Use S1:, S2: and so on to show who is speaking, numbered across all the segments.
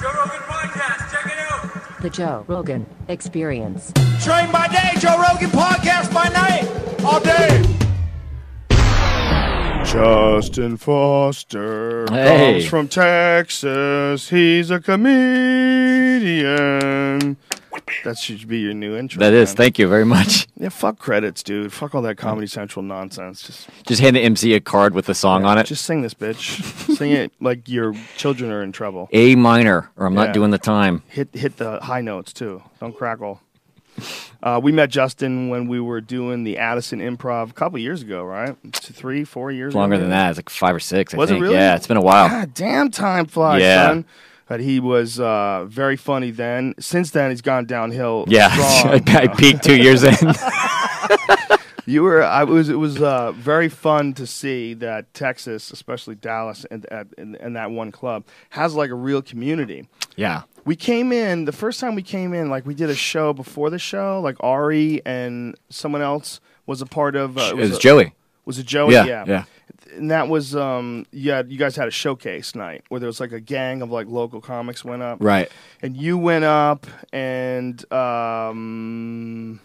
S1: Joe Rogan Podcast. Check it out.
S2: The Joe Rogan Experience.
S3: Train by day, Joe Rogan podcast by night, all day. Justin Foster
S4: Hey.
S3: comes from Texas. He's a comedian. That should be your new intro.
S4: That is.
S3: man.
S4: Thank you very much.
S3: yeah, fuck credits, dude. Fuck all that Comedy Central nonsense. Just
S4: Just hand the MC a card with the song on it.
S3: Just sing this, bitch. sing it like your children are in trouble.
S4: a minor, or I'm
S3: Yeah.
S4: not doing the time.
S3: hit hit the high notes too. Don't crackle. Uh, we met Justin when we were doing the Addison Improv a couple years ago, right? Two, Three, four years
S4: It's longer
S3: ago.
S4: than that. It's like five or six. I
S3: Was it
S4: think.
S3: really?
S4: Yeah, it's been a while.
S3: God damn, time flies,
S4: Yeah.
S3: son. But he was uh, very funny then. Since then, he's gone downhill.
S4: Yeah,
S3: strong,
S4: I, I
S3: you know.
S4: peaked two years in.
S3: You were. I was. It was uh, very fun to see that Texas, especially Dallas, and, and, and that one club has like a real community.
S4: yeah,
S3: We came in the first time we came in, like we did a show before the show, like Ari and someone else was a part of. Uh,
S4: it was
S3: a-
S4: Joey.
S3: Was it Joey?
S4: Yeah,
S3: yeah,
S4: yeah.
S3: And that was um, yeah. You guys had a showcase night where there was like a gang of like local comics went up,
S4: Right.
S3: And you went up, and um,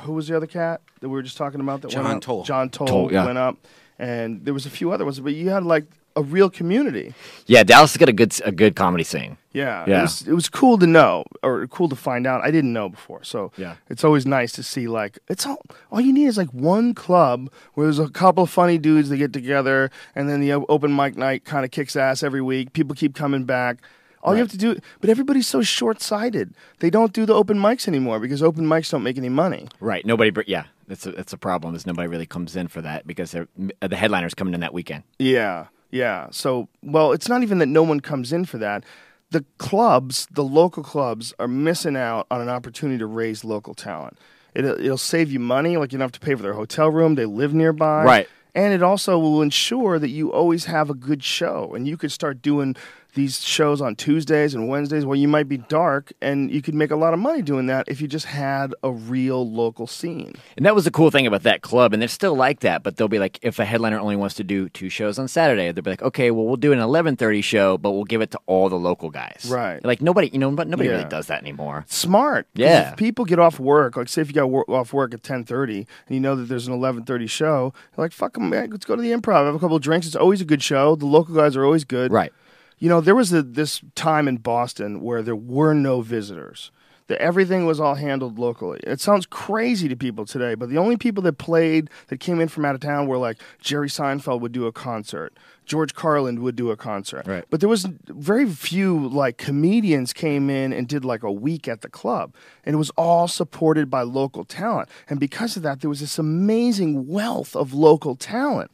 S3: who was the other cat that we were just talking about? That
S5: John
S3: went up?
S5: Toll.
S3: John Toll,
S4: Toll, yeah.
S3: went up, and there was a few other ones, but you had like a real community.
S4: Yeah, Dallas has got a good s- a good comedy scene.
S3: Yeah, It
S4: Yeah.
S3: was, it was cool to know or cool to find out. I didn't know before, so
S4: Yeah.
S3: it's always nice to see. Like, it's all all you need is like one club where there's a couple of funny dudes that get together, and then the o- open mic night kind of kicks ass every week. People keep coming back. All you have to do, but everybody's so short sighted. They don't do the open mics anymore because open mics don't make any money.
S4: Right. Nobody. br- Yeah, that's a, that's a problem. Is nobody really comes in for that because they're, m- the headliners coming in that weekend.
S3: Yeah, yeah. So, well, it's not even that no one comes in for that. The clubs, the local clubs, are missing out on an opportunity to raise local talent. It, it'll save you money, like you don't have to pay for their hotel room. They live nearby,
S4: Right.
S3: And it also will ensure that you always have a good show, and you could start doing these shows on Tuesdays and Wednesdays where you might be dark, and you could make a lot of money doing that if you just had a real local scene.
S4: And that was the cool thing about that club, and they're still like that. But they'll be like, if a headliner only wants to do two shows on Saturday, they'll be like, okay, well, we'll do an eleven thirty show, but we'll give it to all the local guys.
S3: Right.
S4: Like nobody, you know, but nobody
S3: Yeah.
S4: really does that anymore.
S3: smart 'Cause
S4: Yeah.
S3: if people get off work like say if you got wor- off work at 10.30 and you know that there's an 11.30 show you're like fuck 'em, man let's go to the improv have a couple of drinks it's always a good show the local guys are always good
S4: Right.
S3: you know there was a, this time in boston where there were no visitors that everything was all handled locally. It sounds crazy to people today, but the only people that played that came in from out of town were like Jerry Seinfeld would do a concert, George Carlin would do a concert.
S4: Right.
S3: But there was very few like comedians came in and did like a week at the club, and it was all supported by local talent. And because of that, there was this amazing wealth of local talent,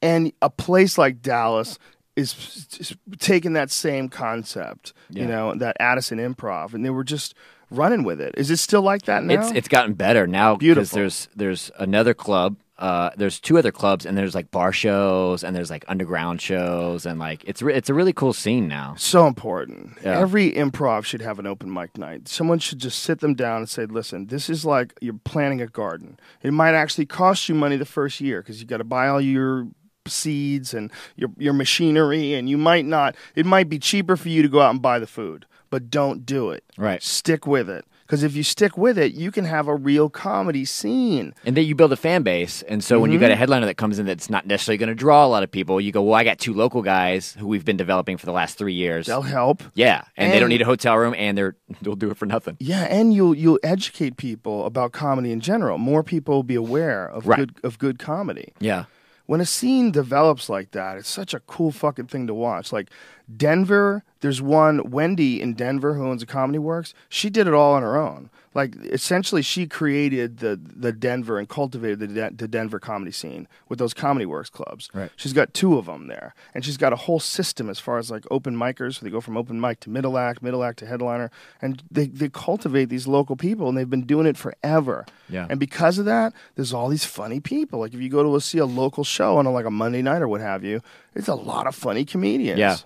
S3: and a place like Dallas. Is is taking that same concept, you
S4: Yeah.
S3: know, that Addison improv, and they were just running with it. Is it still like that now?
S4: It's it's gotten better now because
S3: Beautiful.
S4: there's there's another club. Uh, there's two other clubs, and there's like bar shows, and there's like underground shows, and like it's re- it's a really cool scene now.
S3: so important.
S4: Yeah.
S3: Every improv should have an open mic night. Someone should just sit them down and say, "Listen, this is like you're planting a garden. It might actually cost you money the first year because you got to buy all your seeds and your your machinery, and you might not. It might be cheaper for you to go out and buy the food, but don't do it.
S4: Right.
S3: Stick with it." Because if you stick with it, you can have a real comedy scene.
S4: And then you build a fan base, and so when you
S3: Mm-hmm.
S4: got a headliner that comes in that's not necessarily going to draw a lot of people, you go, well, I got two local guys who we've been developing for the last three years.
S3: They'll help.
S4: Yeah, and, they
S3: And-
S4: don't need a hotel room, and they're they'll do it for nothing.
S3: Yeah, and you'll you'll educate people about comedy in general. More people will be aware of
S4: Right.
S3: good of good comedy.
S4: Yeah,
S3: When a scene develops like that, it's such a cool fucking thing to watch. Like Denver, there's one Wendy in Denver who owns a comedy works. She did it all on her own. Like essentially, she created the the Denver and cultivated the, De- the Denver comedy scene with those comedy works clubs.
S4: Right.
S3: She's got two of them there, and she's got a whole system as far as like open micers. So they go from open mic to middle act, middle act to headliner, and they they cultivate these local people, and they've been doing it forever.
S4: Yeah.
S3: And because of that, there's all these funny people. Like if you go to a, see a local show on a, like a Monday night or what have you, it's a lot of funny comedians.
S4: yeah.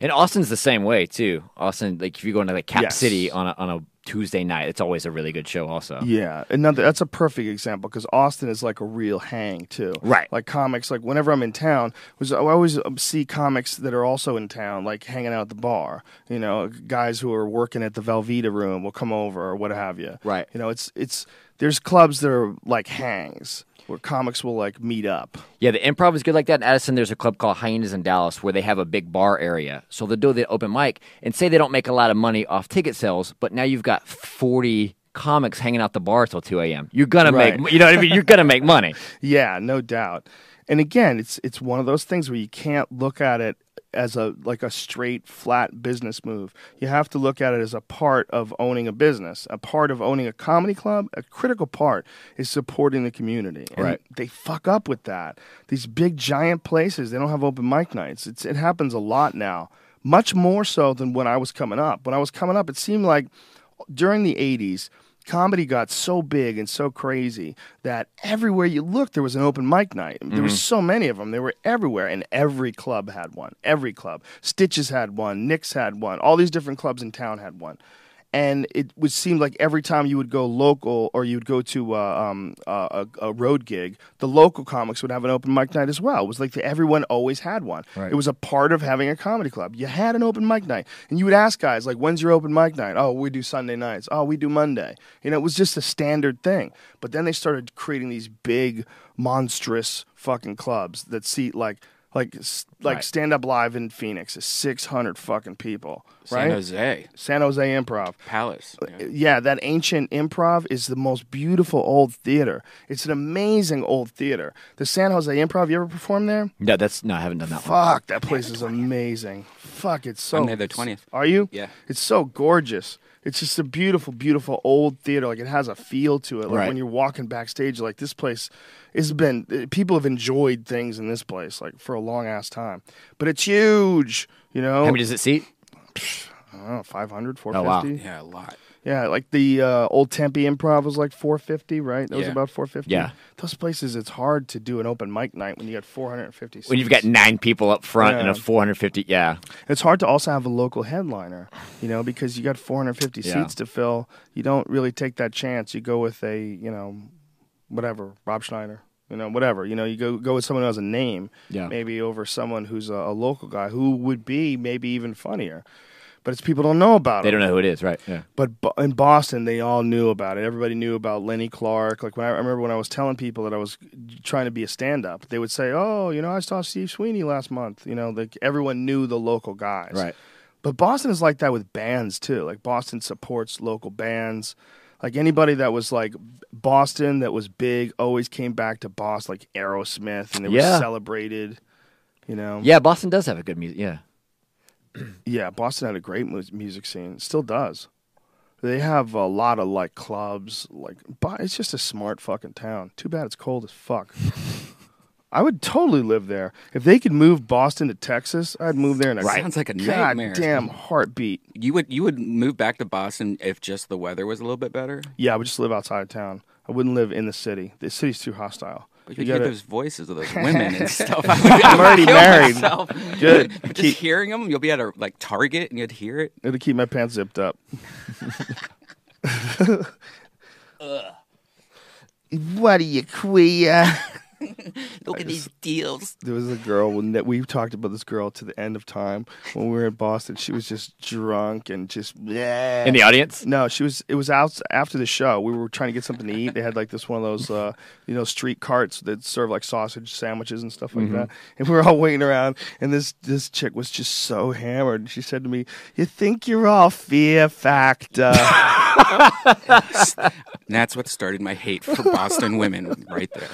S4: And Austin's the same way too. Austin, like if you go into like Cap
S3: Yes.
S4: City on a on a Tuesday night. It's always a really good show, also.
S3: Yeah, another that's a perfect example because Austin is like a real hang too.
S4: Right.
S3: Like comics, like whenever I'm in town, was I always um, see comics that are also in town, like hanging out at the bar. You know, guys who are working at the Velveeta room will come over or what have you.
S4: Right.
S3: You know, it's it's there's clubs that are like hangs where comics will like meet up.
S4: Yeah, the improv is good like that. In Addison, there's a club called Hyenas in Dallas where they have a big bar area. So they'll do the open mic and say they don't make a lot of money off ticket sales, but now you've got 40 comics hanging out the bar till 2 a.m. You're going to make,
S3: Right.
S4: you know what I mean? You're going to make money.
S3: Yeah, no doubt. And again, it's it's one of those things where you can't look at it as a like a straight flat business move. You have to look at it as a part of owning a business, a part of owning a comedy club. A critical part is supporting the community. And
S4: Right.
S3: They fuck up with that. These big giant places, they don't have open mic nights. It's it happens a lot now. Much more so than when I was coming up. When I was coming up, it seemed like during the 80s, comedy got so big and so crazy that everywhere you looked, there was an open mic night. There were so many of them. They were everywhere, and every club had one. Every club. Stitches had one. Nick's had one. All these different clubs in town had one. And it would seem like every time you would go local or you'd go to uh, um, uh, a, a road gig, the local comics would have an open mic night as well. It was like the, everyone always had one.
S4: Right.
S3: It was a part of having a comedy club. You had an open mic night, and you would ask guys like, "When's your open mic night?" Oh, we do Sunday nights. Oh, we do Monday. You know, it was just a standard thing. But then they started creating these big, monstrous fucking clubs that seat like. Like, s- like
S4: Right.
S3: stand up live in Phoenix is six hundred fucking people,
S5: San
S3: right?
S5: Jose
S3: San Jose Improv,
S5: Palace. Yeah.
S3: yeah, that ancient improv is the most beautiful old theater. It's an amazing old theater. The San Jose Improv, you ever performed there?
S4: No, that's, no, I haven't done that one.
S3: Fuck, that place is amazing. Fuck, it's so.
S5: I'm there the 20th.
S3: Are you?
S5: Yeah.
S3: It's so gorgeous. It's just a beautiful, beautiful old theater. Like it has a feel to it. Like
S4: Right.
S3: when you're walking backstage, like this place has been. eh, People have enjoyed things in this place like for a long ass time. But it's huge. You know,
S4: How many does it seat?
S3: I don't know, 500,
S4: wow.
S3: 450.
S5: Yeah, a lot.
S3: Yeah, like the uh, old Tempe Improv was like 450, right? That was
S5: Yeah.
S3: about 450.
S4: Yeah.
S3: Those places, it's hard to do an open mic night when you got 450 seats.
S4: When you've got nine people up front and a
S3: Yeah.
S4: 450, yeah.
S3: it's hard to also have a local headliner, you know, because you got 450
S4: Yeah.
S3: seats to fill. You don't really take that chance. You go with a, you know, whatever, Rob Schneider, you know, whatever. You know, you go go with someone who has a name,
S4: Yeah.
S3: maybe over someone who's a, a local guy who would be maybe even funnier. But it's people don't know about
S4: They
S3: it.
S4: don't know who it is, right? Yeah.
S3: But Bo- in Boston, they all knew about it. Everybody knew about Lenny Clark. Like when I, I remember when I was telling people that I was trying to be a stand-up, they would say, "Oh, you know, I saw Steve Sweeney last month." You know, like everyone knew the local guys.
S4: Right.
S3: But Boston is like that with bands too. Like Boston supports local bands. Like anybody that was like Boston that was big always came back to Boston, like Aerosmith, and they
S4: Yeah.
S3: were celebrated. You know.
S4: Yeah, Boston does have a good music. Yeah.
S3: Yeah, Boston had a great mu- music scene. Still does. They have a lot of like clubs. Like, Bo- it's just a smart fucking town. Too bad it's cold as fuck. I would totally live there if they could move Boston to Texas. I'd move there in a
S5: Right. Sounds like a nightmare.
S3: Damn heartbeat.
S5: You would you would move back to Boston if just the weather was a little bit better.
S3: Yeah, I would just live outside of town. I wouldn't live in the city. The city's too hostile.
S5: But
S3: You
S5: you, would hear
S3: gotta-
S5: those voices of those women and stuff. I'm
S3: already married.
S5: Good.
S3: Good.
S5: Just hearing them, you'll be at a like Target and you'd hear it.
S3: It'll keep my pants zipped up. what are you queer?
S5: Look at these deals.
S3: there was a girl when that we talked about this girl to the end of time when we were in Boston. She was just drunk and just
S4: In the audience?
S3: no, she was. It was out after the show. We were trying to get something to eat. They had like this one of those, uh, you know, street carts that serve like sausage sandwiches and stuff like
S4: Mm-hmm.
S3: that. And we were all waiting around. And this this chick was just so hammered. She said to me, "You think you're all Fear Factor?"
S5: And that's what started my hate for Boston women right there.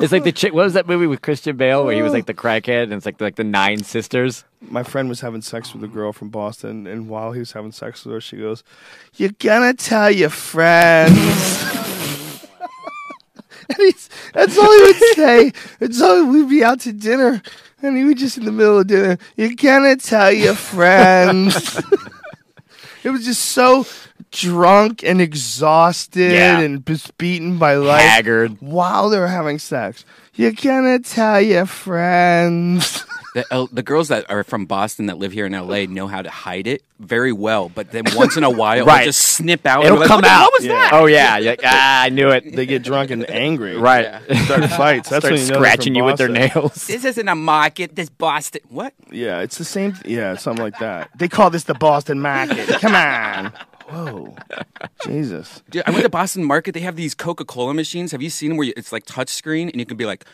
S4: It's like the chick. What was that movie with Christian Bale where he was like the crackhead and it's like the, like the nine sisters?
S3: my friend was having sex with a girl from Boston, and while he was having sex with her, she goes, "You're gonna tell your friends." and he's, that's all he would say. It's all we'd be out to dinner, and he would just in the middle of dinner, "You're gonna tell your friends." it was just so drunk and exhausted
S4: Yeah.
S3: and just beaten by life,
S4: Haggard.
S3: while they were having sex. You're gonna tell your friends.
S5: the, uh, the girls that are from Boston that live here in LA know how to hide it very well, but then once in a while,
S4: Right.
S5: they'll just snip out. and
S4: It'll
S5: be Oh, like, "What
S4: come
S5: the
S4: out.
S5: hell was
S3: Yeah.
S5: that?
S4: Oh yeah, You're like, ah, I knew it.
S3: They get drunk and angry.
S4: Right,
S3: Start fights. That's
S4: start
S3: when you know they're
S4: scratching
S3: from
S4: you with their
S3: Boston.
S4: nails.
S5: This isn't a market. This Boston. What?
S3: Yeah, it's the same. yeah, something like that. They call this the Boston market. Come on. Whoa. Jesus.
S5: Dude, I went to Boston Market. They have these Coca Cola machines. Have you seen them where you, it's like touch screen and you can be like,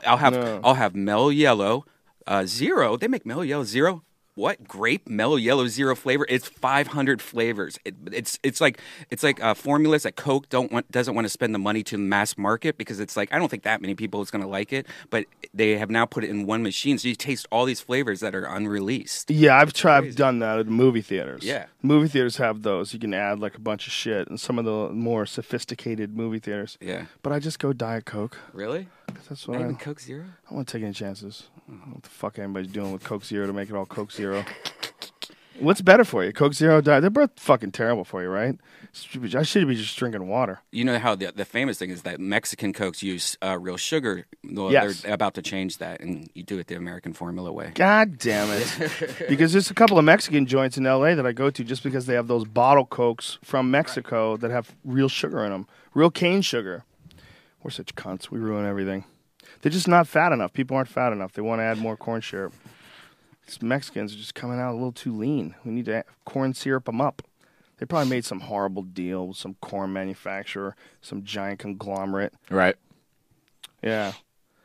S5: uh, I'll have
S3: No.
S5: I'll have Mel Yellow, uh, zero. They make Mel Yellow zero. What grape Mel Yellow zero flavor? It's five hundred flavors. It, it's it's like it's like uh, formulas that Coke don't want doesn't want to spend the money to mass market because it's like I don't think that many people is going to like it, but they have now put it in one machine, so you taste all these flavors that are unreleased.
S3: Yeah, I've tried I've done that at movie theaters.
S5: Yeah.
S3: Movie theaters have those. You can add like a bunch of shit and some of the more sophisticated movie theaters.
S5: Yeah.
S3: But I just go Diet Coke.
S5: Really?
S3: 'cause That's what
S5: Not
S3: I,
S5: even Coke Zero?
S3: I don't want to take any chances. I don't know What the fuck anybody's doing with Coke Zero to make it all Coke Zero? What's better for you, Coke Zero? or Diet? They're both fucking terrible for you, right? Stupid- I should be just drinking water.
S5: you know how the, the famous thing is that Mexican Cokes use uh, real sugar. Well,
S3: Yes.
S5: They're about to change that, and you do it the American formula way.
S3: God damn it! because there's a couple of Mexican joints in LA that I go to just because they have those bottle cokes from Mexico that have real sugar in them, real cane sugar. We're such cunts. We ruin everything. They're just not fat enough. People aren't fat enough. They want to add more corn syrup. These Mexicans are just coming out a little too lean. We need to add- corn syrup them up. They probably made some horrible deal with some corn manufacturer, some giant conglomerate.
S4: Right.
S3: Yeah.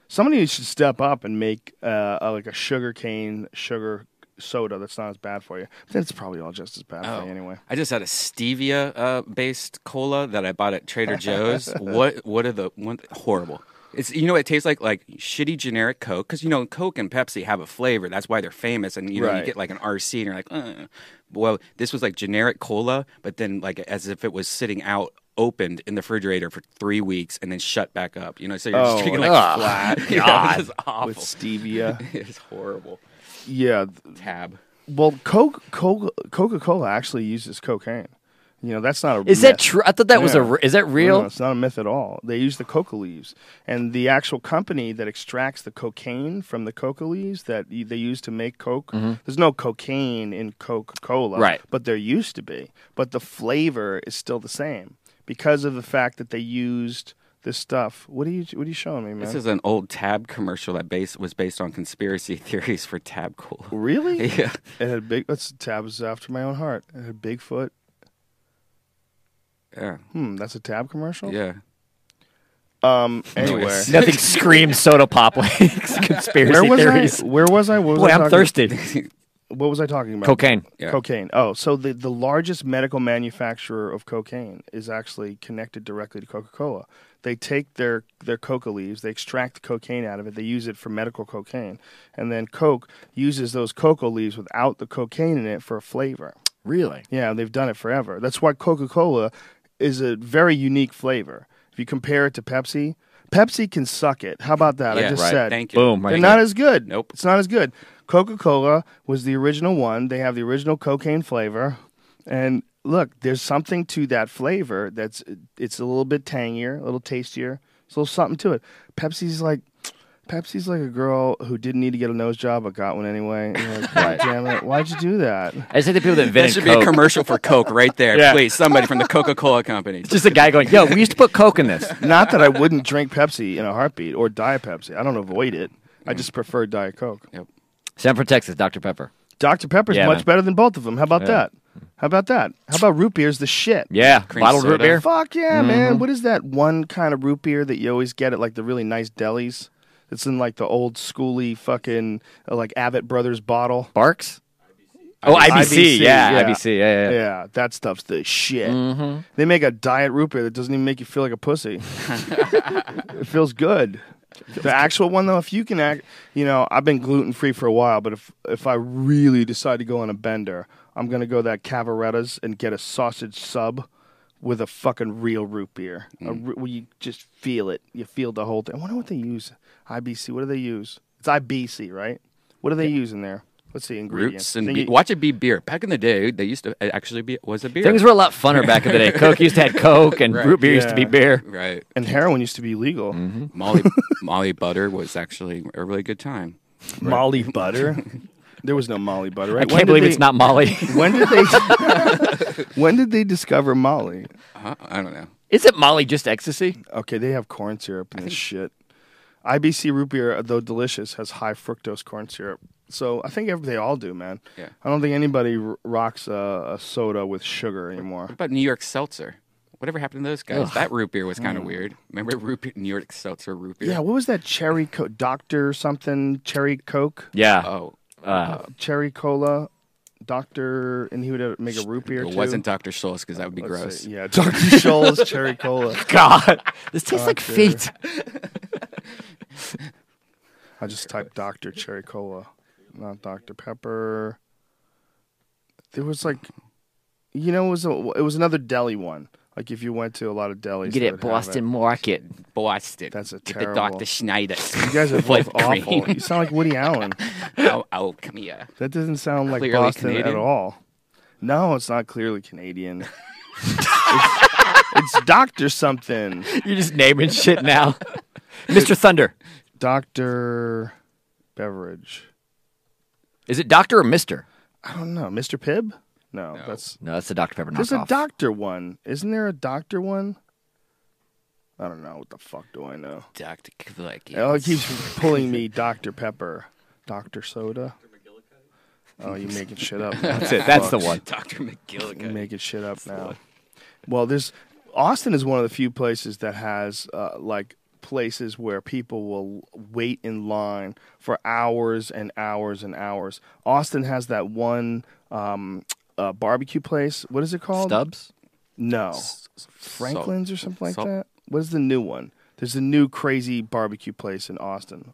S3: Somebody should step up and make uh, a, like a sugar cane sugar soda that's not as bad for you. But it's probably all just as bad for you anyway.
S5: Oh. I just had a stevia uh, based cola that I bought at Trader Joe's. what what are the one, horrible? It's you know it tastes like like shitty generic Coke because you know Coke and Pepsi have a flavor that's why they're famous and you know
S3: Right.
S5: you get like an RC and you're like uh. well this was like generic cola but then like as if it was sitting out opened in the refrigerator for three weeks and then shut back up you know so you're just
S3: Oh,
S5: drinking like
S4: ugh.
S5: flat You know,
S4: God.
S5: it's awful
S3: With stevia.
S5: it's horrible
S3: yeah. th-
S5: tab
S3: Well, Coke, Coca Cola actually uses cocaine. You know, that's not a myth.
S4: Is that true? I thought that was a.
S3: Yeah.
S4: re- Is that
S3: No,
S4: real?
S3: no, it's not a myth at all. They use the coca leaves, and the actual company that extracts the cocaine from the coca leaves that y- they use to make coke. There's no cocaine in Coca Cola,
S4: Mm-hmm. Right.
S3: But there used to be. But the flavor is still the same because of the fact that they used this stuff. What are you What are you showing me, man?
S5: This is an old Tab commercial that base was based on conspiracy theories for Tab Cola.
S3: really?
S5: Yeah.
S3: It had big. That's tab is after my own heart. It had Bigfoot.
S5: Yeah.
S3: Hmm, that's a tab commercial.
S5: Yeah.
S3: Um. Anyway.
S5: Anyways.
S4: Nothing screams soda pop like conspiracy
S3: Where was
S4: theories.
S3: I? Where was I? What was
S4: Boy,
S3: I talking-
S4: I'm thirsty.
S3: What was I talking about?
S4: Cocaine.
S5: Yeah.
S3: Cocaine. Oh, so the, the largest medical manufacturer of cocaine is actually connected directly to Coca Cola. They take their, their coca leaves, they extract the cocaine out of it, they use it for medical cocaine. And then Coke uses those coca leaves without the cocaine in it for a flavor.
S4: Really?
S3: Yeah, they've done it forever. That's why Coca Cola is a very unique flavor. If you compare it to Pepsi, Pepsi can suck it. How about that? I
S5: Yeah,
S3: just
S5: right.
S3: said.
S5: Thank you.
S4: Boom. Right
S3: They're
S4: there.
S3: not as good.
S5: Nope.
S3: It's not as good. Coca Cola was the original one. They have the original cocaine flavor. And look, there's something to that flavor that's it's a little bit tangier, a little tastier. It's a little something to it. Pepsi's like Pepsi's like a girl who didn't need to get a nose job but got one anyway. And you're like, God damn it, why'd you do that?
S4: I just think the people that
S5: That
S4: invented
S5: should be
S4: Coke.
S5: a commercial for Coke right there,
S4: Yeah.
S5: please. Somebody from the Coca Cola company.
S4: Just a guy going, "Yo, we used to put Coke in this."
S3: Not that I wouldn't drink Pepsi in a heartbeat or Diet Pepsi. I don't avoid it. I just prefer Diet Coke.
S5: Yep.
S4: San for Texas, Dr Pepper.
S3: Dr. Pepper's
S4: Yeah,
S3: much
S4: man.
S3: better than both of them. How about that? How about that? How about root beer's the shit?
S4: Yeah,
S5: Cream
S4: bottled root
S5: soda.
S4: beer.
S3: Fuck yeah, man. What is that one kind of root beer that you always get at like the really nice delis? It's in like the old schooly fucking uh, like Abbott Brothers bottle.
S4: Barks. Oh, IBC.
S3: IBC,
S4: yeah,
S3: yeah.
S4: IBC. Yeah, yeah. yeah.
S3: Yeah, that stuff's the shit.
S5: Mm-hmm.
S3: They make a diet root beer that doesn't even make you feel like a pussy. it feels good. The actual one though, if you can act, you know, I've been gluten free for a while, but if if I really decide to go on a bender, I'm gonna go that Cavaretta's and get a sausage sub with a fucking real root beer. A
S5: Mm.
S3: ru- where you just feel it, you feel the whole thing. I wonder what they use. IBC. What do they use? It's IBC, right? What do they use in there? Let's see ingredients.
S5: Roots and
S3: Then
S5: be-
S3: you-
S5: watch it be beer. Back in the day, they used to it actually be was a beer.
S4: Things were a lot funner back in the day. Coke used to have Coke, and root beer used to be
S3: Yeah.
S4: beer.
S5: right. Mm-hmm.
S3: and heroin used to be legal.
S5: Molly Molly Butter was actually a really good time.
S3: Molly butter. There was no Molly butter, right?
S4: I can't believe it's not Molly.
S3: When did they? when did they discover Molly?
S5: Uh, I don't know.
S4: Isn't Molly just ecstasy?
S3: Okay, they have corn syrup and this shit. IBC root beer, though delicious, has high fructose corn syrup. So I think every, they all do, man.
S5: Yeah.
S3: I don't think anybody r- rocks a, a soda with sugar anymore.
S5: But New York Seltzer. Whatever happened to those guys? That root beer was kind of weird. Remember root beer, New York Seltzer root beer?
S3: Mm. Yeah, what was that cherry coke? Doctor something cherry coke,
S4: Yeah.
S5: Oh,
S4: Uh,
S3: cherry cola, doctor, and he would make a root beer.
S5: it
S3: too?
S5: wasn't Dr. Scholl's because that would be
S3: Let's
S5: gross.
S3: see. Yeah, Doctor Scholl's cherry cola.
S4: God, this tastes like
S3: Doctor.
S4: feet.
S3: I just typed Dr. Cherry Cola, not Dr. Pepper. There was like, you know, it was a, it was another deli one. Like if you went to a lot of delis,
S4: Get
S3: they
S4: it,
S3: would have
S4: Boston Market.
S5: Boston.
S3: That's a
S5: Get the
S3: terrible-
S5: Dr. Schneider.
S3: You guys are both
S5: Whipped cream.
S3: awful. You sound like Woody Allen.
S5: oh, oh, come here.
S3: That doesn't sound like
S5: Clearly
S3: Boston at
S5: Canadian?
S3: all. No, it's not clearly Canadian. it's, it's Doctor something.
S4: You're just naming shit now. Mr. Thunder.
S3: Doctor beverage.
S4: Is it Doctor or Mister?
S3: I don't know. Mr. Pibb? No, that's
S4: No, that's the Dr. Pepper knockoff.
S3: There's a doctor one. Isn't there a doctor one? I don't know. What the fuck do I know?
S5: Dr. Kvlicki.
S3: Oh, it keeps pulling me Dr. Pepper, Dr. Soda. Oh, you're making shit up. now.
S4: That's it. That's the one.
S5: Dr.
S3: You're
S5: McGillicuddy.
S3: making shit up now. Well, there's Austin is one of the few places that has uh, like places where people will wait in line for hours and hours and hours. Austin has that one um, uh, barbecue place. What is it called?
S4: Stubbs?
S3: No. Franklin's or something like that. What is the new one? There's a new crazy barbecue place in Austin.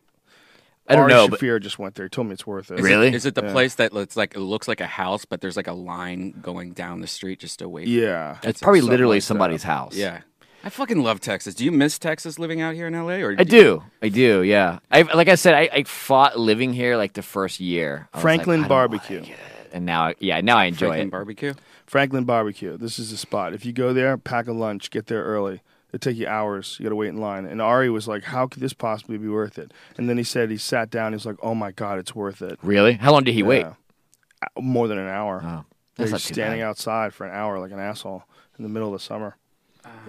S4: I don't
S3: Ari
S4: know, but
S3: Shafir just went there. He told me it's worth it.
S4: Really?
S5: Is it the place that looks like it looks like a house, but there's like a line going down the street just to wait?
S3: Yeah.
S4: it's probably
S3: Something
S4: literally
S3: like that.
S4: somebody's house.
S5: Yeah. I fucking love Texas. Do you miss Texas living out here in LA? Or
S4: I do. I do, yeah. I like I said, I, I fought living here like the first year. I was like,
S3: Franklin
S4: I don't
S3: Barbecue.
S4: like it. And now yeah, now I enjoy
S5: Franklin
S4: it.
S5: barbecue.
S3: Franklin Barbecue. This is the spot. If you go there, pack a lunch, get there early. It take you hours. You got to wait in line. And Ari was like, "How could this possibly be worth it?" And then he said he sat down. He was like, "Oh my god, it's worth it."
S4: really? How long did he wait?
S3: Yeah. Uh, More than an hour.
S4: Oh,
S3: They're
S4: that's not
S3: just
S4: too
S3: standing
S4: bad.
S3: outside for an hour like an asshole in the middle of the summer.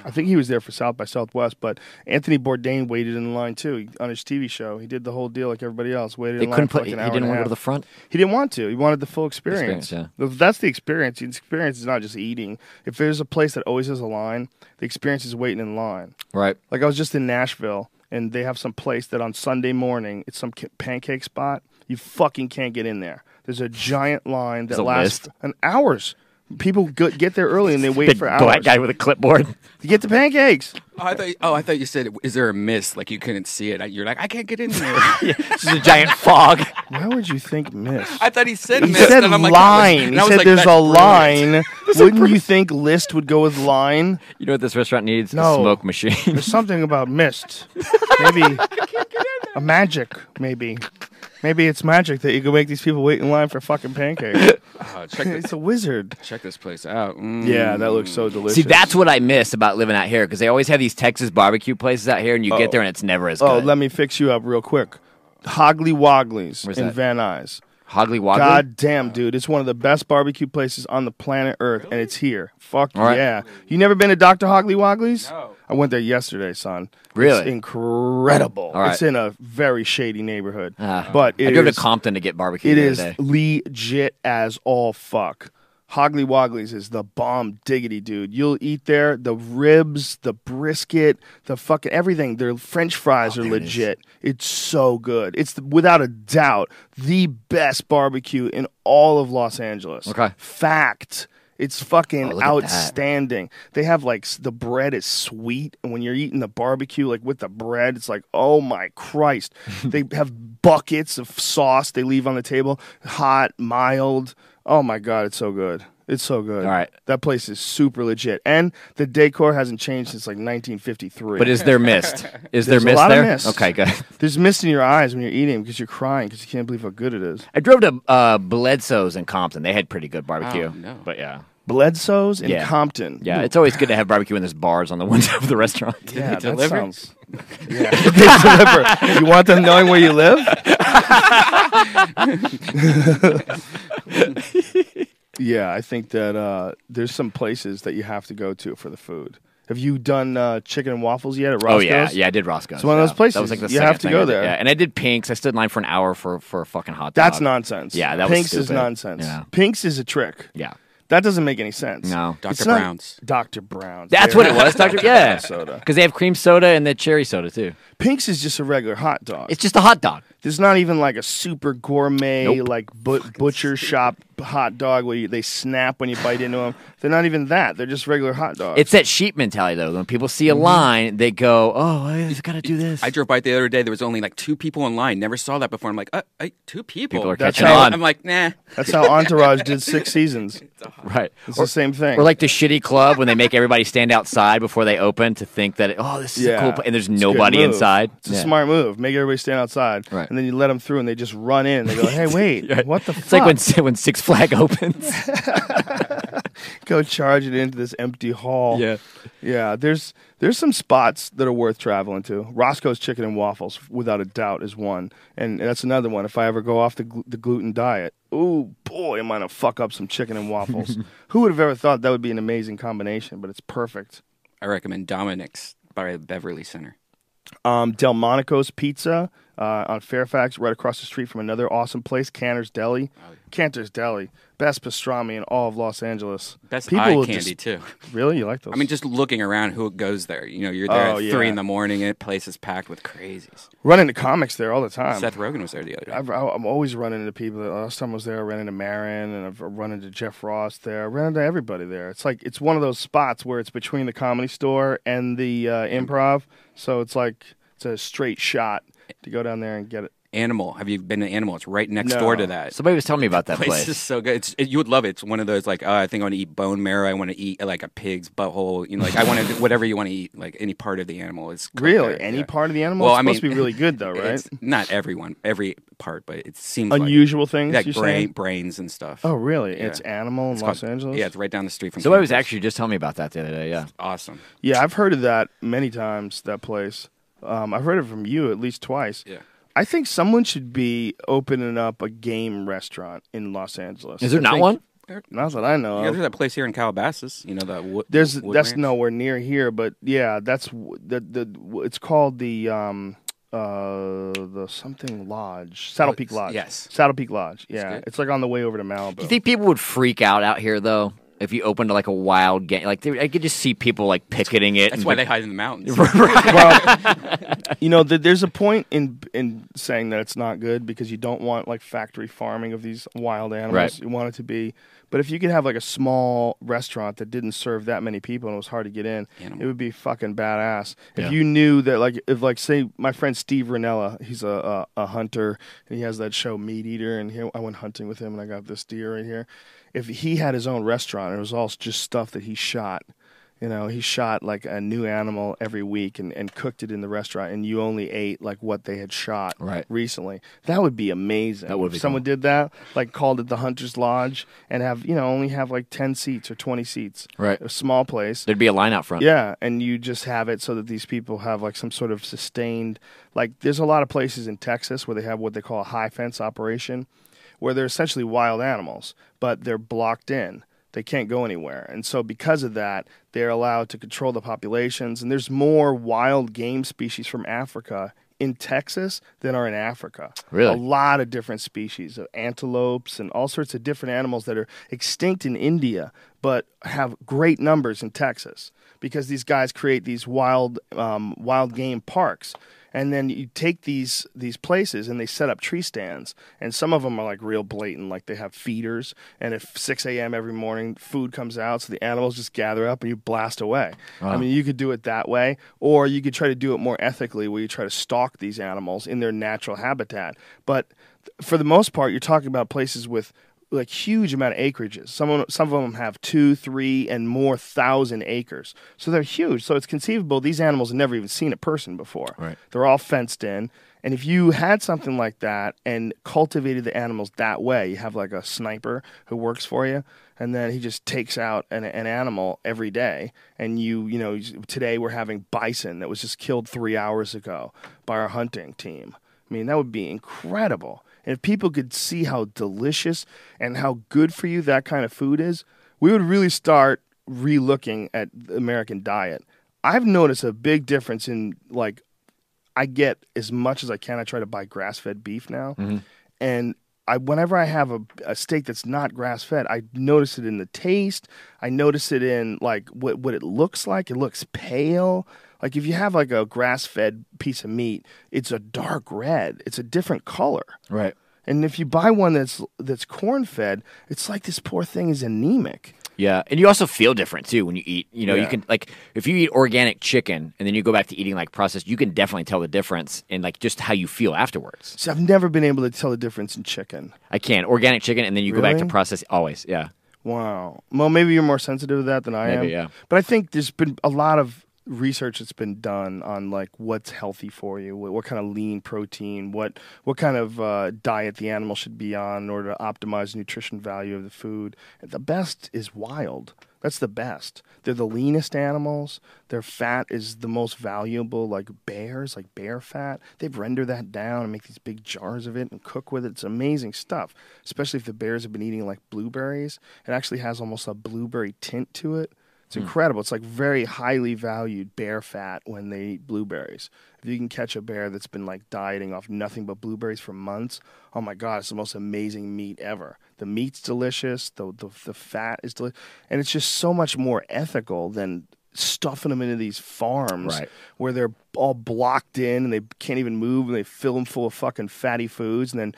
S3: I think he was there for South by Southwest, but Anthony Bourdain waited in line too he, on his TV show. He did the whole deal like everybody else. Waited.
S4: They
S3: in
S4: couldn't
S3: line for
S4: put
S3: like
S4: he
S3: an hour
S4: didn't
S3: and a
S4: want to go to
S3: half.
S4: the front.
S3: He didn't want to. He wanted the full experience.
S4: Experience,
S3: Th- That's the experience. The experience is not just eating. If there's a place that always has a line, the experience is waiting in line.
S4: Right.
S3: Like I was just in Nashville, and they have some place that on Sunday morning, it's some ca- pancake spot. You fucking can't get in there. There's a giant line that
S4: There's a
S3: lasts
S4: list?
S3: an hours. People go- get there early and they wait
S4: Big
S3: for
S4: black
S3: hours
S4: guy with a clipboard.
S3: to get the pancakes.
S5: Oh, I thought. Oh, I thought you said, "Is there a mist?" Like you couldn't see it. I- You're like, I can't get in there.
S4: It's just a giant fog.
S3: Why would you think miss?
S5: I thought he said
S3: He
S5: mist,
S3: said
S5: and I'm like, that was-
S3: line.
S5: and
S3: He
S5: I was
S3: said
S5: like,
S3: there's
S5: that's
S3: a
S5: brilliant.
S3: line. Wouldn't you think list would go with line?
S4: You know what this restaurant needs?
S3: No.
S4: A smoke machine.
S3: There's something about mist. Maybe a magic. Maybe. Maybe it's magic that you can make these people wait in line for fucking pancakes.
S4: Uh-huh,
S5: Oh, check, this,
S3: it's a wizard.
S5: check this place out. Mm.
S3: Yeah, that looks so delicious.
S4: See, that's what I miss about living out here because they always have these Texas barbecue places out here, and you get there and it's never as
S3: Oh,
S4: good.
S3: let me fix you up real quick. Hoggly Wogglies
S4: Where's
S3: in
S4: that?
S3: Van Nuys.
S4: Hoggly Woggly.
S3: God damn, dude. It's one of the best barbecue places on the planet Earth, and it's here. Fuck
S4: All right.
S3: yeah. You never been to Dr. Hoggly Wogglies?
S5: No.
S3: I went there yesterday, son. It's
S4: Really?
S3: incredible.
S4: All right.
S3: It's in a very shady neighborhood.
S4: Ah.
S3: but
S4: I
S3: it
S4: drove to
S3: is-
S4: Compton to get barbecue.
S3: It
S4: the other
S3: is
S4: day.
S3: legit as all fuck. Hoggly Wogglies is the bomb diggity, dude. You'll eat there. The ribs, the brisket, the fucking everything. Their french fries are legit. It's so good. It's the, without a doubt the best barbecue in all of Los Angeles.
S4: Okay.
S3: Fact. It's fucking
S4: Oh, look at that.
S3: outstanding. They have like s- the bread is sweet, and when you're eating the barbecue, like with the bread, it's like, oh my Christ. they have buckets of sauce they leave on the table, hot, mild. Oh my God, it's so good. It's so good.
S4: All right.
S3: That place is super legit. And the decor hasn't changed since like 1953.
S4: But is there mist? Is there
S3: There's a
S4: mist
S3: lot of
S4: there?
S3: mist.
S4: Okay, good.
S3: There's mist in your eyes when you're eating because you're crying because you can't believe how good it is.
S4: I drove to uh, Bledsoe's in Compton. They had pretty good barbecue.
S5: no.
S4: But yeah.
S3: Bledsoe's in
S4: Yeah.
S3: Compton.
S4: Yeah, it's always good to have barbecue when there's bars on the window of the restaurant.
S3: Yeah, that
S5: deliver?
S3: sounds. Yeah, they deliver. You want them knowing where you live? yeah, I think that uh, there's some places that you have to go to for the food. Have you done uh, chicken and waffles yet at
S4: Oh
S3: Roscoe's?
S4: yeah, yeah, I did Roscoe's.
S3: It's one of those
S4: yeah.
S3: places.
S4: That was like the
S3: You
S4: second
S3: have to
S4: thing
S3: go
S4: I did,
S3: there.
S4: Yeah, and I did Pink's. I stood in line for an hour for for a fucking hot dog.
S3: That's nonsense.
S4: Uh, Yeah, that was
S3: Pink's is
S4: stupid.
S3: nonsense.
S4: Yeah.
S3: Pink's is a trick.
S4: Yeah,
S3: That doesn't make any sense.
S4: No.
S5: Dr.
S3: It's not-
S5: Brown's.
S3: Dr. Brown's.
S4: that's
S3: There
S4: what it
S3: is.
S4: was, Doctor. Yeah,
S3: Soda.
S4: because they have cream soda and the cherry soda too.
S3: Pink's is just a regular hot dog.
S4: It's just a hot dog.
S3: There's not even like a super gourmet
S4: Nope.
S3: like but- butcher shop hot dog where you, they snap when you bite into them. They're not even that. They're just regular hot dogs.
S4: It's that sheep mentality though. When people see a
S3: Mm-hmm.
S4: line, they go, "Oh, I just gotta do this."
S5: I drove by the other day. There was only like two people in line. Never saw that before. I'm like, uh, uh, two people.
S4: People are
S3: That's
S4: catching
S3: how-
S4: on.
S5: I'm like, nah.
S3: That's how Entourage did six seasons.
S4: right.
S3: It's the same thing.
S4: Or like the shitty club when they make everybody stand outside before they open to think that oh this is a
S3: yeah,
S4: cool place and there's
S3: It's a good
S4: nobody
S3: move.
S4: inside.
S3: It's a
S4: Yeah.
S3: smart move. Make everybody stand outside,
S4: Right.
S3: and then you let them through, and they just run in. They go, "Hey, wait,
S4: Right.
S3: what the
S4: It's
S3: fuck?"
S4: like when when Six Flag opens.
S3: go charging into this empty hall.
S4: Yeah.
S3: yeah. There's there's some spots that are worth traveling to. Roscoe's Chicken and Waffles, without a doubt, is one, and that's another one. If I ever go off the gl- the gluten diet, oh boy, am I gonna fuck up some chicken and waffles? Who would have ever thought that would be an amazing combination? But it's perfect.
S5: I recommend Dominic's by the Beverly Center.
S3: Um, Delmonico's Pizza uh, on Fairfax, right across the street from another awesome place, Canner's Deli. Cantor's Deli, best pastrami in all of Los Angeles.
S5: Best
S3: People
S5: eye
S3: will
S5: candy
S3: just-
S5: too.
S3: Really, you like those?
S5: I mean, just looking around, who goes there? You know, you're there
S3: Oh,
S5: at
S3: yeah.
S5: three in the morning, and the place is packed with crazies.
S3: run into comics there all the time.
S5: Seth Rogen was there the other day.
S3: I've, Um, I- I'm always running into people. That, last time I was there, I ran into Marin, and I've run into Jeff Ross there. I ran into everybody there. It's like it's one of those spots where it's between the comedy store and the uh, improv, so it's like it's a straight shot to go down there and get it.
S5: Animal. Have you been to Animal? It's right next
S3: No.
S5: door to that.
S4: Somebody was telling me about that
S5: place,
S4: place.
S5: is so good. It's, it, you would love it. It's one of those like uh, I think I want to eat bone marrow. I want to eat uh, like a pig's butthole. You know, like I want to whatever you want to eat, like any part of the animal. It's cooked
S3: Really,
S5: there,
S3: any
S5: yeah.
S3: part of the animal?
S5: Well,
S3: it's
S5: I
S3: supposed
S5: mean,
S3: to be really good though, right?
S5: It's not everyone, every part, but it seems
S3: Unusual
S5: like,
S3: things.
S5: like
S3: you're
S5: brain,
S3: saying?
S5: brains and stuff.
S3: Oh, really?
S5: Yeah.
S3: It's animal in
S5: It's
S3: Los
S5: called-
S3: Angeles.
S5: Yeah, it's right down the street from.
S4: Somebody was
S5: campus.
S4: actually just telling me about that the other day. Yeah,
S5: awesome.
S3: Yeah, I've heard of that many times. That place, um, I've heard it from you at least twice.
S5: Yeah.
S3: I think someone should be opening up a game restaurant in Los Angeles.
S4: is there
S3: I
S4: not
S3: think-
S4: one?
S3: Not that I know.
S5: Yeah,
S3: of.
S5: there's that place here in Calabasas. You know that. Wood,
S3: There's
S5: Wood
S3: that's
S5: Ranch.
S3: nowhere near here, but yeah, that's w- the the w- it's called the um uh the something lodge, Saddle
S5: Oh,
S3: Peak Lodge.
S5: yes.
S3: Saddle Peak Lodge. Yeah,
S5: good.
S3: it's like on the way over to Malibu.
S4: Do you think people would freak out out here though if you opened like a wild game? Like they, I could just see people like picketing it.
S5: That's
S4: and
S5: why they
S4: pick-
S5: hide in the mountains.
S3: well, you know, th- there's a point in in saying that it's not good because you don't want like factory farming of these wild animals.
S4: Right.
S3: You want it to be, but if you could have like a small restaurant that didn't serve that many people and it was hard to get in,
S5: Animal.
S3: it would be fucking badass. If
S4: Yeah.
S3: you knew that, like, if like say my friend Steve Ranella, he's a, a a hunter and he has that show Meat Eater, and he, I went hunting with him and I got this deer right here. If he had his own restaurant, and it was all just stuff that he shot. You know, he shot like a new animal every week and, and cooked it in the restaurant, and you only ate like what they had shot
S4: Right.
S3: recently. That would be amazing.
S4: That would be
S3: if someone did that, like called it the Hunter's Lodge, and have you know only have like ten seats or twenty seats,
S4: Right.
S3: A small place.
S4: There'd be a line out front.
S3: Yeah, and you just have it so that these people have like some sort of sustained like there's a lot of places in Texas where they have what they call a high fence operation where they're essentially wild animals, but they're blocked in. They can't go anywhere. And so because of that, they're allowed to control the populations and there's more wild game species from Africa in Texas than are in Africa.
S4: Really?
S3: A lot of different species of antelopes and all sorts of different animals that are extinct in India but have great numbers in Texas because these guys create these wild um, wild game parks. And then you take these these places and they set up tree stands, and some of them are like real blatant, like they have feeders. And at 6 a.m. every morning, food comes out, so the animals just gather up and you blast away. I mean, you could do it that way, or you could try to do it more ethically, where you try to stalk these animals in their natural habitat. But th- for the most part, you're talking about places with like huge amount of acreages. Some of, some of them have two, three, and more thousand acres. So they're huge. So it's conceivable these animals have never even seen a person before.
S4: Right.
S3: They're all fenced in, And if you had something like that and cultivated the animals that way, you have like a sniper who works for you, and then he just takes out an, an animal every day. And you, you know, today we're having bison that was just killed three hours ago by our hunting team. I mean, that would be incredible. And if people could see how delicious and how good for you that kind of food is, we would really start relooking at the American diet. I've noticed a big difference in like I get as much as I can. I try to buy grass fed beef now,
S4: Mm-hmm.
S3: and I whenever I have a, a steak that's not grass fed, I notice it in the taste. I notice it in like what what it looks like. It looks pale. Like if you have like a grass fed piece of meat, it's a dark red. It's a different color.
S4: Right.
S3: And if you buy one that's that's corn fed, it's like this poor thing is anemic.
S4: Yeah, and you also feel different too when you eat. You know, you
S3: Yeah.
S4: can like if you eat organic chicken and then you go back to eating like processed, you can definitely tell the difference in like just how you feel afterwards.
S3: So I've never been able to tell the difference in chicken.
S4: I can organic chicken and then you go back to
S3: Really?
S4: processed always. Yeah.
S3: Wow. Well, maybe you're more sensitive to that than I
S4: Maybe,
S3: am.
S4: yeah.
S3: But I think there's been a lot of research that's been done on like what's healthy for you, what, what kind of lean protein, what what kind of uh, diet the animal should be on in order to optimize nutrition value of the food. The best is wild. That's the best. They're the leanest animals. Their fat is the most valuable, like bears, like bear fat. They render that down and make these big jars of it and cook with it. It's amazing stuff, especially if the bears have been eating like blueberries. It actually has almost a blueberry tint to it. It's incredible. It's like very highly valued bear fat when they eat blueberries. If you can catch a bear that's been like dieting off nothing but blueberries for months, oh my god, it's the most amazing meat ever. The meat's delicious. The the, the fat is delicious, and it's just so much more ethical than stuffing them into these farms
S4: Right.
S3: where they're all blocked in and they can't even move and they fill them full of fucking fatty foods and then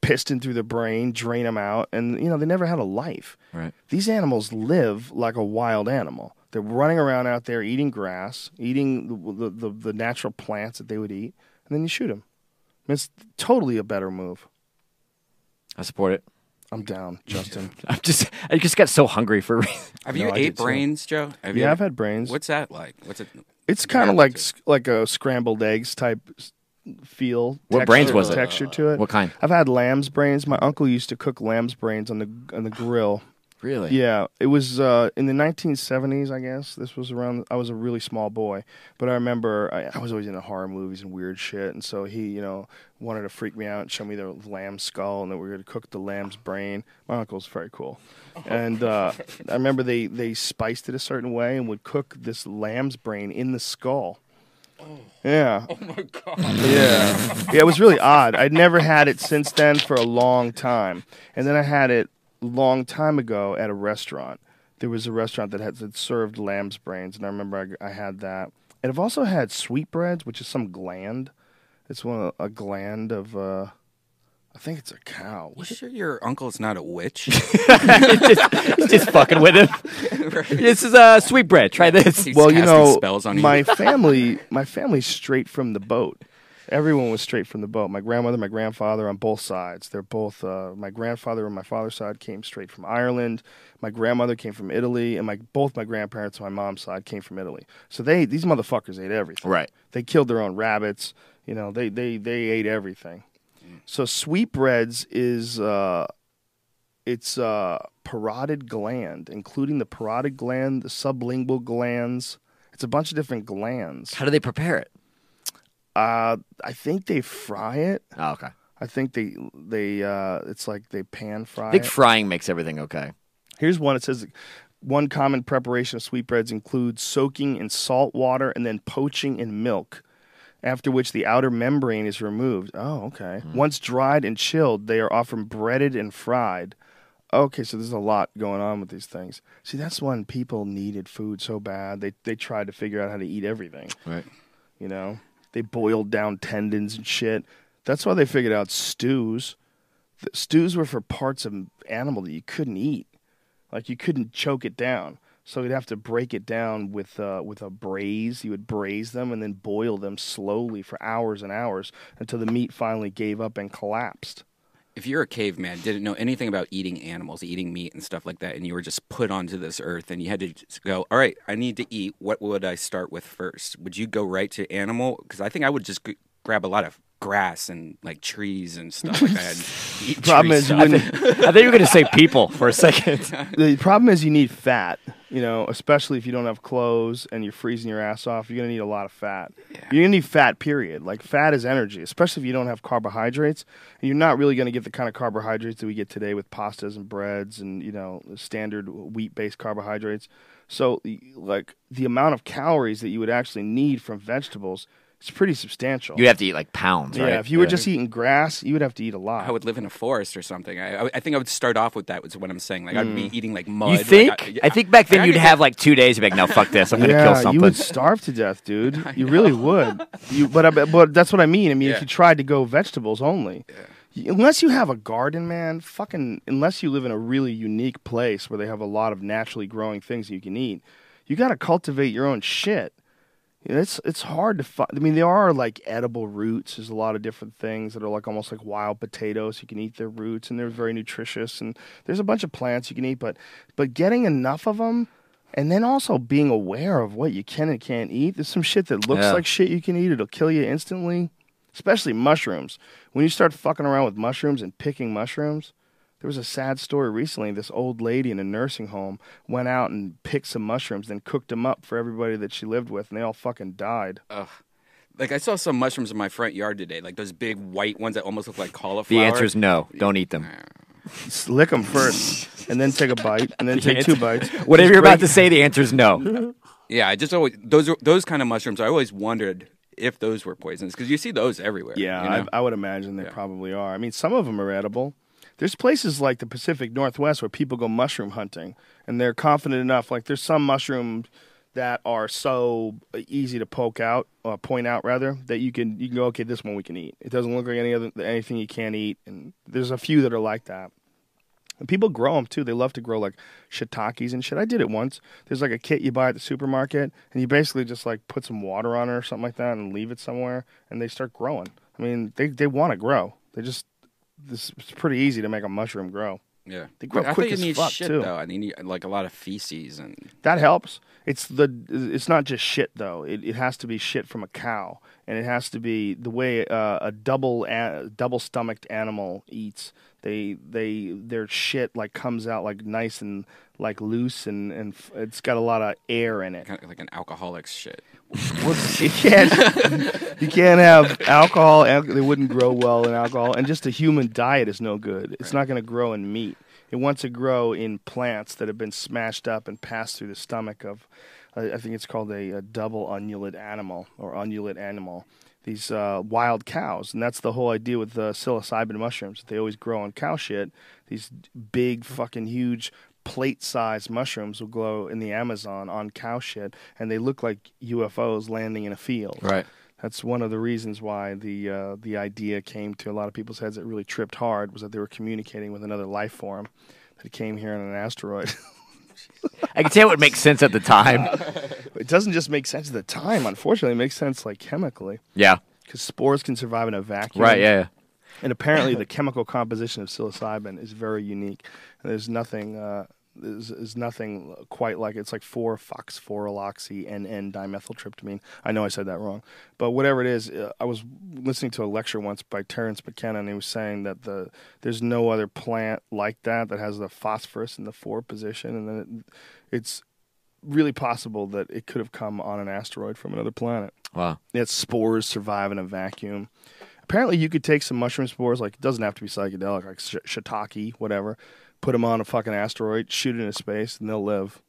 S3: piston through the brain, drain them out, and you know they never had a life.
S4: Right.
S3: These animals live like a wild animal. They're running around out there eating grass, eating the the, the, the natural plants that they would eat, and then you shoot them. It's totally a better move.
S4: I support it.
S3: I'm down, Justin.
S4: I'm just I just got so hungry for
S5: Have
S3: No,
S5: you
S3: I
S5: ate
S3: did too.
S5: brains, Joe? Have
S3: yeah,
S5: you
S3: I've had brains.
S5: What's that like? What's it?
S3: It's kind
S5: Yeah,
S3: of like
S5: it's
S3: s- like a scrambled eggs type s- feel.
S4: What
S3: texture,
S4: brains was it?
S3: Texture to it.
S4: What kind?
S3: I've had lamb's brains. My uncle used to cook lamb's brains on the on the grill.
S4: really.
S3: Yeah, it was uh, in the 1970s, I guess. This was around. I was a really small boy, but I remember I, I was always into horror movies and weird shit, and so he, you know, wanted to freak me out and show me the lamb skull, and that we were going to cook the lamb's brain. My uncle's very cool, and uh, I remember they they spiced it a certain way and would cook this lamb's brain in the skull. Yeah. Oh my god. Yeah. Yeah, it was really odd. I'd never had it since then for a long time. And then I had it long time ago at a restaurant. There was a restaurant that had that served lamb's brains and I remember I, I had that. And I've also had sweetbreads, which is some gland. It's one of, a gland of uh I think it's a cow.
S5: You sure your uncle's not a witch?
S4: just fucking with him. This is a uh, sweetbread. Try this.
S5: He's
S3: well, you
S5: casting
S3: know,
S5: spells on you.
S3: my family, my family's straight from the boat. Everyone was straight from the boat. My grandmother, my grandfather on both sides. They're both. Uh, my grandfather on my father's side came straight from Ireland. My grandmother came from Italy, and my both my grandparents on my mom's side came from Italy. So they these motherfuckers ate everything.
S4: Right.
S3: They killed their own rabbits. You know, they they they ate everything. So sweetbreads is. Uh, it's uh, parotid gland, including the parotid gland, the sublingual glands. It's a bunch of different glands.
S4: How do they prepare it?
S3: Uh, I think they fry it.
S4: Oh, okay.
S3: I think they they uh, it's like they pan fry
S4: I think
S3: it.
S4: frying makes everything okay.
S3: Here's one. It says one common preparation of sweetbreads includes soaking in salt water and then poaching in milk. After which the outer membrane is removed. Oh, okay. Once dried and chilled, they are often breaded and fried. Okay, so there's a lot going on with these things. See, that's when people needed food so bad. They they tried to figure out how to eat everything.
S4: Right.
S3: You know, they boiled down tendons and shit. That's why they figured out stews. Th- stews were for parts of animal that you couldn't eat, like you couldn't choke it down. So you'd have to break it down with uh, with a braise. You would braise them and then boil them slowly for hours and hours until the meat finally gave up and collapsed.
S5: if you're a caveman, didn't know anything about eating animals, eating meat and stuff like that, and you were just put onto this earth and you had to just go, all right, I need to eat. What would I start with first? Would you go right to animal? Because I think I would just g- grab a lot of grass and like trees and stuff like that. and eat
S3: Problem
S5: tree
S3: is, you
S5: stuff.
S3: wouldn't-
S4: I thought you were going to say people for a second.
S3: the problem is you need fat. You know, especially if you don't have clothes and you're freezing your ass off, you're gonna need a lot of fat. You're gonna need fat. Period. Like fat is energy, especially if you don't have carbohydrates. And you're not really gonna get the kind of carbohydrates that we get today with pastas and breads and you know standard wheat-based carbohydrates. So, y- like the amount of calories that you would actually need from vegetables is pretty substantial.
S4: You'd have to eat like pounds,
S3: yeah,
S4: right?
S3: if you were just eating grass, you would have to eat a lot.
S5: I would live in a forest or something. I, I- I think I would start off with that. Was what I'm saying. Like I'd be eating like mud.
S4: Mm. You
S5: like,
S4: think?
S5: Oh, I,
S4: I,
S5: yeah.
S4: think back then
S5: I
S4: you'd
S5: could-
S4: have like two days. You'd be like, no, fuck this. I'm going to
S3: yeah,
S4: kill something.
S3: you would starve to death, dude. You really would. You, but I, bet- but that's what I mean. I mean,
S5: Yeah.
S3: if you tried to go vegetables only, Y- unless you have a garden, man, fucking, unless you live in a really unique place where they have a lot of naturally growing things you can eat, you got to cultivate your own shit. You know, It's it's hard to find. I mean, there are like edible roots. There's a lot of different things that are like almost like wild potatoes. You can eat their roots, and they're very nutritious. And there's a bunch of plants you can eat, but but getting enough of them, and then also being aware of what you can and can't eat. There's some shit that looks
S4: Yeah.
S3: like shit you can eat. It'll kill you instantly. Especially mushrooms. When you start fucking around with mushrooms and picking mushrooms, there was a sad story recently. This old lady in a nursing home went out and picked some mushrooms, then cooked them up for everybody that she lived with, and they all fucking died.
S5: Like I saw some mushrooms in my front yard today. Like those big white ones that almost look like
S4: the
S5: cauliflower.
S4: answer is no. Don't eat them.
S3: Just lick them first, and then take a bite, and then take
S4: It's-
S3: two bites.
S4: Whatever
S3: Just
S4: you're about
S3: break-
S4: to say, the answer is no.
S5: Yeah, I just always those are, those kind of mushrooms. I always wondered if those were poisonous because you see those everywhere.
S3: Yeah,
S5: you know?
S3: I, I would imagine they probably are. I mean, some of them are edible. There's places like the Pacific Northwest where people go mushroom hunting, and they're confident enough. Like there's some mushrooms that are so uh, easy to poke out, uh, point out rather, that you can you can go, okay, this one we can eat. It doesn't look like any other anything you can't eat, and there's a few that are like that. And people grow them too. They love to grow like shiitakes and shit. I did it once. There's like a kit you buy at the supermarket, and you basically just like put some water on it or something like that, and leave it somewhere, and they start growing. I mean, they they want to grow. They just this it's pretty easy to make a mushroom grow.
S5: yeah.
S3: They grow
S5: I
S3: quick
S5: thought you
S3: as
S5: need
S3: fuck,
S5: shit
S3: too.
S5: though. I need like a lot of feces and
S3: That helps. It's the it's not just shit though. It it has to be shit from a cow, and it has to be the way uh, a double a, double stomached animal eats. They they their shit like comes out like nice and like loose and and f- it's got a lot of air in it.
S5: kind of like an alcoholic shit.
S3: you can't you can't have alcohol. Al- they wouldn't grow well in alcohol, and just a human diet is no good. It's not going to grow in meat. It wants to grow in plants that have been smashed up and passed through the stomach of, uh, I think it's called a, a double unulate animal or unulate animal. These uh, wild cows, and that's the whole idea with the psilocybin mushrooms. They always grow on cow shit. These big fucking huge plate-sized mushrooms will grow in the Amazon on cow shit, and they look like UFOs landing in a field.
S5: Right.
S3: That's one of the reasons why the uh, the idea came to a lot of people's heads that really tripped hard was that they were communicating with another life form that came here on an asteroid.
S4: I can say it would make sense at the time.
S3: it doesn't just make sense at the time, unfortunately. It makes sense like chemically
S4: Yeah.
S3: because spores can survive in a vacuum.
S4: Right. Yeah. yeah.
S3: And apparently, the chemical composition of psilocybin is very unique. And there's nothing. Uh, there's, there's nothing quite like it. It's like 4 foxforoloxy NN dimethyltryptamine. I know I said that wrong. But whatever it is, uh, I was listening to a lecture once by Terrence McKenna, and he was saying that the there's no other plant like that that has the phosphorus in the 4 position. And then it, it's really possible that it could have come on an asteroid from another planet
S4: Wow.
S3: that spores survive in a vacuum. Apparently, you could take some mushroom spores, like it doesn't have to be psychedelic, like sh- shiitake, whatever. Put them on a fucking asteroid, shoot it into space, and they'll live.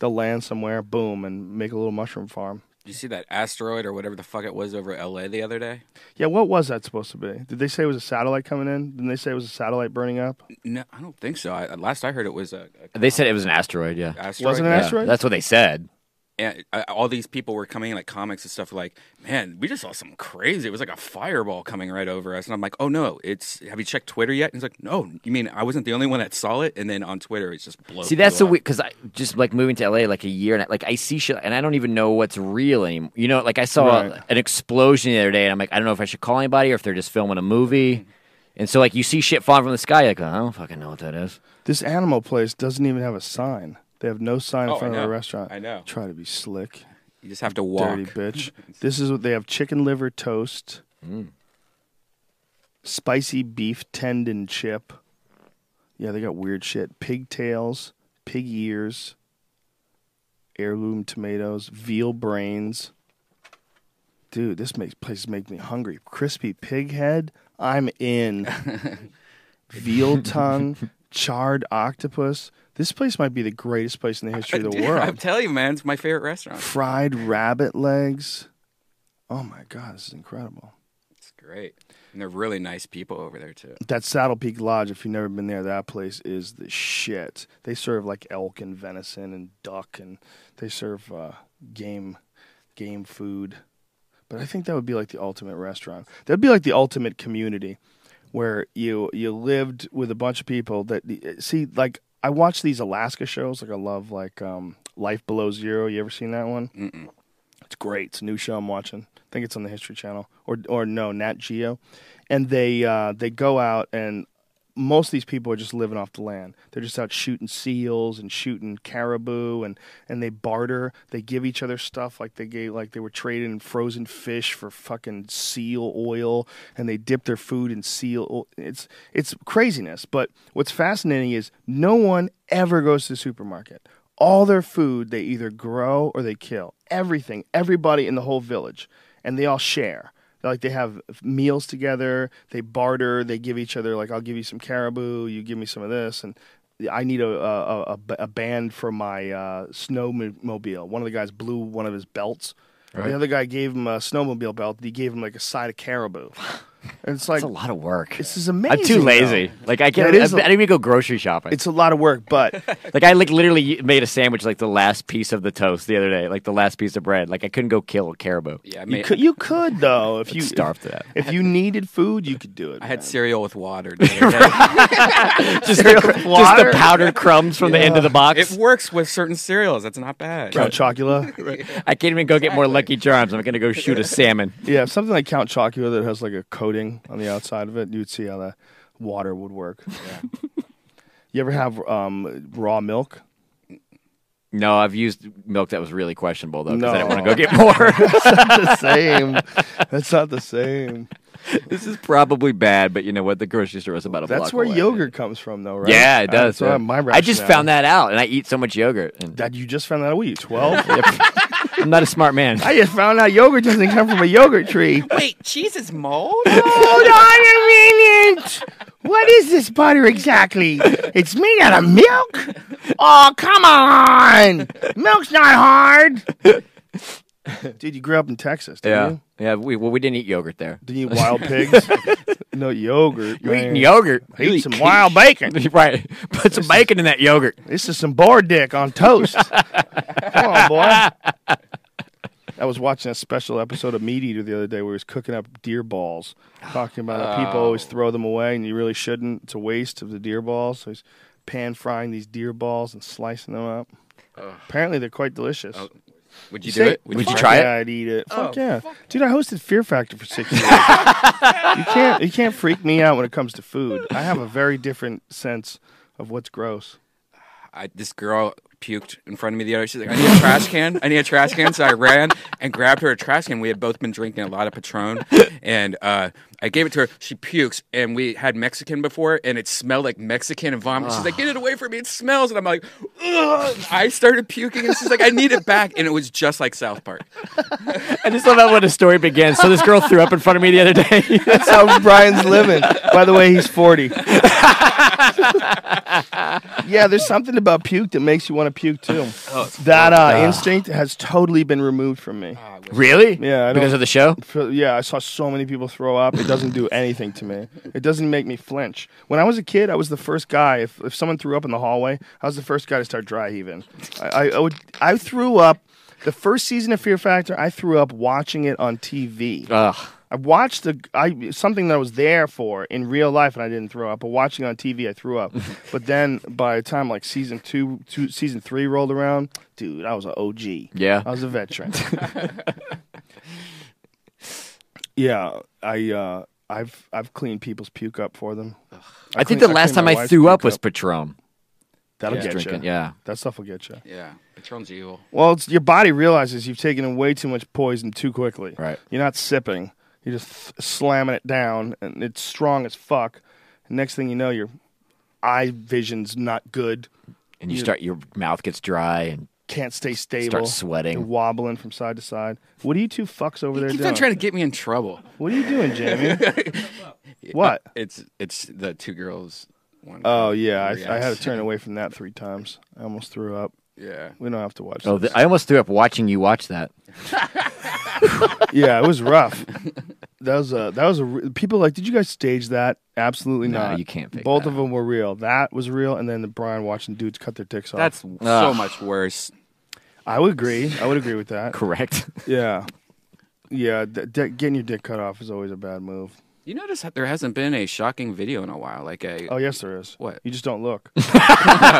S3: They'll land somewhere, boom, and make a little mushroom farm.
S5: Did you see that asteroid or whatever the fuck it was over LA the other day?
S3: Yeah, what was that supposed to be? Did they say it was a satellite coming in? Didn't they say it was a satellite burning up?
S5: No, I don't think so. I, last I heard, it was a, a
S4: They said it was an asteroid. Yeah.
S5: asteroid.
S3: Was it an
S5: yeah.
S3: asteroid?
S4: That's what they said.
S5: And uh, all these people were coming in, like comics and stuff. Like, man, we just saw something crazy. It was like a fireball coming right over us. And I'm like, oh no, it's. Have you checked Twitter yet? And he's like, no. You mean I wasn't the only one that saw it? And then on Twitter, it's just blown.
S4: See, that's the
S5: blew up.
S4: weird because I just like moving to LA like a year and I- like I see shit and I don't even know what's real anymore. You know, like I saw
S3: Right.
S4: an explosion the other day and I'm like, I don't know if I should call anybody or if they're just filming a movie. And so like you see shit falling from the sky, you're like I don't fucking know what that is.
S3: This animal place doesn't even have a sign. They have no sign in
S5: Oh, I
S3: front of a
S5: know.
S3: restaurant.
S5: I know.
S3: Try to be slick.
S5: You just have to walk. Mm.
S3: Dirty bitch. this is what they have chicken liver toast. spicy beef tendon chip. Yeah, they got weird shit. Pigtails, pig ears, heirloom tomatoes, veal brains. Dude, this makes places make me hungry. Crispy pig head, I'm in. veal tongue, charred octopus. This place might be the greatest place in the history of the
S5: Dude, I'm
S3: world.
S5: telling you, man, it's my favorite restaurant.
S3: Fried rabbit legs. Oh my god, this is incredible.
S5: It's great. And they're really nice people over there too.
S3: That Saddle Peak Lodge, if you've never been there, that place is the shit. They serve like elk and venison and duck, and they serve uh, game game food. But I think that would be like the ultimate restaurant. That'd be like the ultimate community, where you you lived with a bunch of people that see like I watch these Alaska shows. Like I love like um, Life Below Zero. You ever seen that one? Mm-mm. It's great. It's a new show I'm watching. I think it's on the History Channel or or no Nat Geo, and they uh, they go out and most of these people are just living off the land. They're just out shooting seals and shooting caribou and, and they barter. They give each other stuff like they gave like they were trading frozen fish for fucking seal oil and they dip their food in seal oil. It's it's craziness. But what's fascinating is no one ever goes to the supermarket. All their food they either grow or they kill. Everything, everybody in the whole village, and they all share. Like they have meals together, they barter, they give each other like I'll give you some caribou, you give me some of this, and I need a a, a, a band for my uh, snowmobile. One of the guys blew one of his belts. The other guy gave him a snowmobile belt. He gave him like a side of caribou. And it's like
S4: It's a lot of work.
S3: this is
S4: I'm
S3: amazing.
S4: too
S3: though.
S4: lazy. Like I can't.
S3: Yeah, it is
S4: I,
S3: a-
S4: I didn't even go grocery shopping.
S3: It's a lot of work, but
S4: like I like literally made a sandwich like the last piece of the toast the other day, like the last piece of bread. Like I couldn't go kill a caribou.
S5: Yeah, I
S3: you
S5: mean,
S3: could you could though if
S4: I'd
S3: you
S4: starve to death.
S3: If you needed food, you could do it.
S5: I had
S3: man.
S5: cereal with water. the other day.
S4: Just, the, just the
S3: water?
S4: powder crumbs from the end of the
S5: it
S4: box.
S5: works with certain cereals. That's not bad.
S3: Count Chocula.
S4: I can't even go get more Lucky Charms. I'm gonna go shoot a salmon.
S3: Yeah, something like Count Chocula that has like a coating on the outside of it, you'd see how the water would work. you ever have um, raw milk?
S4: No, I've used milk that was really questionable though, because I didn't want to
S3: No.
S4: go get more.
S3: the same. That's not the same.
S4: this is probably bad, but you know what? The grocery store is about a
S3: That's
S4: block
S3: where
S4: away.
S3: yogurt comes from, though, right?
S4: Yeah, it
S3: Uh,
S4: does.
S3: so
S4: yeah.
S3: my
S4: I just
S3: rationale-
S4: found that out, and I eat so much yogurt. And
S3: That you just found that out. What are you, 12?
S4: I'm not a smart man.
S3: I just found out yogurt doesn't come from a yogurt tree.
S5: Wait, cheese is mold?
S3: Hold on a minute. What is this butter exactly? It's made out of milk? Oh, come on. Milk's not hard. Dude, you grew up in Texas, didn't you?
S4: yeah, yeah. We well, we didn't eat yogurt there.
S3: Didn't you eat wild pigs? no yogurt.
S4: You're eating
S3: man.
S4: yogurt.
S3: I eat some wild bacon.
S4: right. Put some bacon in that yogurt.
S3: This is some boar dick on toast. Come on, boy. I was watching a special episode of Meat Eater the other day where he was cooking up deer balls, talking about how people always
S4: Oh.
S3: throw them away and you really shouldn't. It's a waste of the deer balls. So he's pan frying these deer balls and slicing them up. Apparently, they're quite delicious.
S5: Would you
S3: Say-
S5: do it?
S4: Would you
S3: Fuck
S4: try Oh, it?
S3: yeah, I'd eat it. fuck
S5: Oh,
S3: yeah, dude! I hosted Fear Factor for six years. you can't, you can't freak me out when it comes to food. I have a very different sense of what's gross.
S5: I, this girl puked in front of me the other. She's like, "I need a trash can. I need a trash can." So I ran and grabbed her a trash can. We had both been drinking a lot of Patron, and uh, I gave it to her. She pukes, and we had Mexican before, and it smelled like Mexican and vomit. She's like, "Get it away from me! It smells!" And I'm like, Ugh! "I started puking," and she's like, "I need it back," and it was just like South Park.
S4: I just love how when a story begins. So this girl threw up in front of me the other day.
S3: That's how Brian's living. By the way, he's 40. yeah, there's something about puke that makes you want to puke too. that uh, instinct has totally been removed from me.
S4: really?
S3: Yeah, I
S4: Because
S3: don't-
S4: of the show.
S3: For- yeah, I saw so many people throw up. It doesn't do anything to me. It doesn't make me flinch. When I was a kid, I was the first guy. If, if someone threw up in the hallway, I was the first guy to start dry heaving. I, I, I, would, I threw up. The first season of Fear Factor, I threw up watching it on TV.
S4: Ugh.
S3: I watched the I something that I was there for in real life, and I didn't throw up. But watching on TV, I threw up. but then by the time like season two, two, season three rolled around, dude, I was an OG.
S4: Yeah.
S3: I was a veteran. yeah, I uh, I've I've cleaned people's puke up for them.
S4: I, think
S3: clean-
S4: the last
S3: clean
S4: time
S3: my
S4: I
S3: wife's
S4: threw
S3: puke
S4: up was Patron.
S3: that'll
S5: Yeah.
S3: get
S4: Drinking.
S3: you.
S4: Yeah.
S3: that stuff will get you.
S5: Yeah, Patron's evil.
S3: Well, it's, your body realizes you've taken in way too much poison too quickly.
S4: Right.
S3: You're not sipping. You're just slamming it down, and it's strong as fuck. And next thing you know, your eye vision's not good.
S4: and you start your mouth gets dry and
S3: Can't stay stable.
S4: sweating.
S3: You're wobbling from side to side. What are you two fucks over there
S5: Keep
S3: doing?
S5: on trying to get me in trouble.
S3: what are you doing, Jamie? what?
S5: It's it's the two girls. One
S3: Oh yeah, I, I had to
S5: Yes.
S3: turn away from that three times. I almost threw up.
S5: yeah.
S3: We don't have to watch.
S4: oh
S3: this.
S4: th- I almost threw up watching you watch that.
S3: yeah, it was rough. That was a that was a re- people like. Did you guys stage that? Absolutely
S4: No,
S3: not.
S4: you can't fake
S3: Both
S4: that.
S3: of them were real. That was real, and then the Brian watching dudes cut their dicks off.
S5: That's so
S4: Ugh.
S5: much worse.
S3: I would agree. I would agree with that.
S4: Correct.
S3: Yeah, yeah. D- d- getting your dick cut off is always a bad move.
S5: You notice that there hasn't been a shocking video in a while. Like a,
S3: Oh yes, there is.
S5: What?
S3: You just don't look.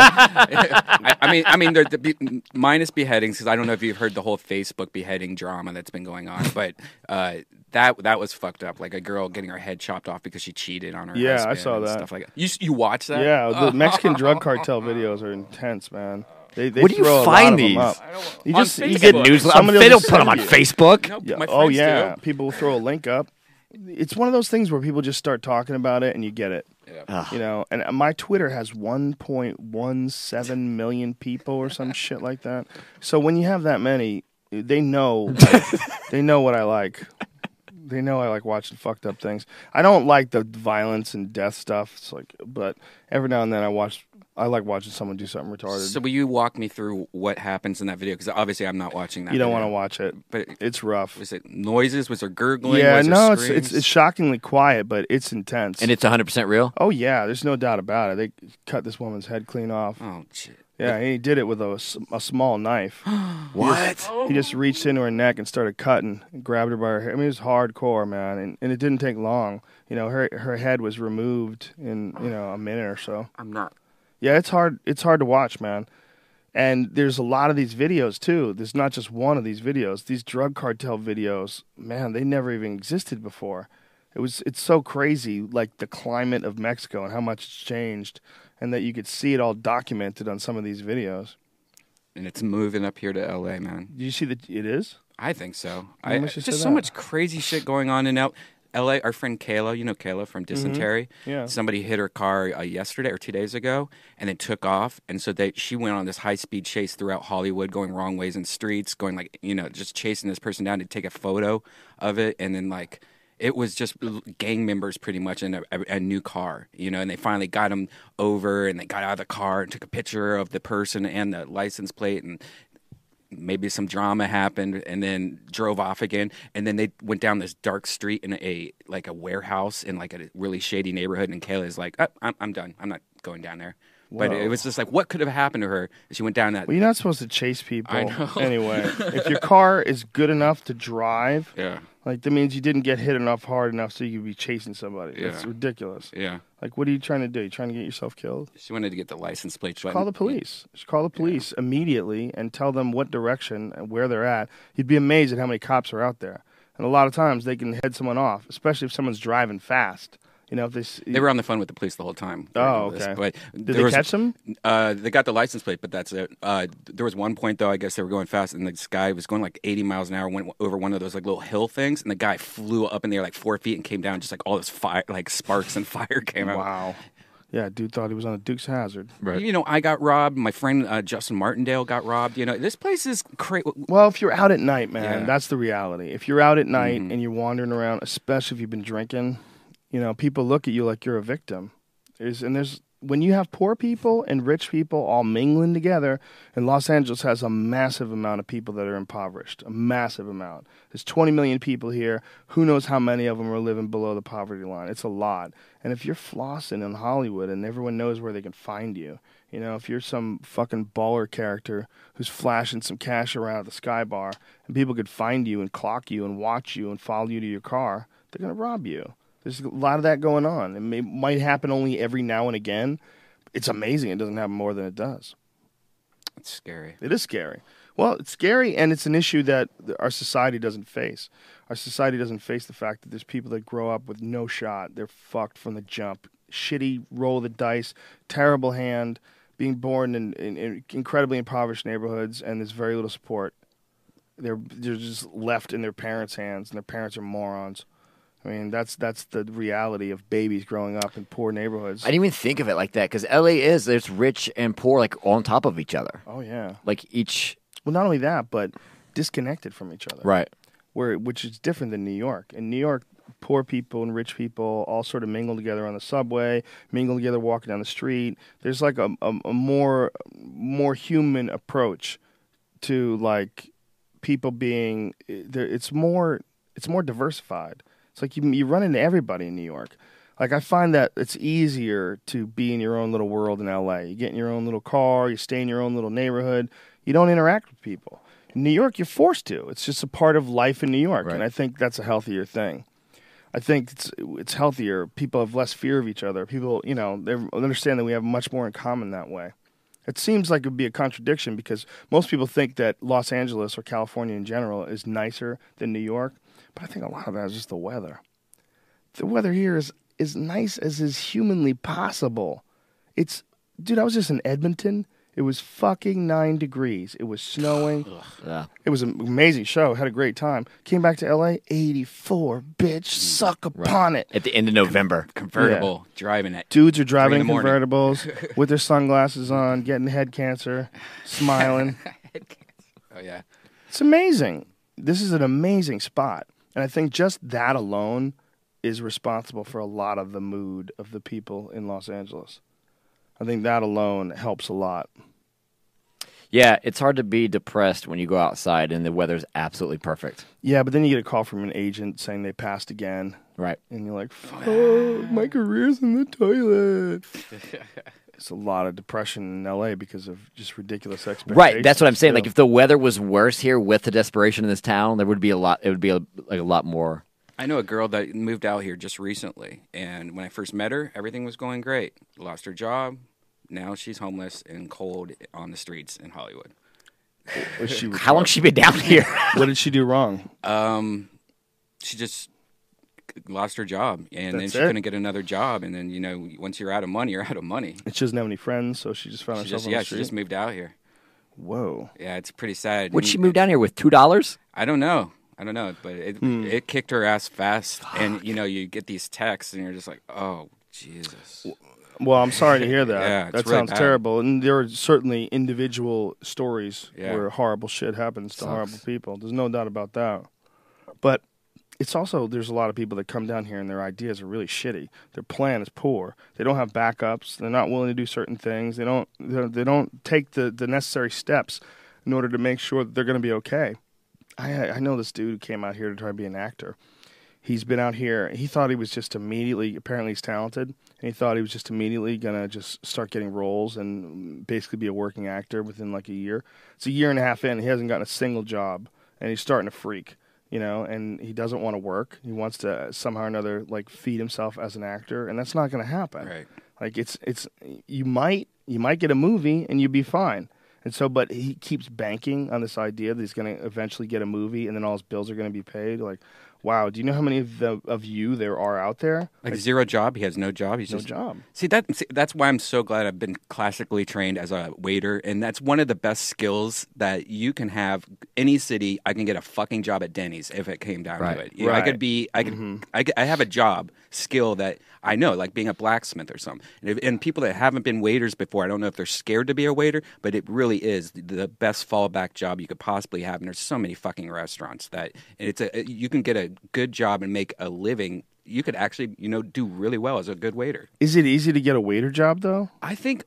S5: I, I mean, I mean, there, the, be, minus beheadings because I don't know if you've heard the whole Facebook beheading drama that's been going on, but uh, that that was fucked up. Like a girl getting her head chopped off because she cheated on her.
S3: Yeah, I
S5: husband
S3: saw
S5: and
S3: that.
S5: Stuff like that. You s- you watch that?
S3: yeah, the Mexican drug cartel videos are intense, man. They, they
S4: Where do you
S3: throw a lot
S4: find
S3: of them
S4: these?
S3: up. You
S5: On
S3: just
S4: you
S5: Facebook.
S4: get news. I'm
S3: Somebody will
S4: fit to
S3: just
S4: put them on
S3: send you.
S4: Facebook.
S5: No,
S3: Yeah.
S5: my friends
S3: oh yeah,
S5: do.
S3: people will throw a link up. It's one of those things where people just start talking about it and you get it. You know, and uh, my Twitter has 1.17 million people or some shit like that. So when you have that many, they know they know what I like. They know I like watching fucked up things. I don't like the violence and death stuff. It's like, but every now and then I watch. I like watching someone do something retarded.
S5: So will you walk me through what happens in that video? Because obviously I'm not watching that.
S3: you don't want
S5: video.
S3: to watch it,
S5: But
S3: it's rough.
S5: was it noises? Was there gurgling?
S3: Yeah,
S5: was there
S3: no, it's, it's
S5: screams?
S3: it's shockingly quiet, but it's intense.
S4: And it's 100% real?
S3: Oh yeah, there's no doubt about it. They cut this woman's head clean off.
S5: oh shit.
S3: Yeah, and he did it with a, s- a small knife.
S4: What?
S3: he just reached into her neck and started cutting, and grabbed her by her hair. I mean, it was hardcore, man, and, and it didn't take long. You know, her her head was removed in you know a minute or so.
S5: I'm not.
S3: Yeah, it's hard. It's hard to watch, man. And there's a lot of these videos too. There's not just one of these videos. These drug cartel videos, man, they never even existed before. It was it's so crazy, like the climate of Mexico and how much it's changed, and that you could see it all documented on some of these videos.
S5: And it's moving up here to LA, man.
S3: Do you see that it is?
S5: I think so.
S3: Why
S5: I,
S3: must you
S5: just so
S3: say that?
S5: much crazy shit going on in L- L.A. Our friend Kayla, you know Kayla from Dysentery.
S3: Mm-hmm. Yeah.
S5: Somebody hit her car uh, yesterday or two days ago, and then took off. And so they, she went on this high speed chase throughout Hollywood, going wrong ways in streets, going like you know just chasing this person down to take a photo of it, and then like. It was just l- gang members, pretty much, in a, a, a new car, you know. And they finally got him over, and they got out of the car and took a picture of the person and the license plate, and maybe some drama happened and then drove off again and then they went down this dark street in a like a warehouse in like a really shady neighborhood and Kayla's like oh, I'm, I'm done i'm not going down there but
S3: Whoa.
S5: it was just like what could have happened to her she went down that
S3: Well, you're not supposed to chase people
S5: I know.
S3: anyway. if your car is good enough to drive,
S5: yeah
S3: like that means you didn't get hit enough hard enough so you could be chasing somebody. It's
S5: Yeah.
S3: ridiculous.
S5: yeah
S3: Like, what are you trying to do? You trying to get yourself killed?
S5: she wanted to get the license plate She
S3: Call the
S5: went-
S3: police. Just call the police immediately and tell them what direction and where they're at. You'd be amazed at how many cops are out there. And a lot of times they can head someone off, especially if someone's driving fast. You know, if they s-
S5: they were on the phone with the police the whole time
S3: Oh,
S5: This,
S3: okay.
S5: but
S3: did
S5: there
S3: they
S5: was-
S3: catch them?
S5: Uh, they got the license plate, but that's it. Uh, there was one point though. I guess they were going fast, and this guy was going like 80 miles an hour, went over one of those like little hill things, and the guy flew up in the air like four feet and came down just like all this fire, like sparks and fire came out.
S3: Wow. Yeah, dude thought he was on a Duke's Hazard.
S5: You know, I got robbed. My friend uh, Justin Martindale got robbed. You know, this place is crazy.
S3: Well, if you're out at night, man,
S5: Yeah.
S3: that's the reality. If you're out at night and you're wandering around, especially if you've been drinking, you know, people look at you like you're a victim. There's, and there's when you have poor people and rich people all mingling together, and Los Angeles has a massive amount of people that are impoverished, a massive amount. There's 20 million people here. Who knows how many of them are living below the poverty line? It's a lot. And if you're flossing in Hollywood and everyone knows where they can find you, you know, if you're some fucking baller character who's flashing some cash around at the sky bar and people could find you and clock you and watch you and follow you to your car, they're going to rob you. There's a lot of that going on. It may, might happen only every now and again. It's amazing it doesn't happen more than it does.
S5: It's scary.
S3: It is scary. Well, it's scary, and it's an issue that th- our society doesn't face. Our society doesn't face the fact that there's people that grow up with no shot. They're fucked from the jump. Shitty roll of the dice, terrible hand, being born in, in, in incredibly impoverished neighborhoods, and there's very little support. They're, they're just left in their parents' hands, and their parents are morons. I mean, that's that's the reality of babies growing up in poor neighborhoods.
S4: I didn't even think of it like that because LA is there's rich and poor like on top of each other.
S3: oh yeah.
S4: Like each
S3: Well, not only that, but disconnected from each other. Where which is different than New York. In New York, poor people and rich people all sort of mingle together on the subway, mingle together walking down the street. There's like a a, a more more human approach to like people being eh, there it's more it's more diversified. It's like you you run into everybody in New York. Like I find that it's easier to be in your own little world in LA. You get in your own little car, you stay in your own little neighborhood. You don't interact with people. In New York, you're forced to. It's just a part of life in New York, and I think that's a healthier thing. I think it's it's healthier. People have less fear of each other. People, you know, they understand that we have much more in common that way. It seems like it would be a contradiction because most people think that Los Angeles or California in general is nicer than New York, but I think a lot of that is just the weather. The weather here is as nice as is humanly possible. It's dude, I was just in Edmonton. It was fucking 9 degrees. It was snowing.
S4: Yeah.
S3: It was an amazing show. Had a great time. Came back to LA, 84, bitch. Suck upon it.
S4: At the end of November.
S5: Convertible driving it.
S3: Dudes are driving
S5: in the morning.
S3: convertibles with their sunglasses on, getting head cancer, smiling.
S5: Oh yeah.
S3: it's amazing. This is an amazing spot. And I think just that alone is responsible for a lot of the mood of the people in Los Angeles. I think that alone helps a lot.
S4: Yeah, it's hard to be depressed when you go outside and the weather's absolutely perfect.
S3: Yeah, but then you get a call from an agent saying they passed again.
S4: Right.
S3: and you're like, "Fuck, my career's in the toilet." it's a lot of depression in LA because of just ridiculous expectations.
S4: Right. That's what I'm saying.
S3: too.
S4: Like if the weather was worse here with the desperation in this town, there would be a lot it would be a, like a lot more.
S5: I know a girl that moved out here just recently, and when I first met her, everything was going great. Lost her job. Now she's homeless and cold on the streets in Hollywood.
S3: Was she-
S4: How long's she been down here?
S3: what did she do wrong?
S5: She just lost her job, and
S3: That's
S5: then she
S3: it.
S5: couldn't get another job. And then you know, once you're out of money, you're out of money.
S3: And she doesn't have any friends, so she just found
S5: She
S3: herself
S5: just,
S3: on
S5: yeah,
S3: the
S5: she
S3: street.
S5: just moved out here.
S3: Whoa.
S5: Yeah, it's pretty sad.
S4: Would
S5: And-
S4: she move down here with two dollars?
S5: I don't know. I don't know, but it
S3: Hmm.
S5: it kicked her ass fast. And you know, you get these texts, and you're just like, oh Jesus.
S3: Well, I'm sorry to hear that.
S5: Yeah, it's
S3: that
S5: really
S3: sounds
S5: bad.
S3: terrible. And there are certainly individual stories
S5: Yeah.
S3: where horrible shit happens to horrible people. There's no doubt about that. But it's also there's a lot of people that come down here and their ideas are really shitty. Their plan is poor. They don't have backups. They're not willing to do certain things. They don't they they don't take the, the necessary steps in order to make sure that they're going to be okay. I I know this dude who came out here to try to be an actor. He's been out here. He thought he was just immediately. Apparently, he's talented, and he thought he was just immediately gonna just start getting roles and basically be a working actor within like a year. It's a year and a half in. He hasn't gotten a single job, and he's starting to freak. You know, and he doesn't want to work. He wants to somehow or another like feed himself as an actor, and that's not gonna happen.
S5: Right.
S3: Like it's it's you might you might get a movie and you'd be fine. And so, but he keeps banking on this idea that he's going to eventually get a movie, and then all his bills are going to be paid. Like, wow, do you know how many of the of you there are out there?
S5: Like zero job. He has no job. He's
S3: No
S5: just
S3: job.
S5: Um, See that see, that's why I'm so glad I've been classically trained as a waiter and that's one of the best skills that you can have any city I can get a fucking job at Denny's if it came down
S4: Right.
S5: to it. You know, I
S3: Right.
S5: could be I could, I could- I have a job skill that I know like being a blacksmith or something. And, if, and people that haven't been waiters before, I don't know if they're scared to be a waiter, but it really is the, the best fallback job you could possibly have and there's so many fucking restaurants that and it's a you can get a good job and make a living. You could actually, you know, do really well as a good waiter.
S3: Is it easy to get a waiter job though?
S5: I think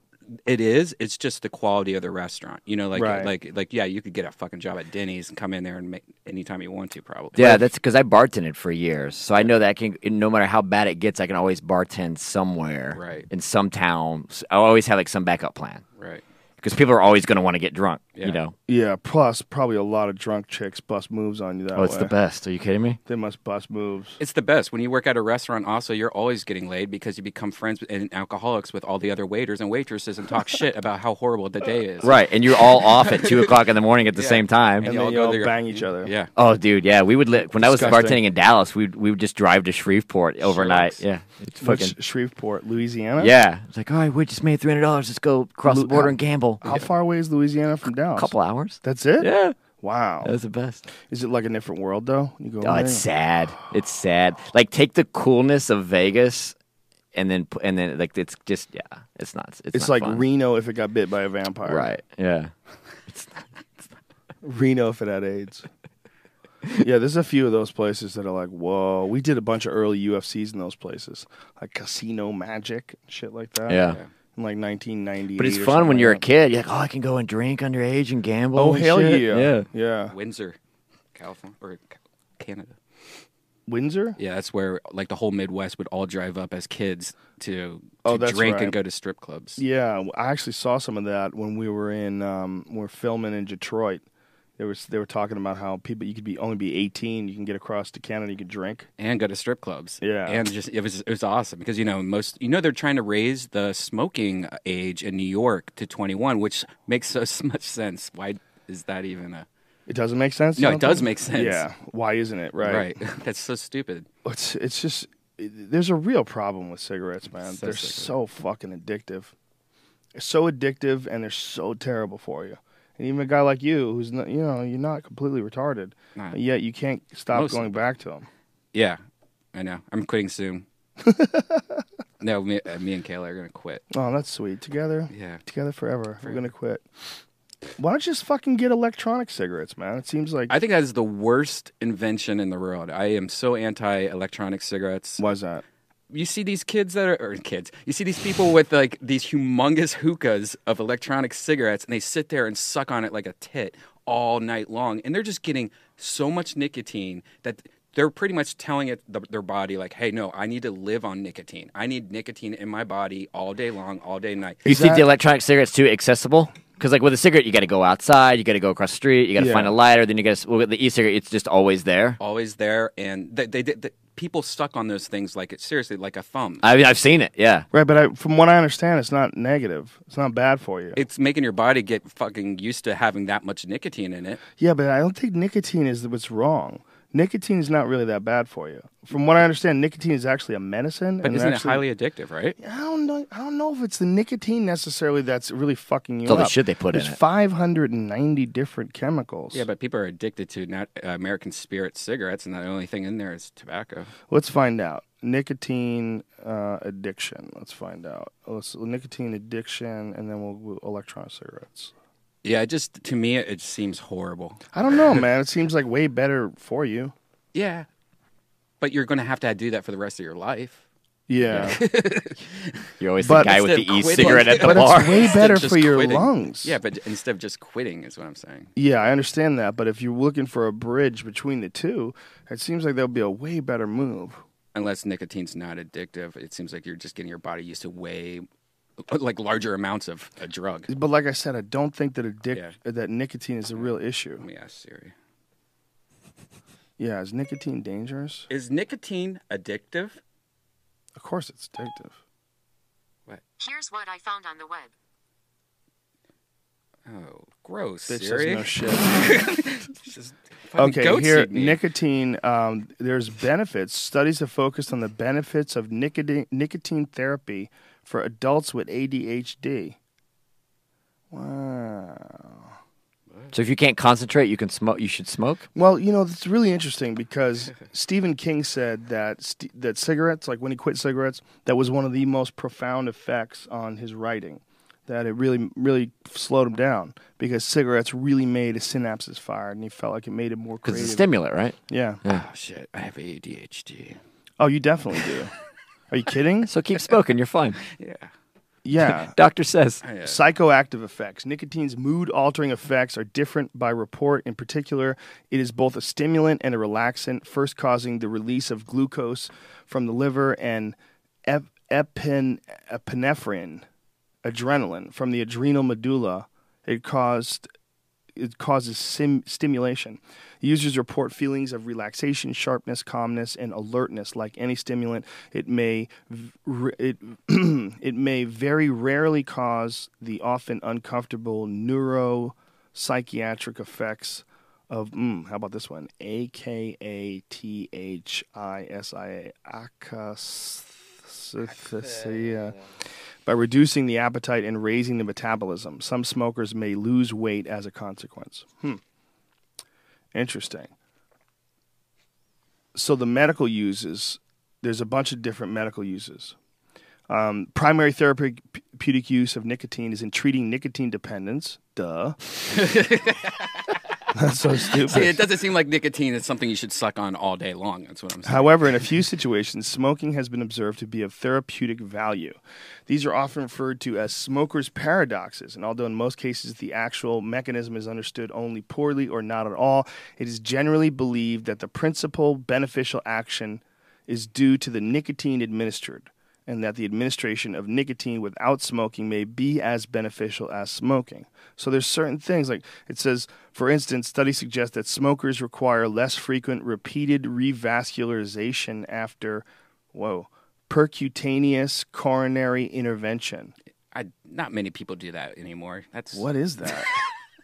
S5: it is. It's just the quality of the restaurant. You know, like
S3: Right.
S5: like like yeah, you could get a fucking job at Denny's and come in there and make anytime you want to probably.
S4: Yeah, that's because I bartended for years, so I know that I can. No matter how bad it gets, I can always bartend somewhere,
S5: Right.
S4: In some town, S- I always have like some backup plan
S5: right.
S4: because people are always going to want to get drunk.
S5: Yeah.
S4: You know,
S3: Yeah. Plus, probably a lot of drunk chicks bust moves on you that
S4: oh, it's the
S3: way.
S4: best. Are you kidding me?
S3: They must bust moves.
S5: It's the best when you work at a restaurant. Also, you're always getting laid because you become friends with- and alcoholics with all the other waiters and waitresses and talk shit about how horrible the day is.
S4: Right, and you're all off at two o'clock in the morning at the same time.
S3: And
S5: you all
S3: then you
S5: go
S3: all
S5: there-
S3: bang each other.
S5: Yeah.
S4: Oh, dude, yeah, we would. Li- when I was
S3: Disgusting.
S4: bartending in Dallas, we we would just drive to Shreveport overnight.
S5: Shucks.
S4: Yeah, it's
S3: What's
S4: fucking.
S3: Shreveport, Louisiana?
S4: Yeah, it's like all right, we just made three hundred dollars. Let's go cross
S3: Lu-
S4: the border
S3: how-
S4: and gamble.
S3: How far away is Louisiana from Dallas?
S4: couple hours.
S3: That's it.
S4: Yeah.
S3: Wow.
S4: That was the best.
S3: Is it like a different world though? You go
S4: Oh,
S3: over
S4: it's
S3: there?
S4: sad. It's sad. Like take the coolness of Vegas, and then pu- and then like it's just yeah, it's not. It's,
S3: It's
S4: not
S3: like
S4: fun.
S3: Reno if it got bit by a vampire.
S4: right. Yeah.
S3: Reno if it had AIDS. yeah, there's a few of those places that are like, whoa. We did a bunch of early UFCs in those places, like Casino Magic, and shit like that.
S4: Yeah.
S3: In like 1990.
S4: But it's fun when you're a kid. You're like, oh, I can go and drink underage and gamble.
S3: Oh
S4: and
S3: hell
S4: shit."
S3: yeah!
S4: Yeah.
S3: yeah.
S5: Windsor, California or Ca- Canada.
S3: Windsor.
S5: Yeah, that's where like the whole Midwest would all drive up as kids to, to
S3: Oh, that's
S5: drink
S3: right.
S5: and go to strip clubs.
S3: Yeah, I actually saw some of that when we were in um, we are filming in Detroit. There was they were talking about how people you could be only be 18, you can get across to Canada, you could drink.
S5: and go to strip clubs.
S3: Yeah.
S5: and just it was it was awesome because you know most you know they're trying to raise the smoking uh, age in New York to 21, which makes so much sense. Why is that even a
S3: It doesn't make sense. you
S5: No, it
S3: don't
S5: does
S3: think?
S5: make sense.
S3: Yeah, why isn't it right?
S5: right? That's so stupid.
S3: It's it's just it- there's a real problem with cigarettes, man.
S5: So
S3: they're
S5: sick of
S3: so fucking addictive. They're so addictive, and they're so terrible for you. And even a guy like you, who's not, you know, you're not completely retarded,
S5: Nah.
S3: yet you can't stop
S5: Mostly.
S3: going back to them.
S5: Yeah, I know. I'm quitting soon. no, me, uh, me and Kayla are gonna quit.
S3: Oh, that's sweet. Together,
S5: Yeah.
S3: together forever. We're gonna quit. Why don't you just fucking get electronic cigarettes, man? It seems like
S5: I think that is the worst invention in the world. I am so anti-electronic cigarettes.
S3: why's that?
S5: you see these kids that are or kids you see these people with like these humongous hookahs of electronic cigarettes and they sit there and suck on it like a tit all night long and they're just getting so much nicotine that they're pretty much telling it the, their body like hey no i need to live on nicotine i need nicotine in my body all day long all day night
S4: You think
S3: that-
S4: the electronic cigarette's too accessible? Because like with a cigarette, you got to go outside, you got to go across the street, you got to
S3: Yeah.
S4: find a lighter, then you got to. Well, with the e-cigarette, it's just always there.
S5: always there and they, they, they people suck on those things like it seriously like a thumb
S4: I mean, I've seen it. Yeah.
S3: Right, but I, from what I understand, it's not negative. It's not bad for you.
S5: it's making your body get fucking used to having that much nicotine in it
S3: yeah, but I don't think nicotine is what's wrong. Nicotine is not really that bad for you. From what I understand, nicotine is actually a medicine.
S5: but
S3: and
S5: isn't
S3: actually-
S5: it highly addictive right
S3: I don't know. I don't know if it's the nicotine necessarily that's really fucking you
S4: all the
S3: up.
S4: shit they put in
S3: There's
S4: it.
S3: 590 different chemicals.
S5: Yeah, but people are addicted to not, uh, American Spirit cigarettes, and the only thing in there is tobacco.
S3: Let's find out. Nicotine uh, addiction. Let's find out. Let's, nicotine addiction, and then we'll, we'll electronic cigarettes.
S5: Yeah, it just to me, it, it seems horrible.
S3: I don't know, man. It seems like way better for you.
S5: Yeah, but you're going to have to do that for the rest of your life.
S3: Yeah,
S4: You're always
S3: But-
S4: the guy with
S5: Instead
S4: the
S5: of quitting-
S4: e-cigarette at the
S3: but
S4: bar.
S3: it's way
S5: Instead
S3: better
S5: of just
S3: for your
S5: quitting.
S3: lungs.
S5: Yeah, but instead of just quitting, is what I'm saying.
S3: yeah, I understand that. But if you're looking for a bridge between the two, it seems like that would be a way better move.
S5: Unless nicotine's not addictive, it seems like you're just getting your body used to way, like larger amounts of a drug.
S3: But like I said, I don't think that addic-
S5: Yeah.
S3: that nicotine is a real issue.
S5: Let me ask Siri:
S3: Yeah, is nicotine dangerous?
S5: Is nicotine addictive?
S3: Of course, it's addictive.
S2: Here's what I found on the web.
S5: Oh, gross,
S3: Bitch
S5: Siri.
S3: says no shit.
S5: Just fucking
S3: Okay,
S5: goat
S3: here
S5: seed me.
S3: nicotine. Um, there's benefits. Studies have focused on the benefits of nicotine nicotine therapy for adults with ADHD. Wow.
S4: So if you can't concentrate, you can smoke. You should smoke.
S3: Well, you know, it's really interesting because Stephen King said that st- that cigarettes, like when he quit cigarettes, that was one of the most profound effects on his writing. That it really, really slowed him down because cigarettes really made his synapses fire, and he felt like it made him more
S4: Because
S3: creative.
S4: it's a stimulant, right?
S3: yeah.
S5: Oh shit, I have ADHD.
S3: Oh, you definitely do. Are you kidding?
S4: So keep smoking. You're fine.
S5: Yeah.
S3: Yeah.
S4: Doctor says.
S3: Psychoactive effects. Nicotine's mood altering effects are different by report. In particular, it is both a stimulant and a relaxant, first causing the release of glucose from the liver and ep- epin- epinephrine, adrenaline, from the adrenal medulla. It caused it causes sim- stimulation. Users report feelings of relaxation, sharpness, calmness, and alertness. Like any stimulant, it may v- r- it it may very rarely cause the often uncomfortable neuropsychiatric effects of mm, how about this one? A K A T H I S I A akathisia by reducing the appetite and raising the metabolism. Some smokers may lose weight as a consequence. Hmm. Interesting. So the medical uses, there's a bunch of different medical uses. Um, primary therapeutic use of nicotine is in treating nicotine dependence. Duh. That's so stupid.
S5: See, it doesn't seem like nicotine is something you should suck on all day long. That's what I'm saying.
S3: However, in a few situations, smoking has been observed to be of therapeutic value. These are often referred to as smokers' paradoxes, and although in most cases the actual mechanism is understood only poorly or not at all, it is generally believed that the principal beneficial action is due to the nicotine administered, and that the administration of nicotine without smoking may be as beneficial as smoking. So there's certain things like it says, for instance, studies suggest that smokers require less frequent repeated revascularization after, whoa, percutaneous coronary intervention.
S5: I, not many people do that anymore. That's
S3: What is that?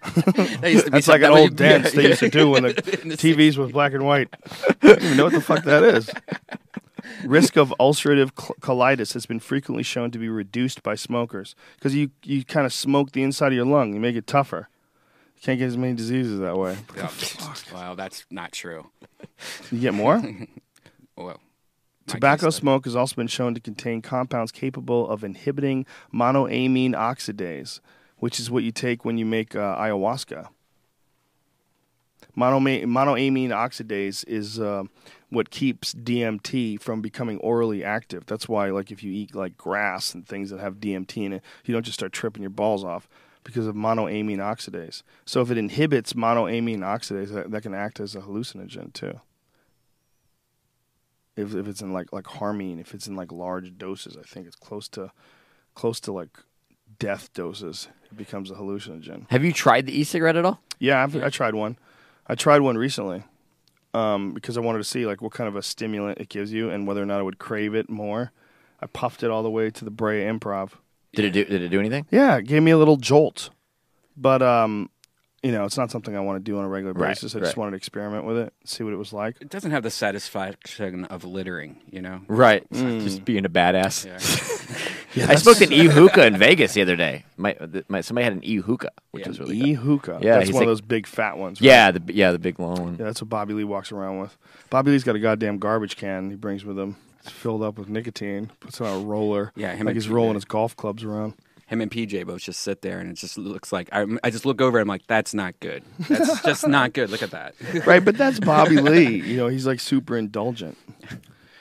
S5: That used to be
S3: That's
S5: something-
S3: like an
S5: that
S3: old
S5: was-
S3: dance
S5: yeah,
S3: they used to do when the
S5: In the
S3: TVs was black and white. I don't even know what the fuck that is. Risk of ulcerative cl- colitis has been frequently shown to be reduced by smokers because you, you kind of smoke the inside of your lung, you make it tougher. You can't get as many diseases that way.
S5: yeah. Well, that's not true.
S3: You get more?
S5: Well, my
S3: Tobacco
S5: case study.
S3: smoke has also been shown to contain compounds capable of inhibiting monoamine oxidase, which is what you take when you make uh, ayahuasca. Monoma- monoamine oxidase is uh, what keeps DMT from becoming orally active. That's why, like, if you eat like grass and things that have DMT in it, you don't just start tripping your balls off because of monoamine oxidase. So, if it inhibits monoamine oxidase, that, that can act as a hallucinogen too. If if it's in like like harmine, if it's in like large doses, I think it's close to close to like death doses. It becomes a hallucinogen.
S4: Have you tried the e-cigarette at all?
S3: Yeah, I've, I tried one. I tried one recently um, because I wanted to see like what kind of a stimulant it gives you and whether or not I would crave it more. I puffed it all the way to the Bray Improv.
S4: Did it do? Did it do anything?
S3: Yeah, it gave me a little jolt, but um, you know, it's not something I want to do on a regular
S4: Right,
S3: basis. I just
S4: right.
S3: wanted to experiment with it, see what it was like.
S5: It doesn't have the satisfaction of littering, you know?
S4: Right. Just being a badass.
S3: Mm. Yeah,
S4: I smoked an e hookah in Vegas the other day. My, th my somebody had an e hookah, which
S5: Yeah.
S4: was really
S3: e
S4: good.
S3: hookah.
S4: Yeah,
S3: that's
S4: he's
S3: one of
S4: like-
S3: those big fat ones. right?
S4: Yeah, the yeah the big long one.
S3: Yeah, that's what Bobby Lee walks around with. Bobby Lee's got a goddamn garbage can he brings with him. It's filled up with nicotine. Puts it on a roller.
S5: Yeah, him
S3: like
S5: and
S3: he's
S5: Pete
S3: rolling
S5: did.
S3: his golf clubs around.
S5: Him and PJ both just sit there, and it just looks like I, I just look over. and I'm like, that's not good. That's just not good. Look at that.
S3: right? But that's Bobby Lee. You know, he's like super indulgent.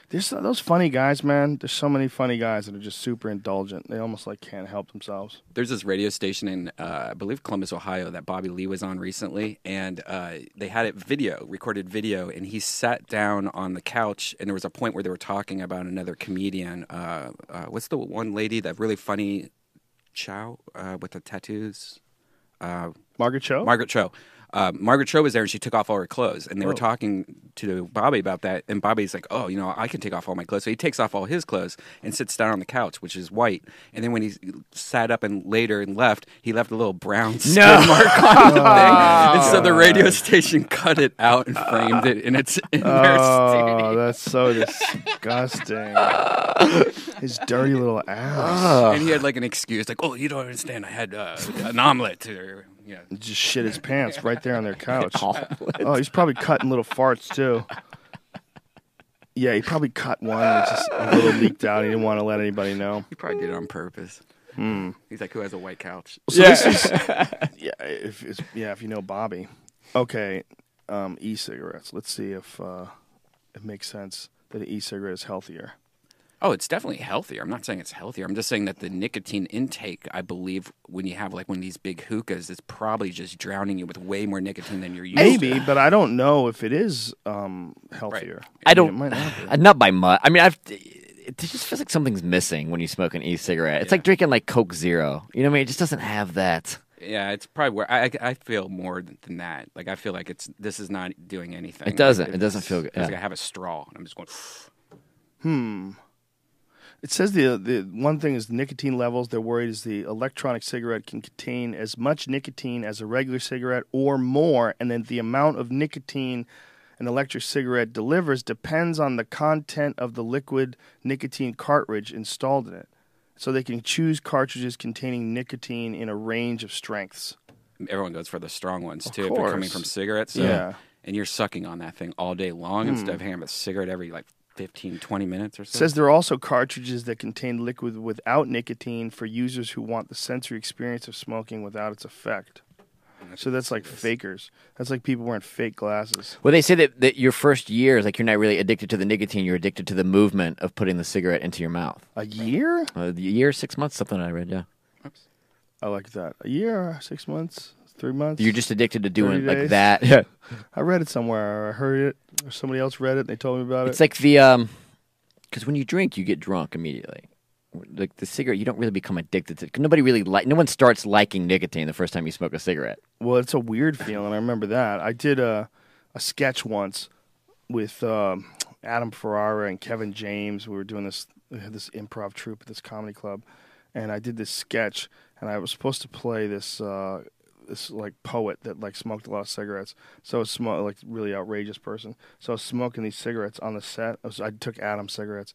S3: There's so- those funny guys, man. There's so many funny guys that are just super indulgent. They almost like can't help themselves.
S5: There's this radio station in, uh, I believe, Columbus, Ohio, that Bobby Lee was on recently, and uh, they had it video, recorded video, and he sat down on the couch, and there was a point where they were talking about another comedian. Uh, uh, what's the one lady that really funny, Chow, uh, with the tattoos?
S3: Margaret Cho.
S5: Margaret Cho. Uh, Margaret Cho was there and she took off all her clothes. And they were talking to Bobby about that. And Bobby's like, oh, you know, I can take off all my clothes. So he takes off all his clothes and sits down on the couch, which is white. And then when he sat up and later and left, he left a little brown skin mark on the thing. And so the radio station cut it out and framed it. And it's in their
S3: oh,
S5: studio.
S3: that's so disgusting. his dirty little ass.
S5: And he had like an excuse, like, oh, you don't understand. I had uh, an omelet. Or, yeah.
S3: just shit his pants right there on their couch. oh, he's probably cutting little farts too. Yeah, he probably cut one and it just a little leaked out. He didn't want to let anybody know.
S5: He probably did it on purpose. He's like, who has a white couch?
S3: So yeah. this is yeah, if it's, yeah, if you know Bobby. Okay, um, e-cigarettes. Let's see if uh, it makes sense that an e-cigarette is healthier.
S5: Oh, it's definitely healthier. I'm not saying it's healthier. I'm just saying that the nicotine intake, I believe, when you have like one of these big hookahs, it's probably just drowning you with way more nicotine than you're used to.
S3: Maybe, but I don't know if it is um, healthier.
S4: I
S3: mean,
S4: don't.
S3: it might not be.
S4: not, by much. I mean, I've. It just feels like something's missing when you smoke an e-cigarette. It's like drinking like Coke Zero. You know what I mean? It just doesn't have that.
S5: Yeah, it's probably where I, I- I feel more than that. Like I feel like it's this is not doing anything.
S4: It doesn't.
S5: Like,
S4: It doesn't
S5: it's-
S4: feel good.
S5: it's like
S4: Yeah.
S5: I have a straw and I'm just going.
S3: It says the the one thing is nicotine levels. They're worried is the electronic cigarette can contain as much nicotine as a regular cigarette or more, and then the amount of nicotine an electric cigarette delivers depends on the content of the liquid nicotine cartridge installed in it. So they can choose cartridges containing nicotine in a range of strengths.
S5: Everyone goes for the strong ones too. If
S3: course.
S5: you're coming from cigarettes, so-
S3: Yeah.
S5: and you're sucking on that thing all day long
S4: Hmm.
S5: instead of having a cigarette every like 15, 20 minutes or so.
S3: says there are also cartridges that contain liquid without nicotine for users who want the sensory experience of smoking without its effect. So that's like fakers. That's like people wearing fake glasses.
S4: Well, they say that, that your first year is like you're not really addicted to the nicotine, you're addicted to the movement of putting the cigarette into your mouth.
S3: A year?
S4: A year, six months, something I read, yeah.
S3: I like that. A year, six months, three months.
S4: You're just addicted to doing
S3: 30
S4: like
S3: days.
S4: that. Yeah.
S3: I read it somewhere. Or I heard it. Or somebody else read it. and They told me about
S4: It's
S3: it.
S4: like the um, because when you drink, you get drunk immediately. Like the cigarette, you don't really become addicted to. 'cause Nobody really like. No one starts liking nicotine the first time you smoke a cigarette.
S3: well, it's a weird feeling. I remember that. I did a a sketch once with um, Adam Ferrara and Kevin James. We were doing this we had this improv troupe at this comedy club, and I did this sketch. And I was supposed to play this uh, this like poet that like smoked a lot of cigarettes. So I was smo- like really outrageous person. So I was smoking these cigarettes on the set. I, was, I took Adam cigarettes,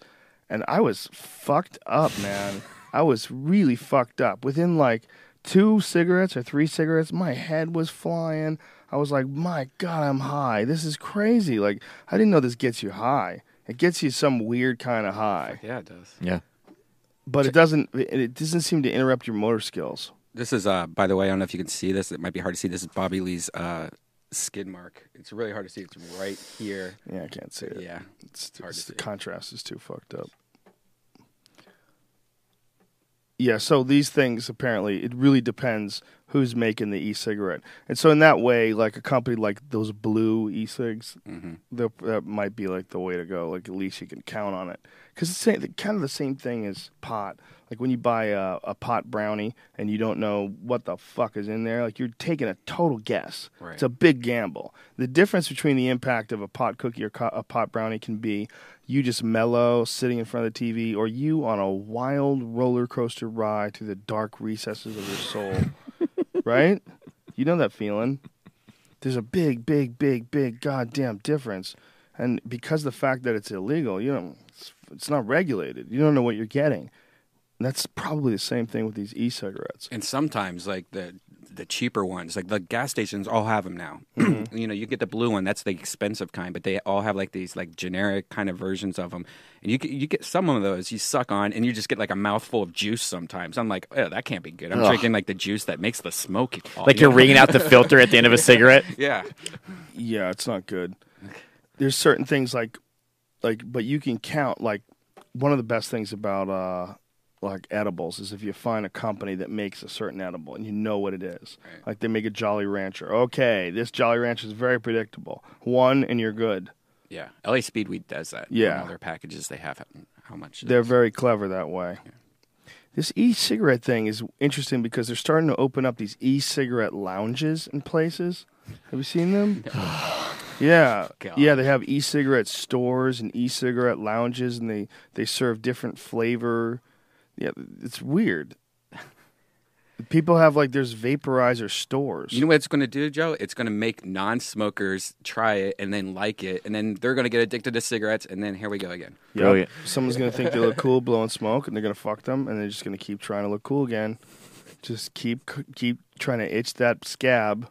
S3: and I was fucked up, man. I was really fucked up. Within like two cigarettes or three cigarettes, my head was flying. I was like, my god, I'm high. This is crazy. Like I didn't know this gets you high. It gets you some weird kind of high,
S5: yeah, it does.
S4: Yeah.
S3: but it doesn't. It it doesn't seem to interrupt your motor skills.
S5: This is, uh, by the way, I don't know if you can see this. It might be hard to see. This is Bobby Lee's uh, skin mark. It's really hard to see. It's right here.
S3: Yeah, I can't see it.
S5: Yeah.
S3: It's,
S5: hard
S3: it's-
S5: to
S3: the
S5: see.
S3: contrast is too fucked up. Yeah, so these things apparently it really depends who's making the e-cigarette, and so in that way, like a company like those blue e-cigs,
S5: Mm-hmm.
S3: they'll- that might be like the way to go. Like at least you can count on it because it's sa- kind of the same thing as pot. Like when you buy a, a pot brownie and you don't know what the fuck is in there, like you're taking a total guess.
S5: Right.
S3: It's a big gamble. The difference between the impact of a pot cookie or co- a pot brownie can be you just mellow sitting in front of the TV or you on a wild roller coaster ride through the dark recesses of your soul. right? You know that feeling. There's a big, big, big, big goddamn difference. And because the fact that it's illegal, you know, it's, it's not regulated. You don't know what you're getting. And that's probably the same thing with these e-cigarettes.
S5: And sometimes, like the the cheaper ones, like the gas stations all have them now. you know, you get the blue one. That's the expensive kind, but they all have like these like generic kind of versions of them. And you get- you get some of those you suck on, and you just get like a mouthful of juice. Sometimes I'm like, oh, that can't be good. I'm
S4: Ugh.
S5: drinking like the juice that makes the smoke. fall,
S4: Like
S5: you
S4: you're
S5: know?
S4: wringing out the filter at the end of a cigarette.
S5: Yeah.
S3: Yeah, it's not good. There's certain things like like but you can count like one of the best things about uh like edibles is if you find a company that makes a certain edible and you know what it is. Like they make a Jolly Rancher. Okay, this Jolly Rancher is very predictable. One and you're good.
S5: Yeah, LA Speedweed does that. on
S3: Yeah.
S5: all their packages they have. it, How much? it
S3: They're
S5: is.
S3: very clever that way. This e-cigarette thing is interesting because they're starting to open up these e-cigarette lounges in places. Have you seen them? yeah,
S5: God.
S3: yeah. They have e-cigarette stores and e-cigarette lounges, and they they serve different flavor. Yeah, it's weird. People have like there's vaporizer stores.
S5: You know what it's going to do, Joe? It's going to make non-smokers try it and then like it, and then they're going to get addicted to cigarettes, and then here we go again.
S3: Yep.
S4: Brilliant.
S3: Someone's gonna think they look cool blowing smoke, and they're gonna fuck them, and they're just gonna keep trying to look cool again. Just keep keep trying to itch that scab.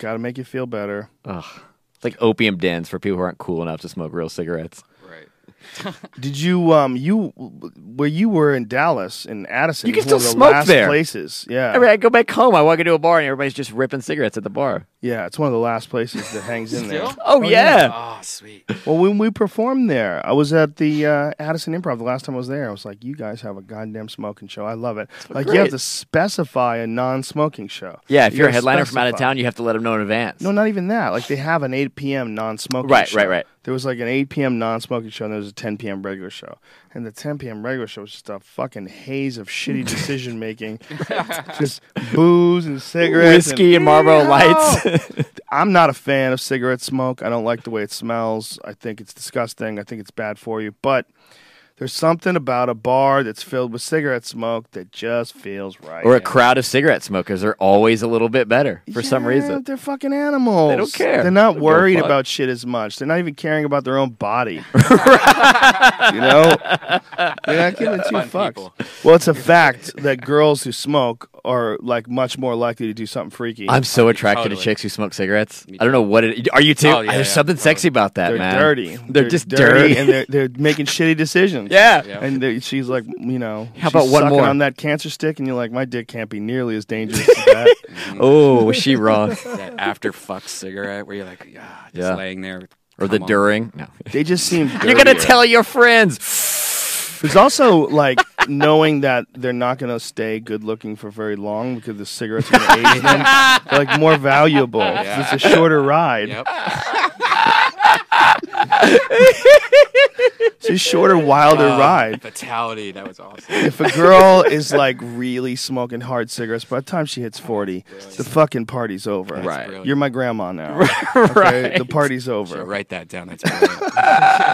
S3: Got to make you feel better.
S4: It's like opium dens for people who aren't cool enough to smoke real cigarettes.
S5: Right.
S3: Did you um you where you were in Dallas in Addison?
S4: You can
S3: was one of
S4: still
S3: the
S4: smoke
S3: last
S4: there.
S3: Places, yeah,
S4: I mean, I go back home. I walk into a bar and everybody's just ripping cigarettes at the bar.
S3: yeah. It's one of the last places that hangs in there.
S5: Still?
S4: Oh, yeah.
S5: Oh, sweet.
S3: Well, when we performed there, I was at the uh, Addison Improv. The last time I was there, I was like, "You guys have a goddamn smoking show. I love it." Like you have
S4: great.
S3: to specify a non-smoking show.
S4: Yeah, if
S3: You
S4: you're a
S3: gotta
S4: headliner from out of
S3: specify.
S4: town, you have to let them know in advance.
S3: No, not even that. Like they have an 8 p.m. non-smoking
S4: Right,
S3: show.
S4: right, right.
S3: There was like an 8 p.m. non-smoking show, and there was a 10 p.m. regular show. And the 10 p.m. regular show was just a fucking haze of shitty decision making, just booze and cigarettes,
S4: Whiskey and Marlboro Lights.
S3: I'm not a fan of cigarette smoke. I don't like the way it smells. I think it's disgusting. I think it's bad for you. But There's something about a bar that's filled with cigarette smoke that just feels right.
S4: Or a crowd of cigarette smokers are always a little bit better for some
S3: Yeah,
S4: reason.
S3: They're fucking animals.
S4: They don't care.
S3: They're not
S4: They don't give a
S3: worried
S4: fuck.
S3: about shit as much. They're not even caring about their own body. you know? They're not giving two fucks.
S5: people.
S3: Well, it's a fact that girls who smoke are like much more likely to do something freaky.
S4: I'm so attracted to
S5: totally.
S4: chicks who smoke cigarettes. I don't know what it are you too?
S5: Oh, yeah,
S4: There's
S5: yeah,
S4: something sexy about that,
S3: they're
S4: man.
S3: dirty.
S4: They're, just dirty.
S3: dirty, and they're, they're making shitty decisions.
S4: yeah.
S5: Yeah.
S3: And they- she's like, you know,
S4: How
S3: she's
S4: about one
S3: sucking
S4: more?
S3: on that cancer stick, and you're like, my dick can't be nearly as dangerous as that.
S4: Oh, was she wrong?
S5: that after fuck cigarette where you're like, yeah, just
S4: Yeah.
S5: laying there.
S4: or the
S5: Come on.
S4: during? No.
S3: They just seem.
S4: You're gonna
S3: dirtier.
S4: tell your friends.
S3: There's also like knowing that they're not going to stay good looking for very long because the cigarettes are going to age them. They're, like more valuable. It's a shorter ride.
S5: Yep.
S3: It's a shorter, wilder
S5: Um,
S3: ride.
S5: Fatality. That was awesome.
S3: If a girl is like really smoking hard cigarettes, by the time she hits 40, the fucking party's over.
S4: Right.
S5: brilliant.
S3: You're my grandma now. Okay? The party's
S5: Should
S3: over.
S5: write that down. That's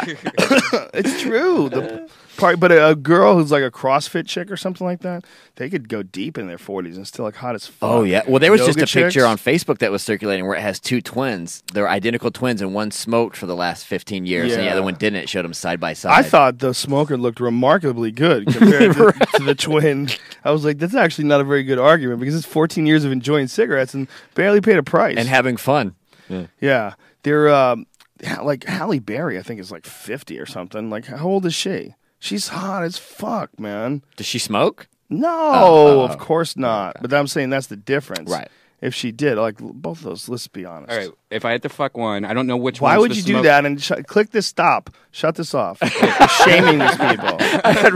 S5: brilliant.
S3: It's true. The party, but a, a girl who's like a CrossFit chick or something like that, they could go deep in their 40s and still like hot as fuck.
S4: Oh yeah. Well, there was
S3: Yoga
S4: just a picture
S3: chicks?
S4: on Facebook that was circulating where it has two twins. They're identical twins, and one smoked for the last 15 years, and the
S3: Yeah.
S4: other one didn't. It showed them side by side.
S3: I thought the smoker looked remarkably good compared to, to the twin. I was like, that's actually not a very good argument because it's 14 years of enjoying cigarettes and barely paid a price.
S4: and having fun.
S3: yeah, they're um, ha- like Halle Berry. I think is like 50 or something. Like, how old is she? She's hot as fuck, man.
S4: Does she smoke?
S3: No,
S5: Uh-huh.
S3: of course not. But I'm saying that's the difference.
S4: Right.
S3: If she did, like l- both of those, let's be honest.
S5: All right. If I had to fuck one, I don't know which
S3: Why
S5: one's
S3: would
S5: the
S3: you do
S5: smoke-
S3: that and sh- click this stop? Shut this off. You're shaming these people.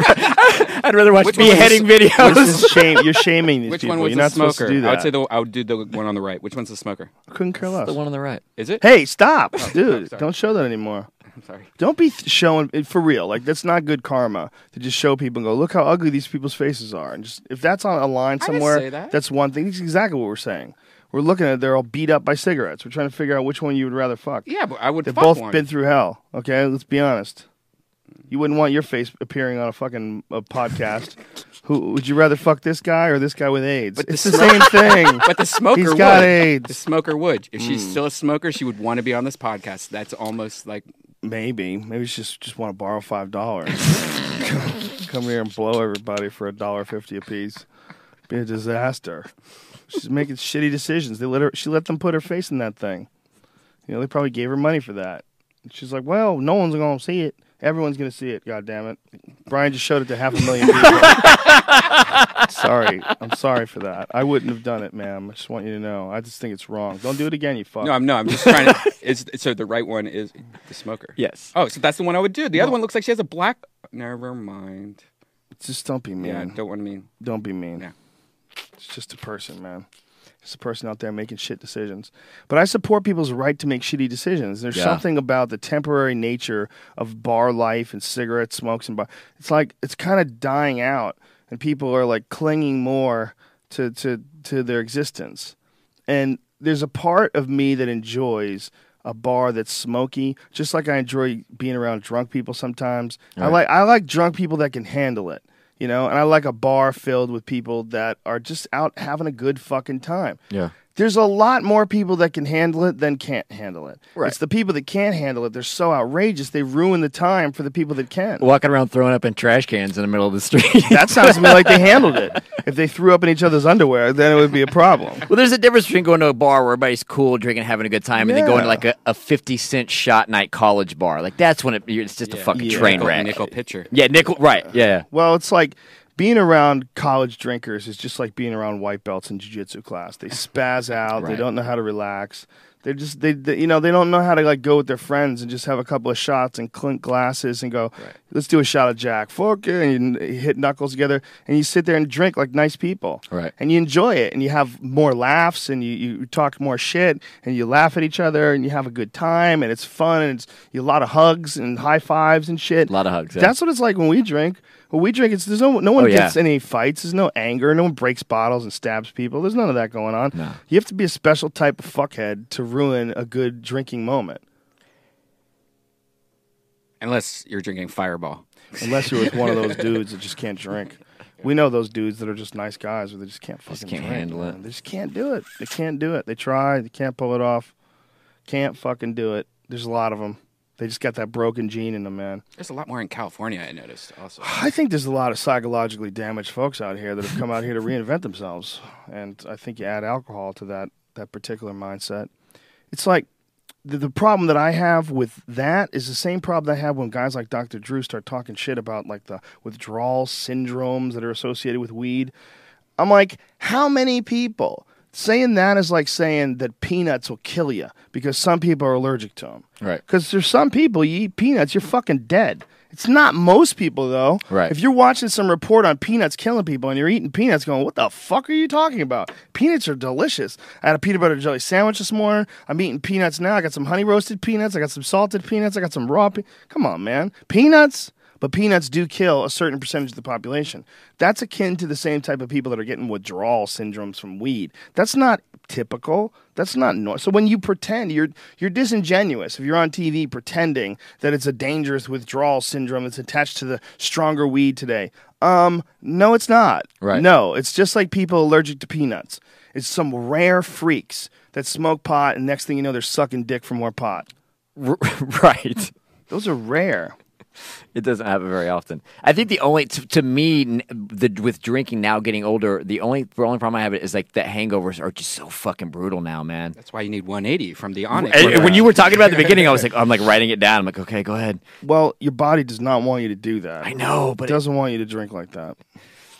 S4: I'd rather watch
S5: Which one was
S4: beheading
S3: This
S4: videos.
S3: is shame. You're shaming these
S5: Which
S3: people.
S5: one was
S3: you're
S5: the
S3: not supposed
S5: smoker?
S3: to do that.
S5: I would say the I would do the one on the right. Which one's the smoker?
S3: couldn't care less.
S4: the one on the right.
S5: Is it?
S3: Hey, stop, dude!
S5: Oh, sorry.
S3: Don't show that anymore.
S5: I'm sorry.
S3: Don't be th- showing it for real. Like that's not good karma to just show people and go, "Look how ugly these people's faces are." And just if that's on a line
S5: didn't
S3: somewhere,
S5: say that.
S3: that's one thing. That's exactly what we're saying. We're looking at they're all beat up by cigarettes. We're trying to figure out which one you would rather fuck.
S5: Yeah, but I would
S3: They've
S5: fuck
S3: both
S5: one.
S3: been through hell. Okay, let's be honest. You wouldn't want your face appearing on a fucking a podcast. Who would you rather fuck this guy or this guy with AIDS?
S5: But the
S3: it's the same thing.
S5: but the smoker
S3: He's
S5: would.
S3: got
S5: The
S3: AIDS.
S5: smoker would. If
S4: Hmm.
S5: she's still a smoker, she would want to be on this podcast. That's almost like
S3: Maybe. Maybe she just just want to borrow five dollars. Come here and blow everybody for a dollar fifty apiece. Be a disaster. She's making shitty decisions. They let her. She let them put her face in that thing. You know, they probably gave her money for that. And she's like, well, no one's gonna see it. Everyone's gonna see it. God damn it. Brian just showed it to half a million people. sorry, I'm sorry for that. I wouldn't have done it, ma'am. I just want you to know. I just think it's wrong. Don't do it again, you fuck.
S5: no. I'm no. I'm just trying to. Is so the right one is the smoker.
S4: Yes.
S5: Oh, so that's the one I would do. The other one looks like she has a black. Never mind.
S3: just don't be mean.
S5: Yeah, don't want to mean.
S3: Don't be mean.
S5: Yeah.
S3: It's just a person, man. Just a person out there making shit decisions. But I support people's right to make shitty decisions. There's
S4: Yeah.
S3: something about the temporary nature of bar life and cigarette smokes and bar. It's like it's kind of dying out, and people are like clinging more to to to their existence. And there's a part of me that enjoys a bar that's smoky, just like I enjoy being around drunk people sometimes. I like I like drunk people that can handle it, you know, and I like a bar filled with people that are just out having a good fucking time.
S4: Yeah.
S3: There's a lot more people that can handle it than can't handle it.
S4: Right.
S3: It's the people that can't handle it. They're so outrageous. They ruin the time for the people that can.
S4: Walking around throwing up in trash cans in the middle of the street.
S3: that sounds to me like they handled it. If they threw up in each other's underwear, then it would be a problem.
S4: Well, there's a difference between going to a bar where everybody's cool, drinking, having a good time, and then going to
S3: Yeah.
S4: like a, a 50 cent shot night college bar. Like that's when it, it's just a fucking
S3: Yeah.
S4: train
S5: Nickel,
S4: wreck.
S5: nickel pitcher.
S4: Yeah, nickel. Right. Yeah.
S3: Well, it's like being around college drinkers is just like being around white belts in jiu-jitsu class. They spaz out. They
S4: Right.
S3: don't know how to relax. They're just they, they you know they don't know how to like go with their friends and just have a couple of shots and clink glasses and go let's do a shot of Jack Fuck it," and you hit knuckles together and you sit there and drink like nice people
S4: Right.
S3: and you enjoy it and you have more laughs and you, you talk more shit and you laugh at each other and you have a good time and it's fun and it's you, a lot of hugs and high fives and shit
S4: A lot of hugs, yeah.
S3: that's what it's like when we drink. When we drink, it's there's no no one
S4: Oh, yeah.
S3: gets any fights. There's no anger. No one breaks bottles and stabs people. There's none of that going on. You have to be a special type of fuckhead to ruin a good drinking moment.
S5: Unless you're drinking Fireball.
S3: unless you're with one of those dudes that just can't drink. We know those dudes that are just nice guys, but they just can't fucking
S4: can't
S3: drink,
S4: handle it.
S3: man. They just can't do it. They can't do it. They try, they can't pull it off. Can't fucking do it. There's a lot of them. They just got that broken gene in them, man.
S5: There's a lot more in California. I noticed also.
S3: I think there's a lot of psychologically damaged folks out here that have come out here to reinvent themselves, and I think you add alcohol to that that particular mindset. It's like the, the problem that I have with that is the same problem that I have when guys like Dr. Drew start talking shit about like the withdrawal syndromes that are associated with weed. I'm like, how many people? Saying that is like saying that peanuts will kill you because some people are allergic to them.
S4: Right.
S3: Because there's some people you eat peanuts, you're fucking dead. It's not most people though.
S4: Right.
S3: If you're watching some report on peanuts killing people and you're eating peanuts, going, "What the fuck are you talking about? Peanuts are delicious." I had a peanut butter jelly sandwich this morning. I'm eating peanuts now. I got some honey roasted peanuts. I got some salted peanuts. I got some raw. Pe- Come on, man, peanuts. But peanuts do kill a certain percentage of the population. That's akin to the same type of people that are getting withdrawal syndromes from weed. That's not typical. That's not normal. So when you pretend you're you're disingenuous if you're on TV pretending that it's a dangerous withdrawal syndrome that's attached to the stronger weed today. Um, no, it's not.
S4: Right.
S3: No, it's just like people allergic to peanuts. It's some rare freaks that smoke pot and next thing you know they're sucking dick for more pot.
S4: R- right.
S3: Those are rare.
S4: It doesn't happen very often. I think the only to, to me n- the with drinking now getting older, the only the only problem I have is like that hangovers are just so fucking brutal now, man.
S5: That's why you need 180 from the Onyx.
S4: And- and when you were talking about it at the beginning, I was like, I'm like writing it down. I'm like, okay, go ahead.
S3: Well, your body does not want you to do that.
S4: I know, but
S3: It
S4: it-
S3: doesn't want you to drink like that.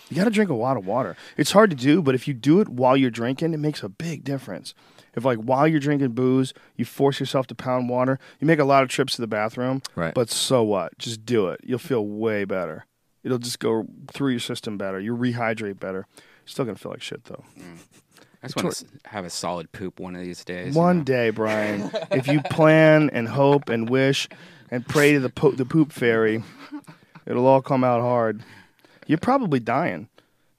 S3: You got to drink a lot of water. It's hard to do, but if you do it while you're drinking, it makes a big difference. If like while you're drinking booze, you force yourself to pound water, you make a lot of trips to the bathroom.
S4: Right.
S3: But so what? Just do it. You'll feel way better. It'll just go through your system better. You rehydrate better. Still gonna feel like shit though.
S5: I just want to have a solid poop one of these days.
S3: One day, Brian, if you plan and hope and wish and pray to the po- the poop fairy, it'll all come out hard. You're probably dying.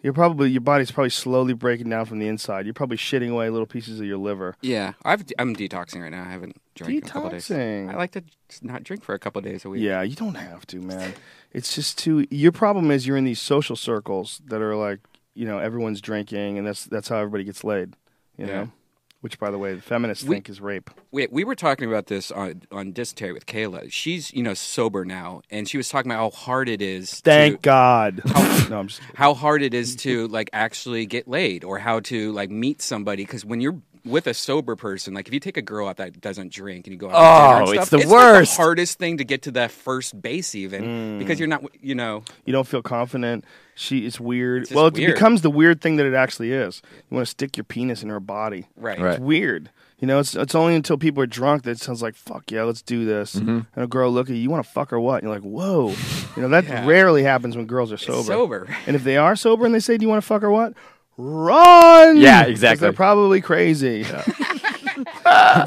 S3: You're probably your body's probably slowly breaking down from the inside. You're probably shitting away little pieces of your liver.
S5: Yeah, I've I'm detoxing right now. I haven't drank in a couple days.
S3: Detoxing.
S5: I like to just not drink for a couple days a week.
S3: Yeah, you don't have to, man. It's just too. Your problem is you're in these social circles that are like, you know, everyone's drinking, and that's that's how everybody gets laid.
S5: Yeah.
S3: You know, which by the way, the feminists
S5: We-
S3: think is rape.
S5: We, we were talking about this on on dysentery with Kayla. She's you know sober now, and she was talking about how hard it is.
S3: Thank
S5: to,
S3: God. no, I'm just kidding.
S5: how hard it is to
S4: Mm-hmm.
S5: like actually get laid or how to like meet somebody because when you're with a sober person, like if you take a girl out that doesn't drink and you go out to dinner and
S4: Oh, it's
S5: stuff,
S4: the
S5: like,
S4: worst. Mm.
S5: hardest thing to get to that first base even because you're not you know
S3: You don't feel confident. She it's weird.
S5: just
S3: well, it
S5: weird.
S3: becomes the weird thing that it actually is. You want to stick your penis in her body.
S5: right
S4: Right.
S3: It's weird. You know, it's it's only until people are drunk that it sounds like fuck yeah, let's do this.
S5: Mm-hmm.
S3: And a girl look at you, you want to fuck or what? And you're like, whoa. You know that
S5: Yeah.
S3: rarely happens when girls are sober.
S5: sober.
S3: And if they are sober and they say, do you want to fuck or what? Run.
S4: Yeah,
S3: 'Cause
S4: exactly.
S3: They're probably crazy. They're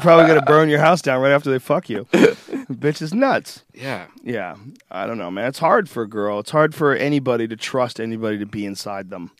S3: probably gonna burn your house down right after they fuck you. Bitch is nuts.
S5: yeah
S3: Yeah, I don't know, man. It's hard for a girl. It's hard for anybody to trust anybody to be inside them.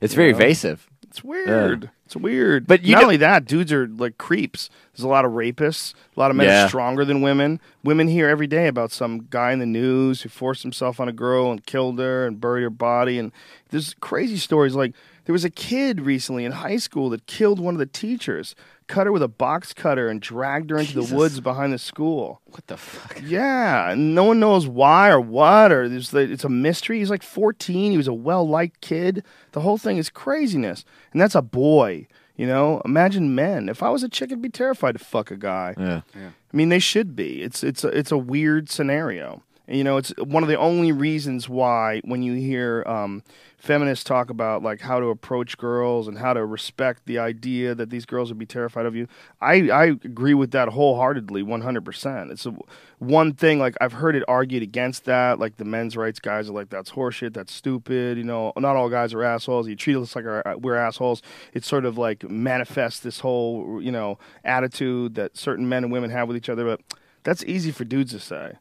S4: it's very evasive.
S3: It's weird. It's weird.
S4: But you
S3: not
S4: know-
S3: only that, dudes are like creeps. There's a lot of rapists. A lot of men
S4: Yeah.
S3: are stronger than women. Women hear every day about some guy in the news who forced himself on a girl and killed her and buried her body. And there's crazy stories. Like there was a kid recently in high school that killed one of the teachers, cut her with a box cutter, and dragged her into the woods behind the school.
S5: what the fuck
S3: Yeah, and no one knows why or what, or there's the, it's a mystery. He's like 14. He was a well-liked kid. The whole thing is craziness, and that's a boy. You know, imagine men. If I was a chick, I'd be terrified to fuck a guy.
S4: Yeah.
S3: I mean, they should be. It's it's a, it's a weird scenario. And, you know, it's one of the only reasons why when you hear um, feminists talk about like how to approach girls and how to respect the idea that these girls would be terrified of you, I, I agree with that wholeheartedly, one hundred percent. It's a, one thing like I've heard it argued against that. Like the men's rights guys are like that's horseshit, that's stupid. You know, not all guys are assholes. You treat us like our, uh, we're assholes. It sort of like manifests this whole you know attitude that certain men and women have with each other. But that's easy for dudes to say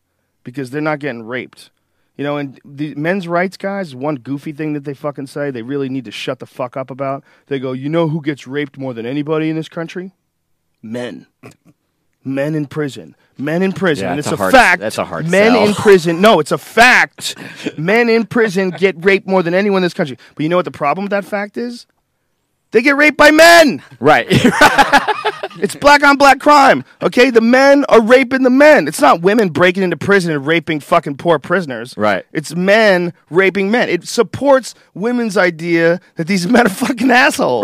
S3: because they're not getting raped. You know, and the men's rights guys, one goofy thing that they fucking say they really need to shut the fuck up about. They go, you know who gets raped more than anybody in this country? Men. Men in prison. Men in prison.
S4: Yeah,
S3: and
S4: that's
S3: it's
S4: a
S3: a,
S4: hard-
S3: fact.
S4: that's a hard
S3: Men
S4: sell.
S3: in prison. No, it's a fact. Men in prison get raped more than anyone in this country. But you know what the problem with that fact is? They get raped by men.
S4: Right.
S3: It's black on black crime. Okay, the men are raping the men. It's not women breaking into prison and raping fucking poor prisoners.
S4: Right.
S3: It's men raping men. It supports women's idea that these men are fucking assholes.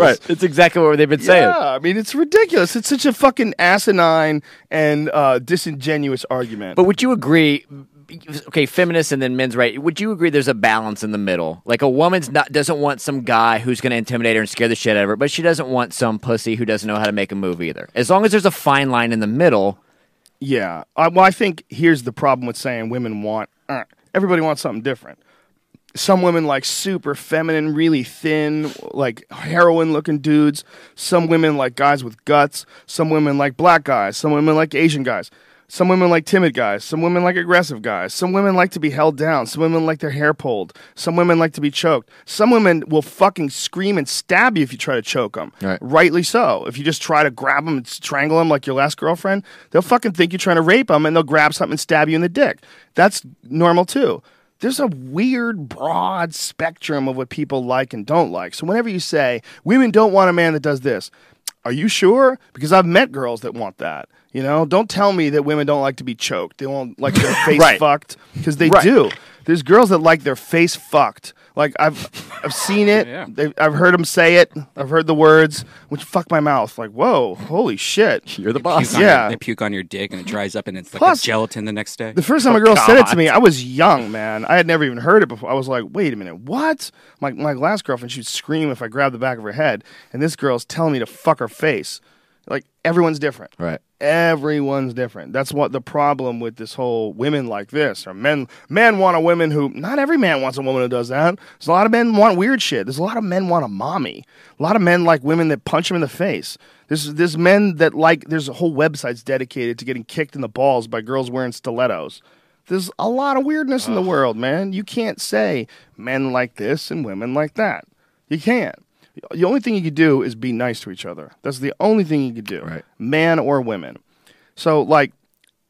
S4: right. It's exactly what they've been saying.
S3: Yeah, I mean it's ridiculous. It's such a fucking asinine and uh, disingenuous argument.
S4: But would you agree? Okay, feminists and then men's right. Would you agree? There's a balance in the middle. Like a woman's not doesn't want some guy who's going to intimidate her and scare the shit out of her, but she doesn't want some pussy who doesn't know how to make a move either. As long as there's a fine line in the middle,
S3: yeah, I, well, I think here's the problem with saying women want. Uh, everybody wants something different. Some women like super feminine, really thin, like heroin looking dudes. Some women like guys with guts. Some women like black guys. Some women like Asian guys. Some women like timid guys. Some women like aggressive guys. Some women like to be held down. Some women like their hair pulled. Some women like to be choked. Some women will fucking scream and stab you if you try to choke them.
S4: Right.
S3: Rightly so. If you just try to grab them and strangle them like your last girlfriend, they'll fucking think you're trying to rape them and they'll grab something and stab you in the dick. That's normal too there's a weird broad spectrum of what people like and don't like. So whenever you say women don't want a man that does this, are you sure? Because I've met girls that want that. You know, don't tell me that women don't like to be choked. They won't like their face
S4: Right.
S3: fucked because they do. There's girls that like their face fucked. Like I've I've seen it.
S5: Yeah.
S3: They've- I've heard them say it. I've heard the words, which fuck my mouth. Like whoa, holy shit.
S4: you're the boss.
S5: Puke on
S3: Yeah.
S5: your- they puke on your dick and it dries up and it's like
S3: Plus-
S5: a gelatin the next day.
S3: The first time a girl said it to me, I was young, man. I had never even heard it before. I was like, wait a minute, what? My, my last girlfriend, she'd scream if I grabbed the back of her head, and this girl's telling me to fuck her face. Like, everyone's different.
S4: Right.
S3: Everyone's different. That's what the problem with this whole women like this, or men men want a woman who not every man wants a woman who does that. There's a lot of men want weird shit. There's a lot of men want a mommy. A lot of men like women that punch them in the face. There's there's men that like there's whole websites dedicated to getting kicked in the balls by girls wearing stilettos. There's a lot of weirdness in the world, man. You can't say men like this and women like that. You can't. The only thing you could do is be nice to each other. That's the only thing you could do,
S4: Right.
S3: man or women. So, like,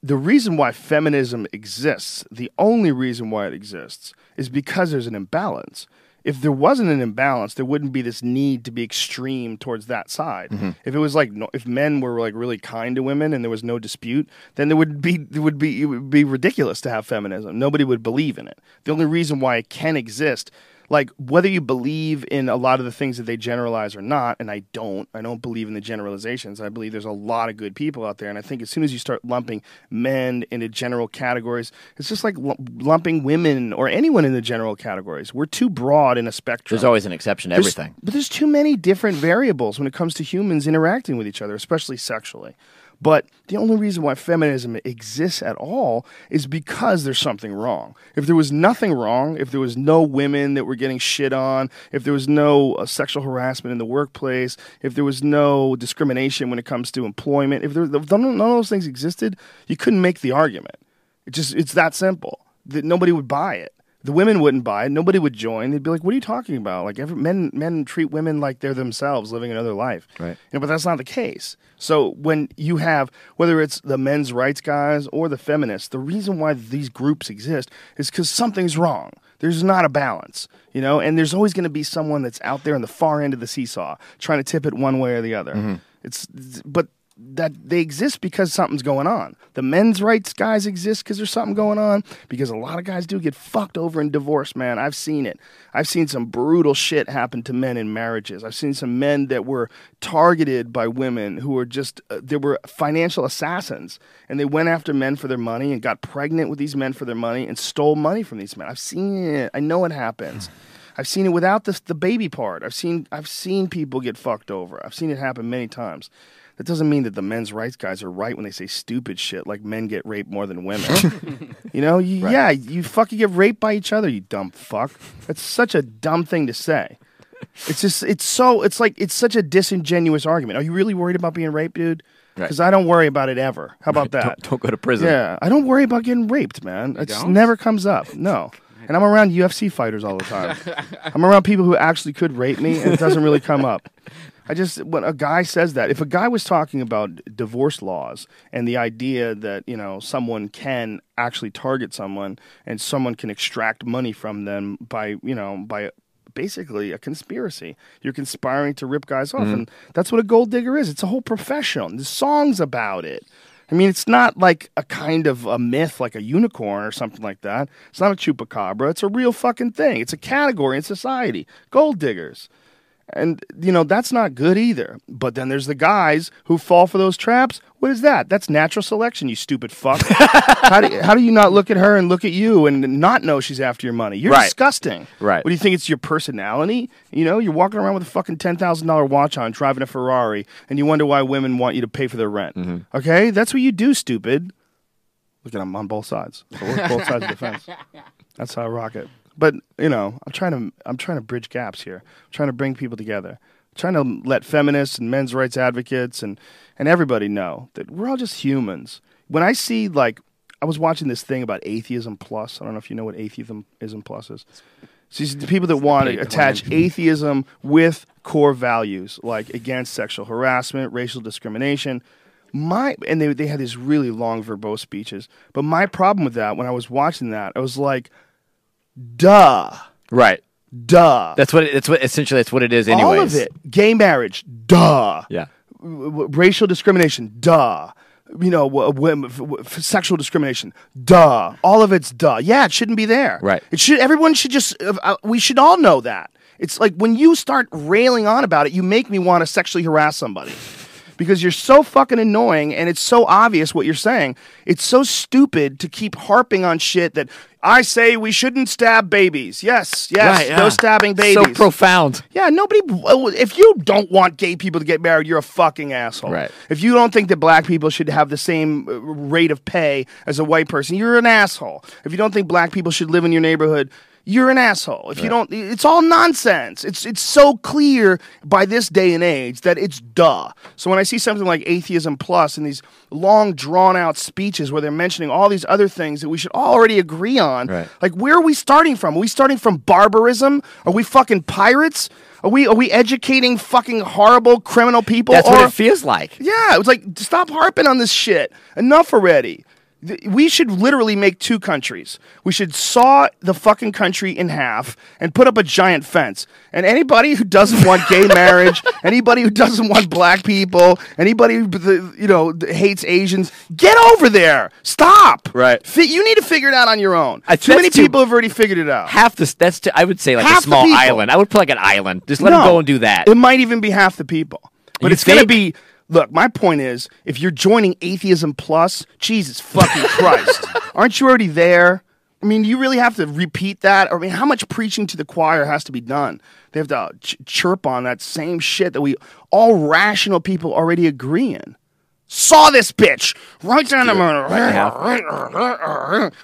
S3: the reason why feminism exists, the only reason why it exists, is because there's an imbalance. If there wasn't an imbalance, there wouldn't be this need to be extreme towards that side. If it was like no, if men were like really kind to women and there was no dispute, then there would be there would be it would be ridiculous to have feminism. Nobody would believe in it. The only reason why it can exist like whether you believe in a lot of the things that they generalize or not and i don't i don't believe in the generalizations i believe there's a lot of good people out there and i think as soon as you start lumping men into general categories it's just like lu- lumping women or anyone in the general categories we're too broad in a spectrum
S4: There's always an exception to
S3: there's-
S4: everything.
S3: but there's too many different variables when it comes to humans interacting with each other, especially sexually. But the only reason why feminism exists at all is because there's something wrong. If there was nothing wrong, if there was no women that were getting shit on, if there was no uh, sexual harassment in the workplace, if there was no discrimination when it comes to employment, if, there, if none of those things existed, you couldn't make the argument. It just it's that simple. That nobody would buy it. The women wouldn't buy it. Nobody would join. They'd be like, "What are you talking about? Like every, men men treat women like they're themselves living another life."
S4: Right.
S3: You know, but that's not the case. So when you have whether it's the men's rights guys or the feminists, the reason why these groups exist is cuz something's wrong. There's not a balance, you know, and there's always going to be someone that's out there on the far end of the seesaw trying to tip it one way or the other. It's but that they exist because something's going on. The men's rights guys exist because there's something going on. Because a lot of guys do get fucked over in divorce, man. I've seen it. I've seen some brutal shit happen to men in marriages. I've seen some men that were targeted by women who were just uh, they were financial assassins, and they went after men for their money and got pregnant with these men for their money and stole money from these men. I've seen it. I know it happens. I've seen it without the, the baby part. I've seen I've seen people get fucked over. I've seen it happen many times. That doesn't mean that the men's rights guys are right when they say stupid shit like men get raped more than women. you know, you, yeah, you fucking get raped by each other, you dumb fuck. That's such a dumb thing to say. It's just it's so it's like it's such a disingenuous argument. Are you really worried about being raped, dude?
S4: Right.
S3: Because I don't worry about it ever. How about that?
S4: Don't go to prison.
S3: Yeah, I don't worry about getting raped, man. It just
S5: don't?
S3: never comes up. No. And I'm around UFC fighters all the time. I'm around people who actually could rape me, and it doesn't really come up. I just when a guy says that, if a guy was talking about divorce laws and the idea that you know someone can actually target someone and someone can extract money from them by you know by basically a conspiracy. You're conspiring to rip guys off, and that's what a gold digger is. It's a whole profession. There's songs about it. I mean, it's not like a kind of a myth, like a unicorn or something like that. It's not a chupacabra. It's a real fucking thing. It's a category in society. Gold diggers. And you know that's not good either. But then there's the guys who fall for those traps. What is that? That's natural selection, you stupid fuck. how, do, how do you not look at her and look at you and not know she's after your money? You're
S4: Right.
S3: disgusting.
S4: Right.
S3: What do you think? It's your personality. You know, you're walking around with a fucking ten thousand dollar watch on, driving a Ferrari, and you wonder why women want you to pay for their rent. Okay, that's what you do, stupid. Look at I'm on both sides. I work both sides of the fence. That's how I rock it. But you know, I'm trying to I'm trying to bridge gaps here. I'm trying to bring people together. I'm trying to let feminists and men's rights advocates and and everybody know that we're all just humans. When I see like I was watching this thing about atheism plus. I don't know if you know what atheism ism plus is. So these are the people that want to attach atheism with core values like against sexual harassment, racial discrimination. My and they they had these really long verbose speeches. But my problem with that when I was watching that, I was like, duh,
S4: Right.
S3: duh.
S4: That's what. It, that's what. Essentially, that's what it is. Anyways.
S3: All of it. Gay marriage, duh.
S4: Yeah.
S3: W- w- racial discrimination, duh. You know, w- w- f- w- f- sexual discrimination, duh. All of it's duh. Yeah, it shouldn't be there.
S4: Right.
S3: It should. Everyone should just. Uh, uh, we should all know that. It's like when you start railing on about it, you make me want to sexually harass somebody. Because you're so fucking annoying and it's so obvious what you're saying. It's so stupid to keep harping on shit that I say we shouldn't stab babies. Yes, yes,
S4: Right,
S3: no
S4: yeah.
S3: stabbing babies.
S4: So profound.
S3: Yeah, nobody. If you don't want gay people to get married, you're a fucking asshole.
S4: Right.
S3: If you don't think that black people should have the same uh, rate of pay as a white person, you're an asshole. If you don't think black people should live in your neighborhood, you're an asshole. If you don't, it's all nonsense. It's it's so clear by this day and age that it's duh. So when I see something like atheism plus and these long drawn out speeches where they're mentioning all these other things that we should already agree on,
S4: Right.
S3: like where are we starting from? Are we starting from barbarism? Are we fucking pirates? Are we are we educating fucking horrible criminal people?
S4: That's
S3: or-
S4: what it feels like.
S3: yeah, it was like stop harping on this shit. Enough already. Th- We should literally make two countries. We should saw the fucking country in half and put up a giant fence. And anybody who doesn't want gay marriage, anybody who doesn't want black people, anybody who th- you know th- hates Asians, get over there. Stop.
S4: Right.
S3: Fi- you need to figure it out on your own.
S4: I-
S3: too
S4: that's
S3: many
S4: too-
S3: people have already figured it out.
S4: Half the. That's. T- I would say like
S3: Half the
S4: a small
S3: people.
S4: island. I would put like an island. Just let them
S3: No.
S4: go and do that.
S3: It might even be half the people. But
S4: You
S3: it's going to
S4: think?
S3: be. Look, my point is if you're joining Atheism Plus, Jesus fucking Christ. Aren't you already there? I mean, you really have to repeat that. I mean, how much preaching to the choir has to be done? They have to uh, ch- chirp on that same shit that we all rational people already agree in. Saw this bitch right down the middle.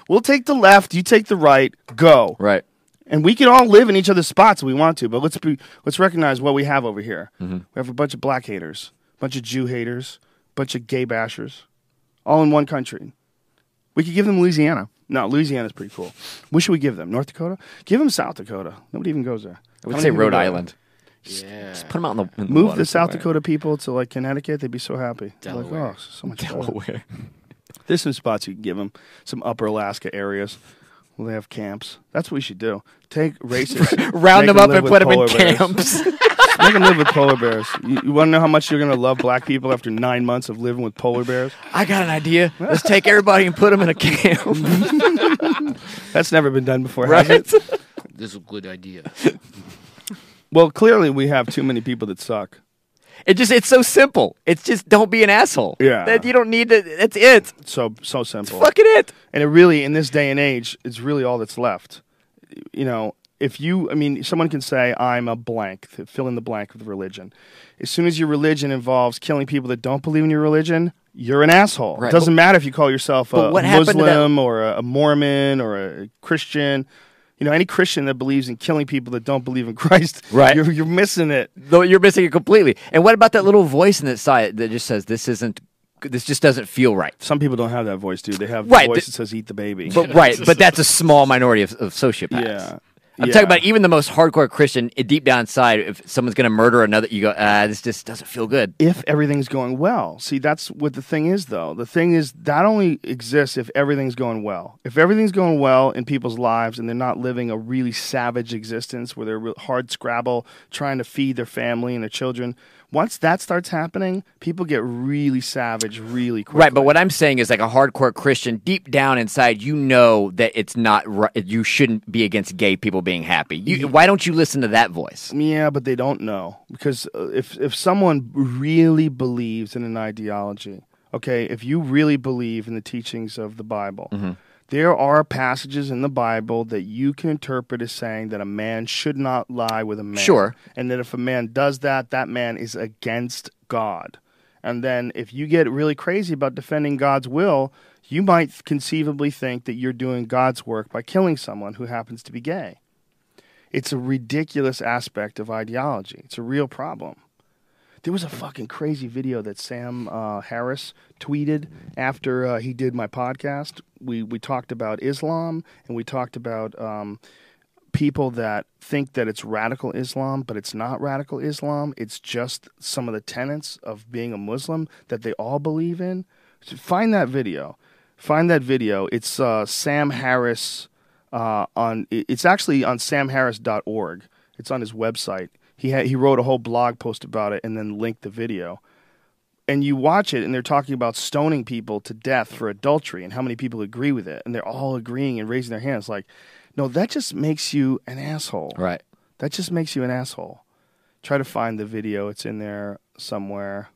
S3: We'll take the left, you take the right, go
S4: right.
S3: and we can all live in each other's spots if we want to. But let's be let's recognize what we have over here.
S4: Mm-hmm.
S3: We have a bunch of black haters, bunch of Jew haters, bunch of gay bashers, all in one country. We could give them Louisiana. No, Louisiana's pretty cool. What should we give them? North Dakota? Give them South Dakota. Nobody even goes there.
S4: I would
S3: How many
S4: say
S3: people
S4: Rhode
S3: go there?
S4: Island. Yeah. Just put them out in the in
S3: Move
S4: water
S3: the South
S4: somewhere.
S3: Dakota people to like Connecticut. They'd be so happy. They're
S5: Delaware.
S3: Like, oh, so much better.
S4: Delaware.
S3: There's some spots you can give them. Some Upper Alaska areas. Well, they have camps. That's what we should do. Take racists,
S4: Round
S3: make
S4: them up
S3: live
S4: and
S3: with
S4: put them in
S3: polar bears.
S4: camps.
S3: Make them live with polar bears. You, you want to know how much you're gonna love black people after nine months of living with polar bears?
S4: I got an idea. Let's take everybody and put them in a camp.
S3: That's never been done before, has it?
S4: right?
S6: This is a good idea.
S3: Well, clearly we have too many people that suck.
S4: It just it's so simple. It's just don't be an asshole.
S3: Yeah.
S4: That you don't need to that's it.
S3: So so simple.
S4: Fucking it.
S3: And it really, in this day and age, it's really all that's left. You know, if you, I mean, someone can say, I'm a blank, to fill in the blank with religion. As soon as your religion involves killing people that don't believe in your religion, you're an asshole.
S4: Right,
S3: It doesn't matter if you call yourself
S4: but
S3: a
S4: what happened to that-
S3: Muslim or a, a Mormon or a Christian. You know, any Christian that believes in killing people that don't believe in Christ,
S4: Right.
S3: you're, you're missing it.
S4: Though you're missing it completely. And what about that little voice in that side that just says this isn't this just doesn't feel right.
S3: Some people don't have that voice, dude. They have the
S4: Right,
S3: voice
S4: th-
S3: that says, eat the baby.
S4: But right, but that's a small minority of, of sociopaths.
S3: Yeah.
S4: I'm
S3: Yeah.
S4: talking about even the most hardcore Christian, i- deep down inside, if someone's going to murder another, you go, ah, this just doesn't feel good.
S3: if everything's going well. See, that's what the thing is, though. The thing is, that only exists if everything's going well. If everything's going well in people's lives and they're not living a really savage existence where they're real hard scrabble trying to feed their family and their children, once that starts happening, people get really savage really quickly.
S4: Right, but what I'm saying is like a hardcore Christian, deep down inside, you know that it's not right. You shouldn't be against gay people being happy. You, why don't you listen to that voice?
S3: Yeah, but they don't know because uh, if if someone really believes in an ideology, okay, if you really believe in the teachings of the Bible, there are passages in the Bible that you can interpret as saying that a man should not lie with a man.
S4: Sure.
S3: and that if a man does that, that man is against God. And then if you get really crazy about defending God's will, you might conceivably think that you're doing God's work by killing someone who happens to be gay it's a ridiculous aspect of ideology. It's a real problem. There was a fucking crazy video that Sam uh, Harris tweeted after uh, he did my podcast. We we talked about Islam and we talked about um, people that think that it's radical Islam, but it's not radical Islam. It's just some of the tenets of being a Muslim that they all believe in. So find that video. Find that video. It's uh, Sam Harris uh, on. it- It's actually on samharris.org. It's on his website. He had, he wrote a whole blog post about it and then linked the video and you watch it and they're talking about stoning people to death for adultery and how many people agree with it and they're all agreeing and raising their hands like no that just makes you an asshole
S4: Right.
S3: that just makes you an asshole try to find the video it's in there somewhere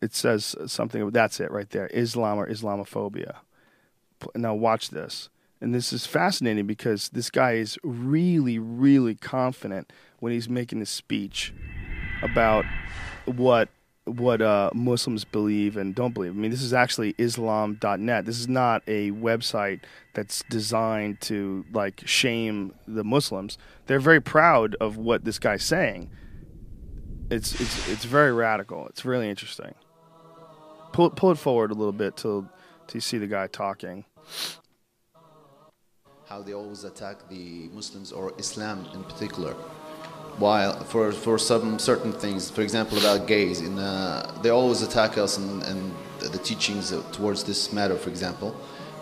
S3: it says something that's it right there islam or islamophobia P- now watch this and this is fascinating because this guy is really really confident when he's making this speech about what what uh, Muslims believe and don't believe. I mean, this is actually Islam.net. This is not a website that's designed to like shame the Muslims. They're very proud of what this guy's saying. It's it's it's very radical. It's really interesting. Pull pull it forward a little bit till till you see the guy talking.
S7: how they always attack the Muslims or Islam in particular. While for, for some certain things, for example, about gays, in, uh, they always attack us and, and the the teachings towards this matter, for example.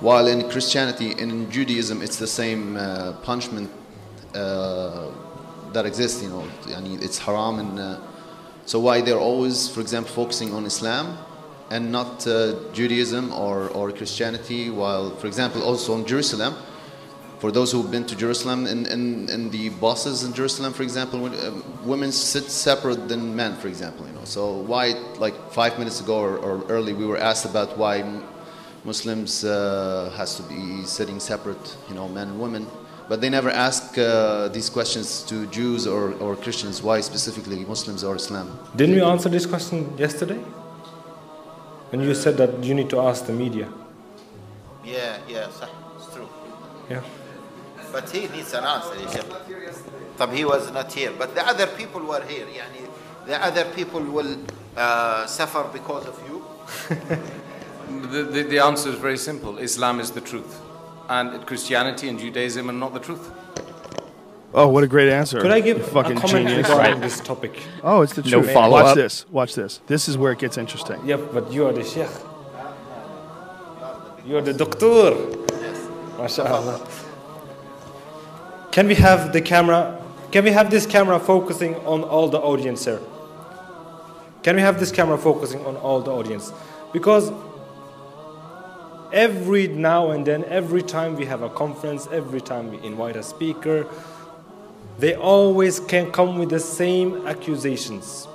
S7: While in Christianity and in Judaism, it's the same uh, punishment uh, that exists, you know, I mean, it's haram. And, uh, so why they're always, for example, focusing on Islam and not uh, Judaism or, or Christianity, while, for example, also in Jerusalem, for those who've been to Jerusalem, in, in, in the buses in Jerusalem, for example, when, um, women sit separate than men, for example, you know. So why, like five minutes ago or, or early, we were asked about why m- Muslims uh, has to be sitting separate, you know, men and women. But they never ask uh, these questions to Jews or, or Christians, why specifically Muslims or Islam.
S8: Didn't we answer this question yesterday? And you said that you need to ask the media.
S9: Yeah, yeah, صح. It's true.
S8: Yeah.
S9: But he needs an answer. He said. طب he was not here. But the other people were here. يعني the other people will uh, suffer because of you.
S10: The, the, the answer is very simple Islam is the truth. And Christianity and Judaism are not the truth.
S3: Oh, what a great answer!
S8: Could I give
S3: fucking
S8: a comment
S3: genius?
S8: regarding this topic?
S3: Oh, it's the
S4: No
S3: truth.
S4: follow-up?
S3: Watch this. Watch this. This is where it gets interesting.
S8: Yeah, but you are the sheikh. You are the doctor. MashaAllah. Can we have the camera? Can we have this camera focusing on all the audience here? Can we have this camera focusing on all the audience? Because every now and then, every time we have a conference, every time we invite a speaker, they always can come with the same accusations.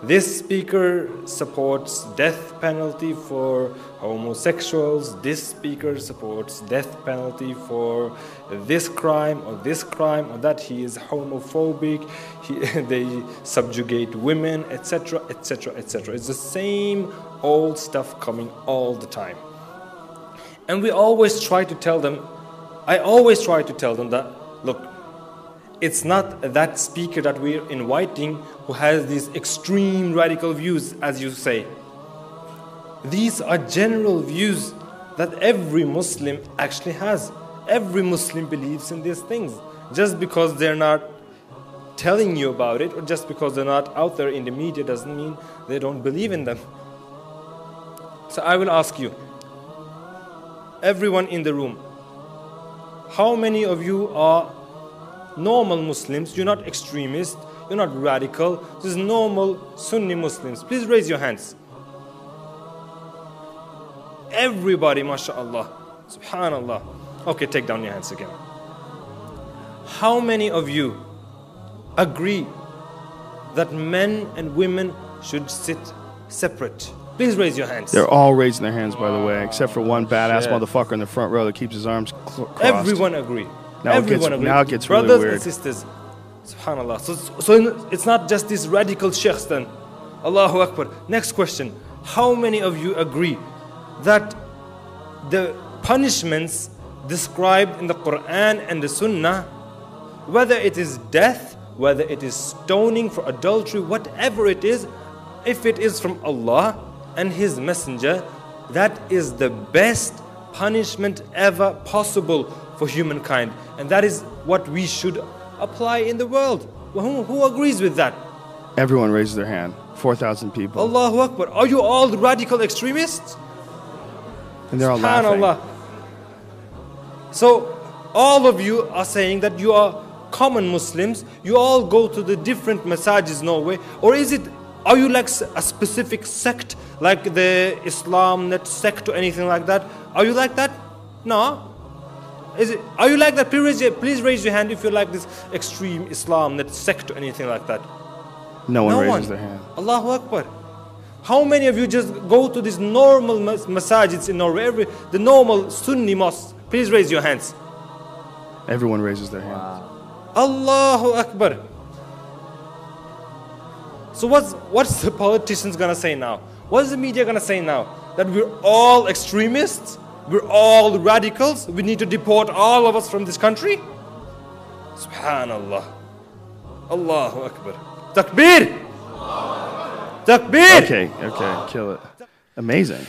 S8: This speaker supports death penalty for homosexuals. This speaker supports death penalty for this crime or this crime or that. He is homophobic. He, they subjugate women, etc., etc., etc. It's the same old stuff coming all the time. And we always try to tell them, I always try to tell them that, look, it's not that speaker that we're inviting who has these extreme radical views, as you say. These are general views that every Muslim actually has. Every Muslim believes in these things. Just because they're not telling you about it, or just because they're not out there in the media, doesn't mean they don't believe in them. So I will ask you, everyone in the room, how many of you are normal Muslims? You're not extremists, you're not radical, just normal Sunni Muslims. Please raise your hands. Everybody, mashallah, subhanallah. Okay, take down your hands again. How many of you agree that men and women should sit separate? Please raise your hands.
S3: They're all raising their hands, by the way, except for one badass motherfucker in the front row that keeps his arms cl- crossed.
S8: Everyone agree.
S3: Now it
S8: Everyone
S3: gets-
S8: agree.
S3: now it gets really
S8: Brothers
S3: weird.
S8: and sisters, subhanallah. So, so in- it's not just these radical sheikhs then. Allahu Akbar. Next question. How many of you agree that the punishments described in the Quran and the Sunnah, whether it is death, whether it is stoning for adultery, whatever it is, if it is from Allah and His Messenger, that is the best punishment ever possible for humankind. And that is what we should apply in the world. Who, who agrees with that?
S3: Everyone raises their hand. 4,000 people.
S8: Allahu Akbar. Are you all radical extremists?
S3: and they're all laughing.
S8: Oh, Subhanallah. So, all of you are saying that you are common Muslims. You all go to the different masajids, Norway, or is it? Are you like s- a specific sect, like the Islam net sect or anything like that? Are you like that? No. Is it? Are you like that? Please raise your, please raise your hand if you're like this extreme Islam net sect or anything like that.
S3: No one
S8: No
S3: raises
S8: one.
S3: their hand.
S8: Allahu Akbar. How many of you just go to these normal mas- masajids in Norway, every, the normal Sunni mosques? Please raise your hands.
S3: Everyone raises their hand.
S8: Allahu Akbar. So what's what's the politicians gonna say now? What's the media gonna say now? That we're all extremists, we're all radicals, we need to deport all of us from this country? Subhanallah. Allahu Akbar. Takbir! Takbir!
S3: Okay, okay, kill it. Amazing.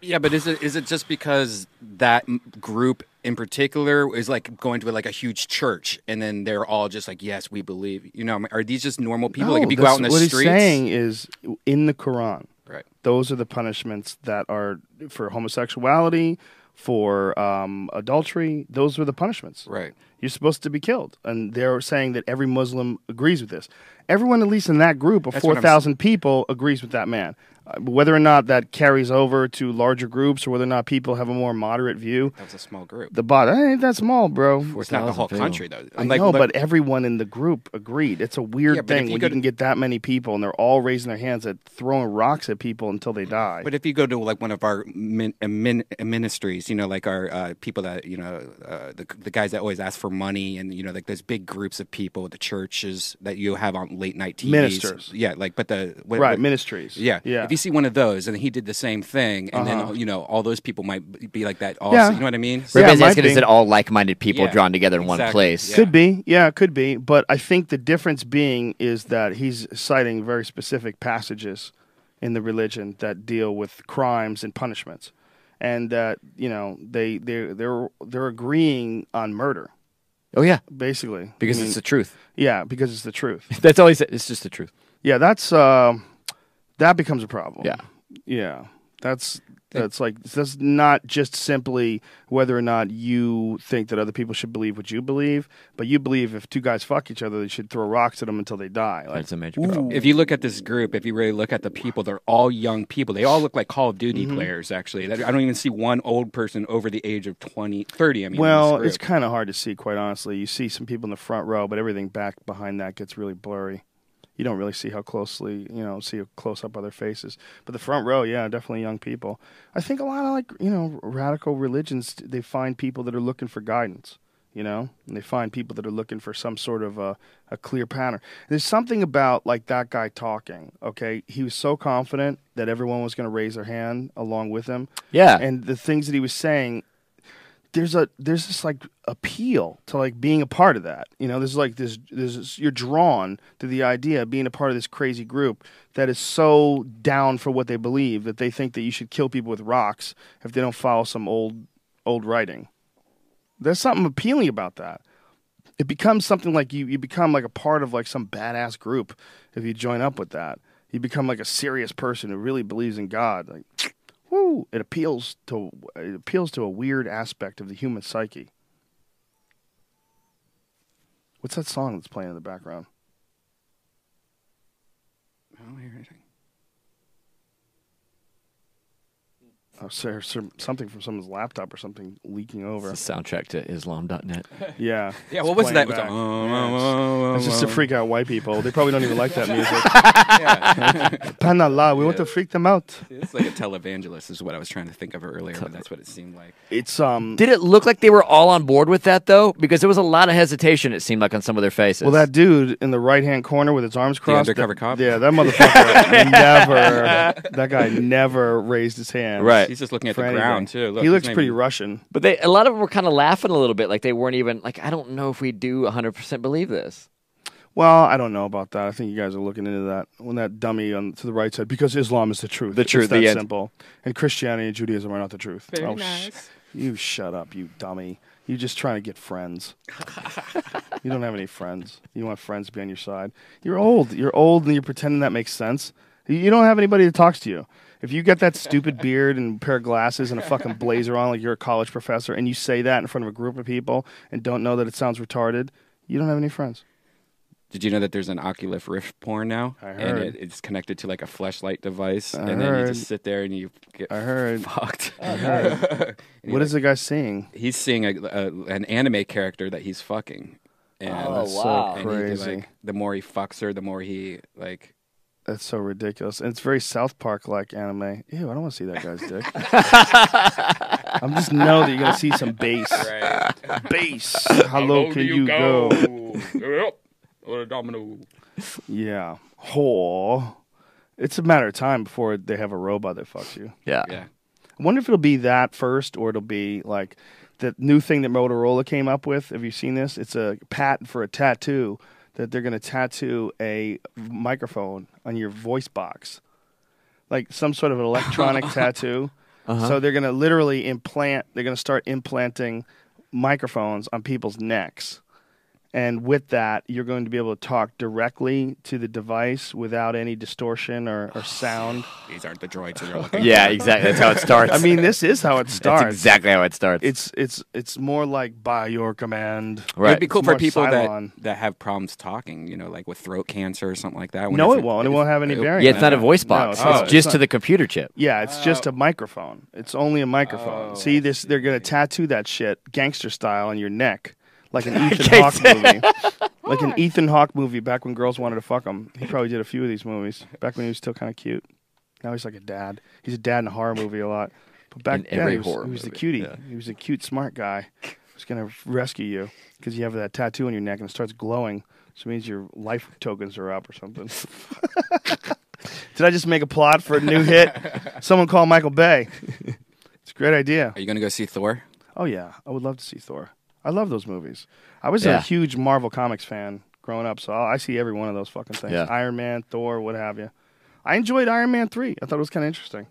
S5: Yeah, but is it is it just because that m- group in particular is like going to like a huge church and then they're all just like, yes, we believe. You know, are these just normal people? like if you go
S3: that's-
S5: out in the
S3: what
S5: streets,
S3: he's saying is in the Quran,
S5: right?
S3: those are the punishments that are for homosexuality, for um, adultery. Those were the punishments.
S5: Right.
S3: You're supposed to be killed, and they're saying that every Muslim agrees with this. Everyone, at least in that group of
S5: That's what
S3: four
S5: I'm
S3: thousand people, agrees with that man. Uh, whether or not that carries over to larger groups, or whether or not people have a more moderate view,
S5: That was a small group.
S3: the body ain't that small, bro.
S5: It's not the whole
S4: 4,000 people.
S5: country though.
S3: I
S5: Like,
S3: know,
S5: look-
S3: but everyone in the group agreed. It's a weird
S5: Yeah, but if
S3: thing
S5: you
S3: when
S5: go
S3: you
S5: to-
S3: can get that many people and they're all raising their hands at throwing rocks at people until they die.
S5: But if you go to like one of our min, uh, min, uh, ministries, you know, like our uh, people that you know, uh, the the guys that always ask for money, and you know, like those big groups of people, the churches that you have on late night TVs,
S3: Ministers.
S5: yeah, like but the what,
S3: right,
S5: what-
S3: ministries.
S5: yeah,
S3: yeah. Uh-huh.
S5: If you see one of those, and he did the same thing, and then you know, all those people might be like that. Also,
S3: Yeah.
S5: you know what I mean?
S3: Yeah,
S4: Everybody's
S3: might
S4: asking, is
S3: be.
S4: it all like-minded people
S5: Yeah,
S4: drawn together in one
S5: exactly.
S4: place?
S5: Yeah.
S3: Could be, yeah, it could be. But I think the difference being is that he's citing very specific passages in the religion that deal with crimes and punishments, and that you know they they they're they're agreeing on murder
S4: Oh yeah,
S3: basically
S4: because
S3: I mean,
S4: it's the truth.
S3: yeah because it's the truth.
S4: That's all he said. It's just the truth.
S3: Yeah, that's uh, that becomes a problem.
S4: Yeah.
S3: yeah, that's that's like that's not just simply whether or not you think that other people should believe what you believe, but you believe if two guys fuck each other, they should throw rocks at them until they die. Like,
S4: That's a major problem.
S5: If you look at this group, if you really look at the people, they're all young people. They all look like Call of Duty
S3: Mm-hmm.
S5: players, actually. I don't even see one old person over the age of 20, 30. I mean, in
S3: well,
S5: this group.
S3: it's kind of hard to see, quite honestly. You see some people in the front row, but everything back behind that gets really blurry. You don't really see how closely, you know, see a close up of their faces. But the front row, yeah, definitely young people. I think a lot of like, you know, radical religions, they find people that are looking for guidance, you know, and they find people that are looking for some sort of a, a clear pattern. There's something about like that guy talking, okay? He was so confident that everyone was going to raise their hand along with him.
S4: Yeah.
S3: And the things that he was saying, there's a there's this like appeal to like being a part of that. You know, there's like this there's this, you're drawn to the idea of being a part of this crazy group that is so down for what they believe that they think that you should kill people with rocks if they don't follow some old old writing. There's something appealing about that. It becomes something like you, you become like a part of like some badass group if you join up with that. You become like a serious person who really believes in God. Like, whoo! It appeals to it appeals to a weird aspect of the human psyche. What's that song that's playing in the background?
S5: I don't hear anything.
S3: Oh, sir, sir, something from someone's laptop or something leaking over.
S4: It's the soundtrack to Islam.net.
S3: Yeah.
S5: Yeah,
S3: It's
S5: what was
S3: playing
S5: that? It was
S3: back.
S5: like, "Oh,
S3: Yeah,
S5: oh, oh,
S3: it's- it's
S5: oh,
S3: just to
S5: oh."
S3: freak out white people. They probably don't even like that music. Panallah, we want to freak them out.
S5: It's like a televangelist is what I was trying to think of earlier, but that's what it seemed like.
S3: It's um.
S4: Did it look like they were all on board with that though? Because there was a lot of hesitation. It seemed like on some of their faces.
S3: Well, that dude in the right hand corner with his arms crossed.
S5: undercover
S3: that-
S5: cop?
S3: Yeah, that motherfucker never. That guy never raised his hand.
S4: Right.
S5: He's just looking at
S3: for
S5: the
S3: anything.
S5: ground too. Look,
S3: he
S5: he's
S3: looks
S5: not
S3: pretty
S5: even-
S3: Russian.
S4: But they a lot of them were kind of laughing a little bit, like they weren't even like I don't know if we do 100 percent believe this.
S3: Well, I don't know about that. I think you guys are looking into that. When that dummy on to the right said, because Islam is the truth.
S4: The truth,
S3: It's that
S4: the end.
S3: simple. And Christianity and Judaism are not the truth. oh, sh- you shut up, you dummy. You're just trying to get friends. you don't have any friends. You want friends to be on your side. You're old. You're old, and you're pretending that makes sense. You- You don't have anybody that talks to you. If you got that stupid beard and a pair of glasses and a fucking blazer on, like you're a college professor, and you say that in front of a group of people and don't know that it sounds retarded, you don't have any friends.
S5: Did you know that there's an Oculus Rift porn now?
S3: I
S5: And
S3: heard.
S5: it, it's connected to like a flashlight device, and then you
S3: heard.
S5: just sit there and you get
S3: I heard.
S5: fucked.
S4: Oh,
S3: What is the guy saying?
S5: he's seeing a, a an anime character that he's fucking. And,
S4: Oh,
S3: so
S4: wow.
S5: and he-
S3: crazy.
S5: like, the more he fucks her, the more he like.
S3: That's so ridiculous. And it's very South Park like anime. Ew, I don't want to see that guy's dick. I'm just know that you're gonna see some bass. Bass. How, low can you, go? Yeah. Whore. It's a matter of time before they have a robot that fucks you.
S4: Yeah.
S5: Yeah.
S3: I wonder if it'll be that first, or it'll be like the new thing that Motorola came up with. Have you seen this? It's a patent for a tattoo that they're going to tattoo a microphone on your voice box, like some sort of an electronic tattoo.
S4: Uh-huh.
S3: So they're going to literally implant. They're going to start implanting microphones on people's necks. And with that, you're going to be able to talk directly to the device without any distortion or, or sound.
S5: These aren't the droids that are looking.
S4: Yeah, exactly. That's how it starts.
S3: I mean, this is how it starts.
S4: that's exactly how it starts.
S3: It's it's it's more like by your command.
S4: right.
S5: It'd be cool
S3: It's
S5: for
S3: more
S5: people that,
S3: Cylon.
S5: that have problems talking, you know, like with throat cancer or something like that. when
S3: No,
S5: it's Oh,
S3: it
S5: a-
S3: won't. It won't have any bearing.
S4: yeah, it's
S3: on
S4: not a
S3: that.
S4: voice
S3: No,
S4: box.
S3: it's not.
S4: it's just
S3: It's
S4: to
S3: not-
S4: the computer chip.
S3: Yeah, it's just a microphone. It's only a microphone. See, this they're gonna tattoo that shit gangster style on your neck, like an Ethan Hawke movie, like an Ethan Hawke movie back when girls wanted to fuck him. He probably did a few of these movies back when he was still kind of cute. Now he's like a dad. He's a dad in a horror movie a lot. But back
S4: In
S3: then,
S4: every
S3: he was,
S4: horror
S3: he was the
S4: movie,
S3: cutie.
S4: yeah.
S3: He was a cute, smart guy. He's gonna rescue you because you have that tattoo on your neck and it starts glowing. So it means your life tokens are up or something. Did I just make a plot for a new hit? Someone call Michael Bay. It's a great idea.
S5: Are you going to go see Thor?
S3: Oh yeah, I would love to see Thor. I love those movies. I was
S4: Yeah.
S3: a huge Marvel comics fan growing up, so I I see every one of those fucking things.
S4: Yeah.
S3: Iron Man, Thor, what have you. I enjoyed Iron Man three. I thought it was kind of interesting.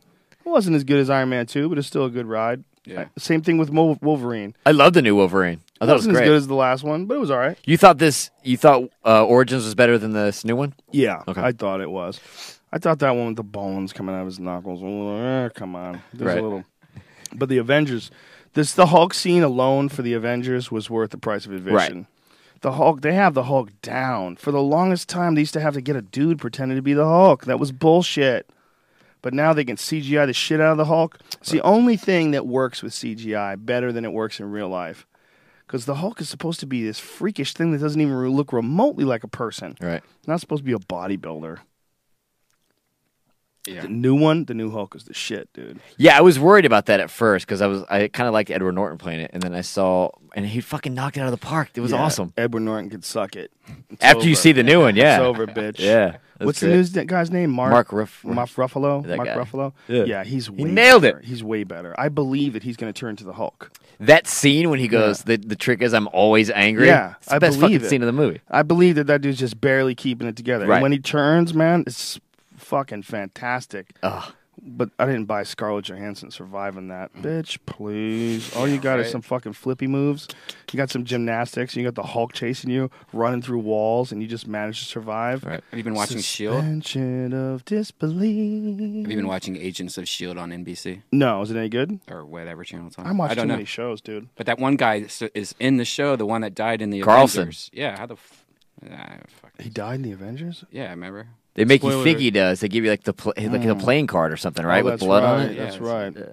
S3: It wasn't as good as Iron Man two, but it's still a good ride.
S5: Yeah.
S3: Uh, same thing with Mo- Wolverine.
S4: I love the new Wolverine. I thought it was
S3: wasn't
S4: great.
S3: as good as the last one, but it was all right.
S4: you thought this? You thought uh, Origins was better than this new one?
S3: Yeah,
S4: Okay.
S3: I thought it was. I thought that one with the bones coming out of his knuckles. eh, come on, there's
S4: Right.
S3: a little. But the Avengers, this the Hulk scene alone for the Avengers was worth the price of admission. The Hulk, they have the Hulk down. For the longest time, they used to have to get a dude pretending to be the Hulk. That was bullshit. But now they can CGI the shit out of the Hulk. It's the only thing that works with CGI better than it works in real life. Because the Hulk is supposed to be this freakish thing that doesn't even re- look remotely like a person.
S4: Right.
S3: Not supposed to be a bodybuilder.
S5: Yeah.
S3: The new one, the new Hulk is the shit, dude.
S4: Yeah, I was worried about that at first because I was I kind of liked Edward Norton playing it, and then I saw and he fucking knocked it out of the park. It was
S3: Yeah,
S4: awesome.
S3: Edward Norton could suck it. It's
S4: After you
S3: over.
S4: see the new one, yeah,
S3: it's over, bitch.
S4: yeah. that's
S3: What's
S4: great.
S3: the news that guy's name? Mark
S4: Mark Ruff-
S3: Mark Ruffalo.
S4: That
S3: Mark
S4: guy.
S3: Ruffalo.
S4: Yeah.
S3: Yeah, he's way
S4: nailed it.
S3: better. He's way better. I believe that he's going to turn into the Hulk.
S4: That scene when he goes, the, the trick is I'm always angry.
S3: Yeah,
S4: it's the
S3: I
S4: best
S3: believe
S4: fucking
S3: it.
S4: scene of the movie.
S3: I believe that that dude's just barely keeping it together.
S4: Right.
S3: And when he turns, man, it's fucking fantastic.
S4: Ugh. Mm.
S3: But I didn't buy Scarlett Johansson surviving that. Bitch, please. All you got is
S7: right.
S3: some fucking flippy moves. You got some gymnastics. You got the Hulk chasing you, running through walls, and you just managed to survive.
S4: Right.
S5: Have you been watching
S4: E
S5: Shield? Have
S3: Suspension of disbelief.
S5: you been watching Agents of Shield E on NBC
S3: No, is it any good?
S5: or whatever channel it's on?
S3: I'm
S5: I
S3: watching
S5: don't
S3: too
S5: know.
S3: many shows, dude.
S5: But that one guy is- is in the show, the one that died in the
S4: Carlson.
S5: Avengers. Yeah, how the f- ah, fuck.
S3: He died in the Avengers.
S5: Yeah, I remember.
S4: They make
S3: Spoiler. Mm.
S4: you think he does. They give you like the pl- like the playing card or something, right?
S3: Oh,
S4: With
S3: that's
S4: blood on
S3: right,
S4: it.
S3: That's
S5: Yeah,
S3: right.
S4: yeah.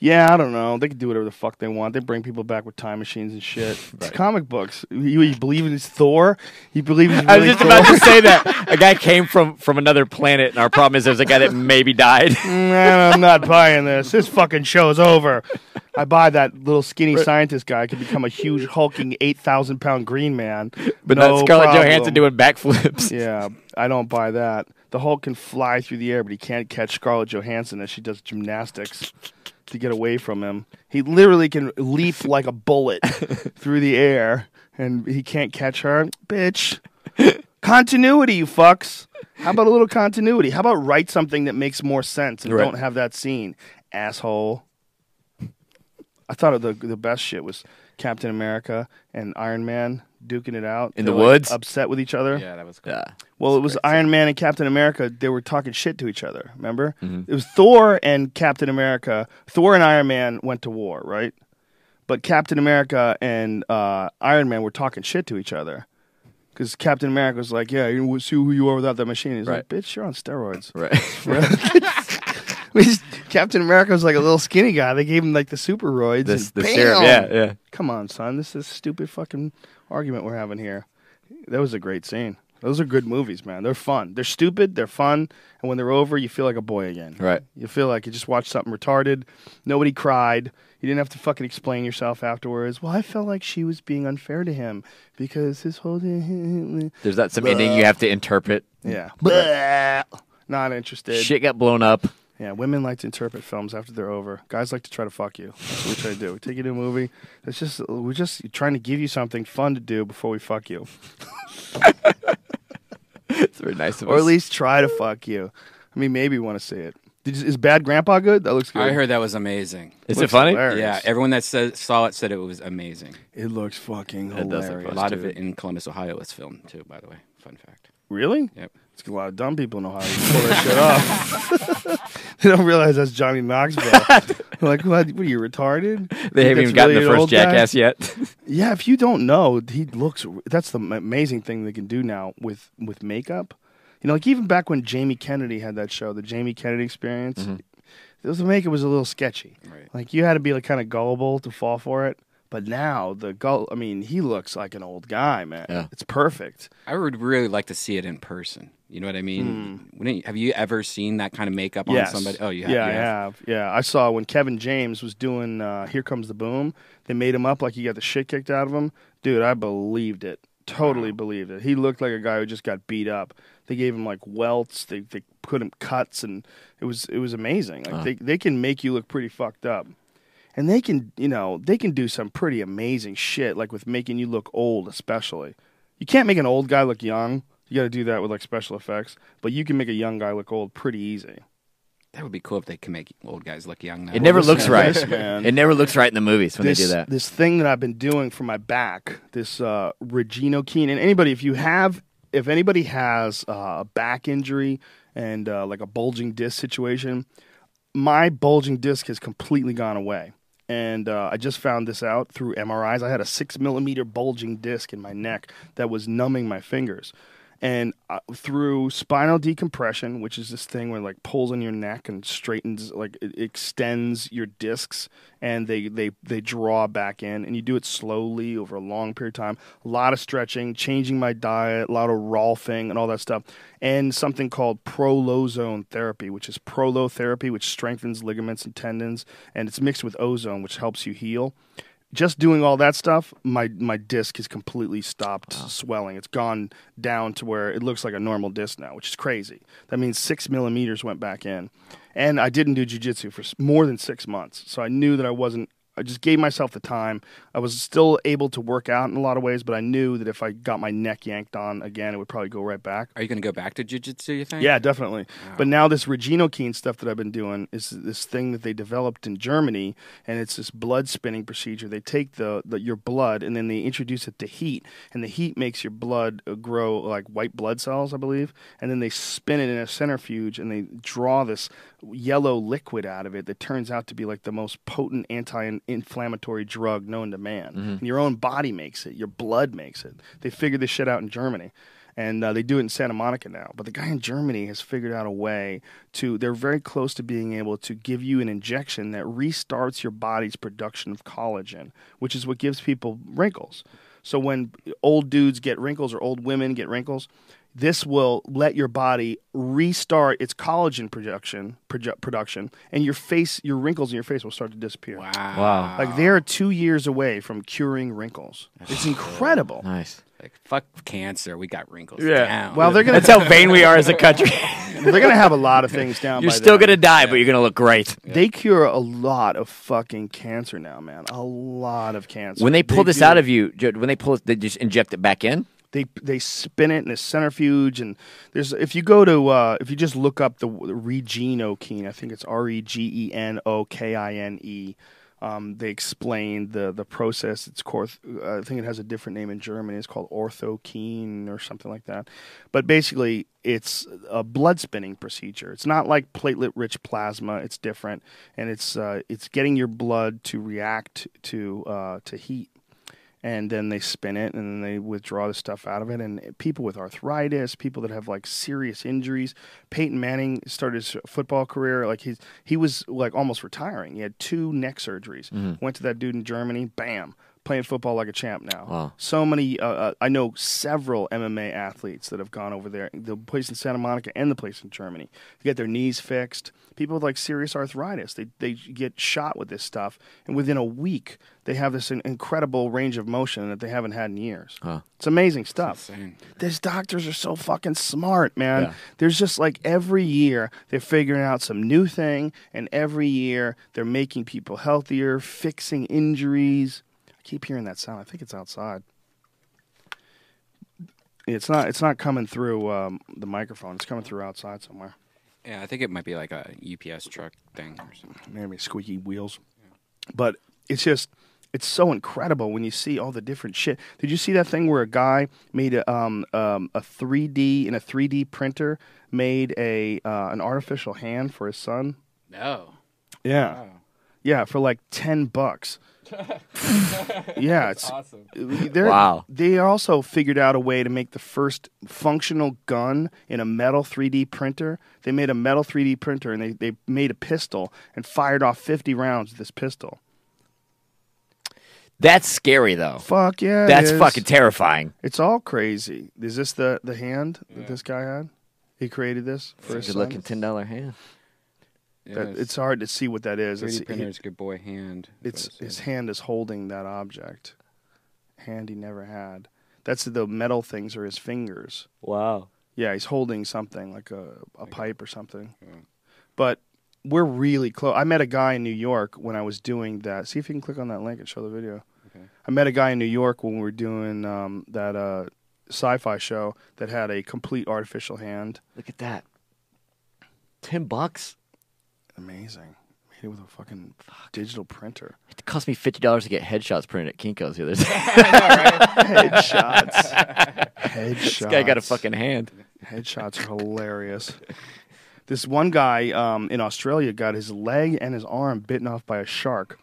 S3: Yeah, I don't know. They can do whatever the fuck they want. They bring people back with time machines and shit. It's comic books. You, you believe in it's Thor? You believe in
S4: I
S3: really
S4: was just
S3: Thor?
S4: about to say that a guy came from from another planet, and our problem is there's a guy that maybe died.
S3: Mm, Man, I'm not buying this. This fucking show's over. I buy that little skinny scientist guy could become a huge hulking eight thousand pound green man.
S4: But
S3: no
S4: not Scarlett
S3: problem.
S4: Johansson doing backflips.
S3: Yeah, I don't buy that. The Hulk can fly through the air, but he can't catch Scarlett Johansson as she does gymnastics to get away from him. He literally can leap like a bullet through the air, and he can't catch her. Bitch. Continuity, you fucks. How about a little continuity? How about write something that makes more sense and
S4: Right.
S3: don't have that scene, asshole? I thought the the best shit was Captain America and Iron Man duking it out
S4: In the
S3: They're, like,
S4: woods?
S3: upset with each other.
S5: Yeah, that was cool.
S4: Yeah.
S3: Well, it was Iron Man and Captain America. They were talking shit to each other. Remember? It was Thor and Captain America. Thor and Iron Man went to war, right? But Captain America and uh, Iron Man were talking shit to each other. Because Captain America was like, "Yeah, you won't see who you are without that machine." He's like, "Bitch, you're on steroids."
S4: Right.
S3: We just- Captain America was like a little skinny guy. They gave him like the superoids.
S4: This-
S3: and
S4: the
S3: bam!
S4: serum, yeah, yeah.
S3: Come on, son. This is stupid fucking argument we're having here. That was a great scene. Those are good movies, man. They're fun. They're stupid. They're fun. And when they're over, you feel like a boy again.
S4: Right.
S3: You feel like you just watched something retarded. Nobody cried. You didn't have to fucking explain yourself afterwards. Well, I felt like she was being unfair to him because his whole.
S4: There's that some ending
S3: uh,
S4: you have to interpret.
S3: yeah. Blah. Not interested.
S4: Shit got blown up.
S3: Yeah, women like to interpret films after they're over. Guys like to try to fuck you. That's what we try to do. We take you to a movie. It's just we're just trying to give you something fun to do before we fuck you,
S4: It's very nice of
S3: or
S4: us.
S3: at least try to fuck you. I mean, maybe you want to see it. Did you, is Bad Grandpa good? That looks good.
S5: I heard that was amazing.
S4: is it
S3: looks
S4: funny?
S3: hilarious.
S5: Yeah, everyone that says, saw it said it was amazing.
S3: it looks fucking
S4: It does
S3: hilarious.
S4: look
S5: A lot of it in Columbus, Ohio is filmed too, by the way. Fun fact.
S3: Really?
S5: Yep.
S3: It's a lot of dumb people in Ohio. who Pull that shit off. they don't realize that's Johnny Knoxville. They're like, what? What are you retarded?
S4: They
S3: Think
S4: haven't
S3: that's
S4: even gotten
S3: really
S4: the
S3: an
S4: first
S3: old guy?
S4: jackass yet.
S3: Yeah, if you don't know, he looks. That's the amazing thing they can do now with with makeup. You know, like even back when Jamie Kennedy had that show, the Jamie Kennedy Experience, those- the makeup was a little sketchy.
S5: Right.
S3: Like you had to be like kind of gullible to fall for it. But now the gull, I mean, he looks like an old guy, man.
S4: Yeah.
S3: It's perfect.
S5: I would really like to see it in person. You know what I mean? Wouldn't you- have you ever seen that kind of makeup
S3: Hmm. Yes.
S5: on somebody? Oh, you have.
S3: yeah,
S5: you
S3: I have. Yeah, I saw when Kevin James was doing uh, "Here Comes the Boom." They made him up like he got the shit kicked out of him. Dude, I believed it. Totally believed it. He looked like a guy who just got beat up. They gave him like welts. They they put him cuts, and it was it was amazing. Like they they can make you look pretty fucked up. And they can, you know, they can do some pretty amazing shit, like with making you look old, especially. You can't make an old guy look young. You got to do that with like special effects, but you can make a young guy look old pretty easy.
S5: That would be cool if they could make old guys look young. Now.
S4: It never
S3: this
S4: looks
S3: man-
S4: right.
S3: this man-
S4: It never looks right in the movies when
S3: this,
S4: they do that.
S3: This thing that I've been doing for my back, this uh, Regino Keen, and anybody, if you have, if anybody has uh, a back injury and uh, like a bulging disc situation, my bulging disc has completely gone away. And uh, I just found this out through MRIs. I had a six millimeter bulging disc in my neck that was numbing my fingers. And uh, through spinal decompression, which is this thing where it, like pulls on your neck and straightens, like it extends your discs, and they they they draw back in, and you do it slowly over a long period of time. A lot of stretching, changing my diet, a lot of rolfing, and all that stuff, and something called prolozone therapy, which is prolotherapy, which strengthens ligaments and tendons, and it's mixed with ozone, which helps you heal. Just doing all that stuff, my my disc has completely stopped swelling. It's gone down to where it looks like a normal disc now, which is crazy. That means six millimeters went back in, and I didn't do jujitsu for s- more than six months, so I knew that I wasn't I just gave myself the time. I was still able to work out in a lot of ways, but I knew that if I got my neck yanked on again, it would probably go right back.
S5: Are you going to go back to jujitsu? You think?
S3: Yeah, definitely. But now this Reginokine stuff that I've been doing is this thing that they developed in Germany, and it's this blood spinning procedure. They take the, the your blood and then they introduce it to heat, and the heat makes your blood uh, grow like white blood cells, I believe, and then they spin it in a centrifuge and they draw this yellow liquid out of it that turns out to be like the most potent anti-inflammatory drug known to man. And your own body makes it, your blood makes it. They figured this shit out in Germany and uh, they do it in Santa Monica now. But the guy in Germany has figured out a way to. They're very close to being able to give you an injection that restarts your body's production of collagen, which is what gives people wrinkles. So when old dudes get wrinkles or old women get wrinkles, this will let your body restart its collagen production, produ- production, and your face, your wrinkles in your face will start to disappear. Wow!
S4: Wow.
S3: Like they are two years away from curing wrinkles. It's incredible.
S4: Nice.
S5: Like, fuck cancer. We got wrinkles.
S11: Yeah.
S5: Down.
S3: Well, they're gonna
S11: That's how vain we are as a country.
S3: they're gonna have a lot of things down.
S4: You're
S3: by
S4: still
S3: then.
S4: going to die, but you're going to look great.
S3: They cure a lot of fucking cancer now, man. A lot of cancer.
S4: When they pull this
S3: do.
S4: out of you, Judd, when they pull it, they just inject it back in?
S3: they they spin it in a centrifuge, and there's if you go to uh, if you just look up the, the Regenokine, I think it's R E G E N O K I N E. Um, they explain the the process. It's corth- uh, I think it has a different name in Germany. It's called orthokine or something like that. But basically, it's a blood spinning procedure. It's not like platelet rich plasma. It's different, and it's uh, it's getting your blood to react to uh, to heat and then they spin it and then they withdraw the stuff out of it. And people with arthritis, people that have like serious injuries. Peyton Manning started his football career like he's he was like almost retiring. He had two neck surgeries. Went to that dude in Germany. Bam. Playing football like a champ now.
S4: Wow.
S3: So many, uh, uh, I know several MMA athletes that have gone over there. The place in Santa Monica and the place in Germany to get their knees fixed. People with like serious arthritis, they they get shot with this stuff, and within a week they have this in- incredible range of motion that they haven't had in years. It's amazing stuff. These doctors are so fucking smart, man. There's just like every year they're figuring out some new thing, and every year they're making people healthier, fixing injuries. I keep hearing that sound. I think it's outside. It's not. It's not coming through um, the microphone. It's coming through outside somewhere.
S5: Yeah, I think it might be like a UPS truck thing or something.
S3: maybe squeaky wheels. But it's just it's so incredible when you see all the different shit. Did you see that thing where a guy made a um, um, a 3D in a 3D printer made a uh, an artificial hand for his son?
S5: No.
S3: Yeah. Yeah, for like 10 bucks. yeah, it's awesome. They're,
S4: Wow.
S3: They also figured out a way to make the first functional gun in a metal 3D printer. They made a metal 3D printer and they, they made a pistol and fired off 50 rounds with this pistol.
S4: That's scary, though.
S3: Fuck yeah. it
S4: That's
S3: is.
S4: fucking terrifying.
S3: It's all crazy. Is this the, the hand that this guy had? He created this for his
S4: Good
S3: son?
S4: looking $10 hand.
S3: That- it's hard to see what that is. It's-
S5: 3D
S3: he-
S5: printers, good boy hand. is
S3: It's uh,
S5: what it
S3: his
S5: said.
S3: hand is holding that object. Hand he never had. That's the metal things are his fingers.
S4: Wow.
S3: Yeah, he's holding something like a a pipe or something. But we're really close. I met a guy in New York when I was doing that. See if you can click on that link and show the video. I met a guy in New York when we were doing um, that uh, sci-fi show that had a complete artificial hand.
S4: Look at that. 10 bucks?
S3: Amazing. Made it with a fucking digital printer.
S4: It cost me $50 to get headshots printed at Kinko's the other day.
S3: Headshots. Headshots.
S4: this guy got a fucking hand.
S3: Headshots are hilarious. This one guy um, in Australia got his leg and his arm bitten off by a shark,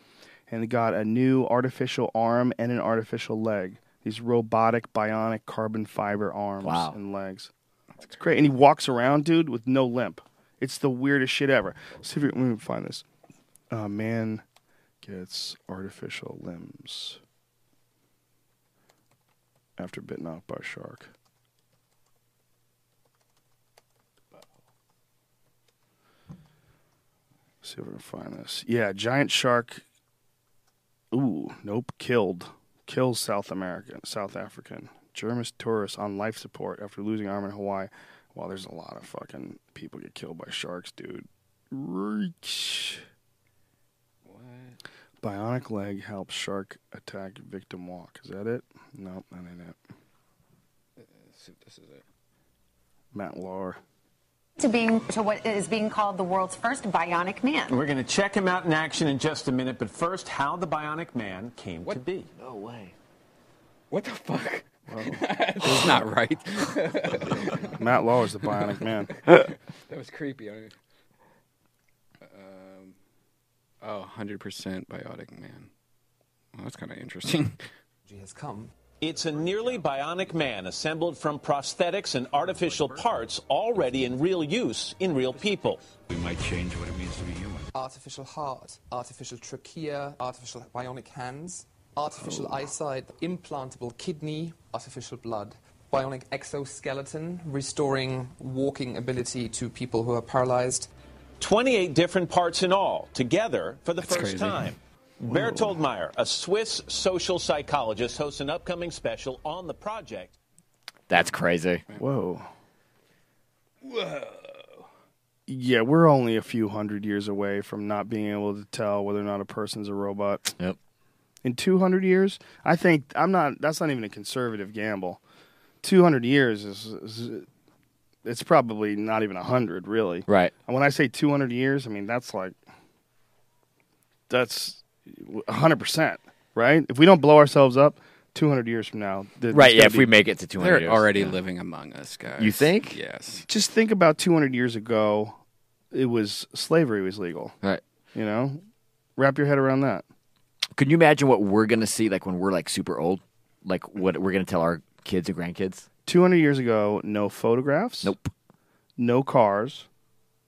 S3: and he got a new artificial arm and an artificial leg. These robotic, bionic, carbon fiber arms
S4: Wow.
S3: and legs. It's great. And he walks around, dude, with no limp. It's the weirdest shit ever. See if we can find this. Uh, man gets artificial limbs after bitten off by shark. See if we can find this. Yeah, giant shark. Ooh, nope, killed. Kills South American, South African. German tourist on life support after losing arm in Hawaii. Wow, there's a lot of fucking people get killed by sharks, dude. Reek. Bionic leg helps shark attack victim walk. Is that it? Nope, that ain't it.
S5: Uh, This is it.
S3: Matt Lauer.
S11: to being to what is being called the world's first bionic man.
S12: We're going to check him out in action in just a minute, but first, how the Bionic Man came to be.
S4: No way.
S5: What the fuck? this is not right.
S3: Matt Lauer is the Bionic Man.
S5: That was creepy. I- Um, oh, 100% Biotic Man. Well, that's kind of interesting.
S12: Has come. It's a nearly bionic man assembled from prosthetics and artificial parts already in real use in real people.
S13: We might change what it means to be human.
S14: artificial heart, artificial trachea, artificial bionic hands,
S13: Oh,
S14: artificial eyesight, implantable kidney, artificial blood, bionic exoskeleton, restoring walking ability to people who are paralyzed.
S12: 28 different parts in all, together for the first
S14: crazy.
S12: time. Bertold Meyer, a Swiss social psychologist, hosts an upcoming special on the project.
S4: That's crazy.
S3: Whoa. Yeah, we're only a few hundred years away from not being able to tell whether or not a person's a robot.
S4: Yep.
S3: In 200 years, I think I'm not. That's not even a conservative gamble. 200 years is, is it's probably not even 100, really.
S4: Right.
S3: And when I say 200 years, I mean that's like that's 100 percent, right? If we don't blow ourselves up, 200 years from now, th- there's
S4: Right, yeah,
S3: gonna
S4: if we make it to 200
S5: They're
S4: years,
S5: already
S4: yeah.
S5: living among us, guys.
S4: You think?
S5: Yes.
S3: just think about 200 years ago, it was slavery was legal.
S4: Right.
S3: You know, wrap your head around that.
S4: Can you imagine what we're gonna see like when we're like super old? Like what we're gonna tell our kids and grandkids?
S3: 200 years ago, no photographs.
S4: Nope.
S3: No cars.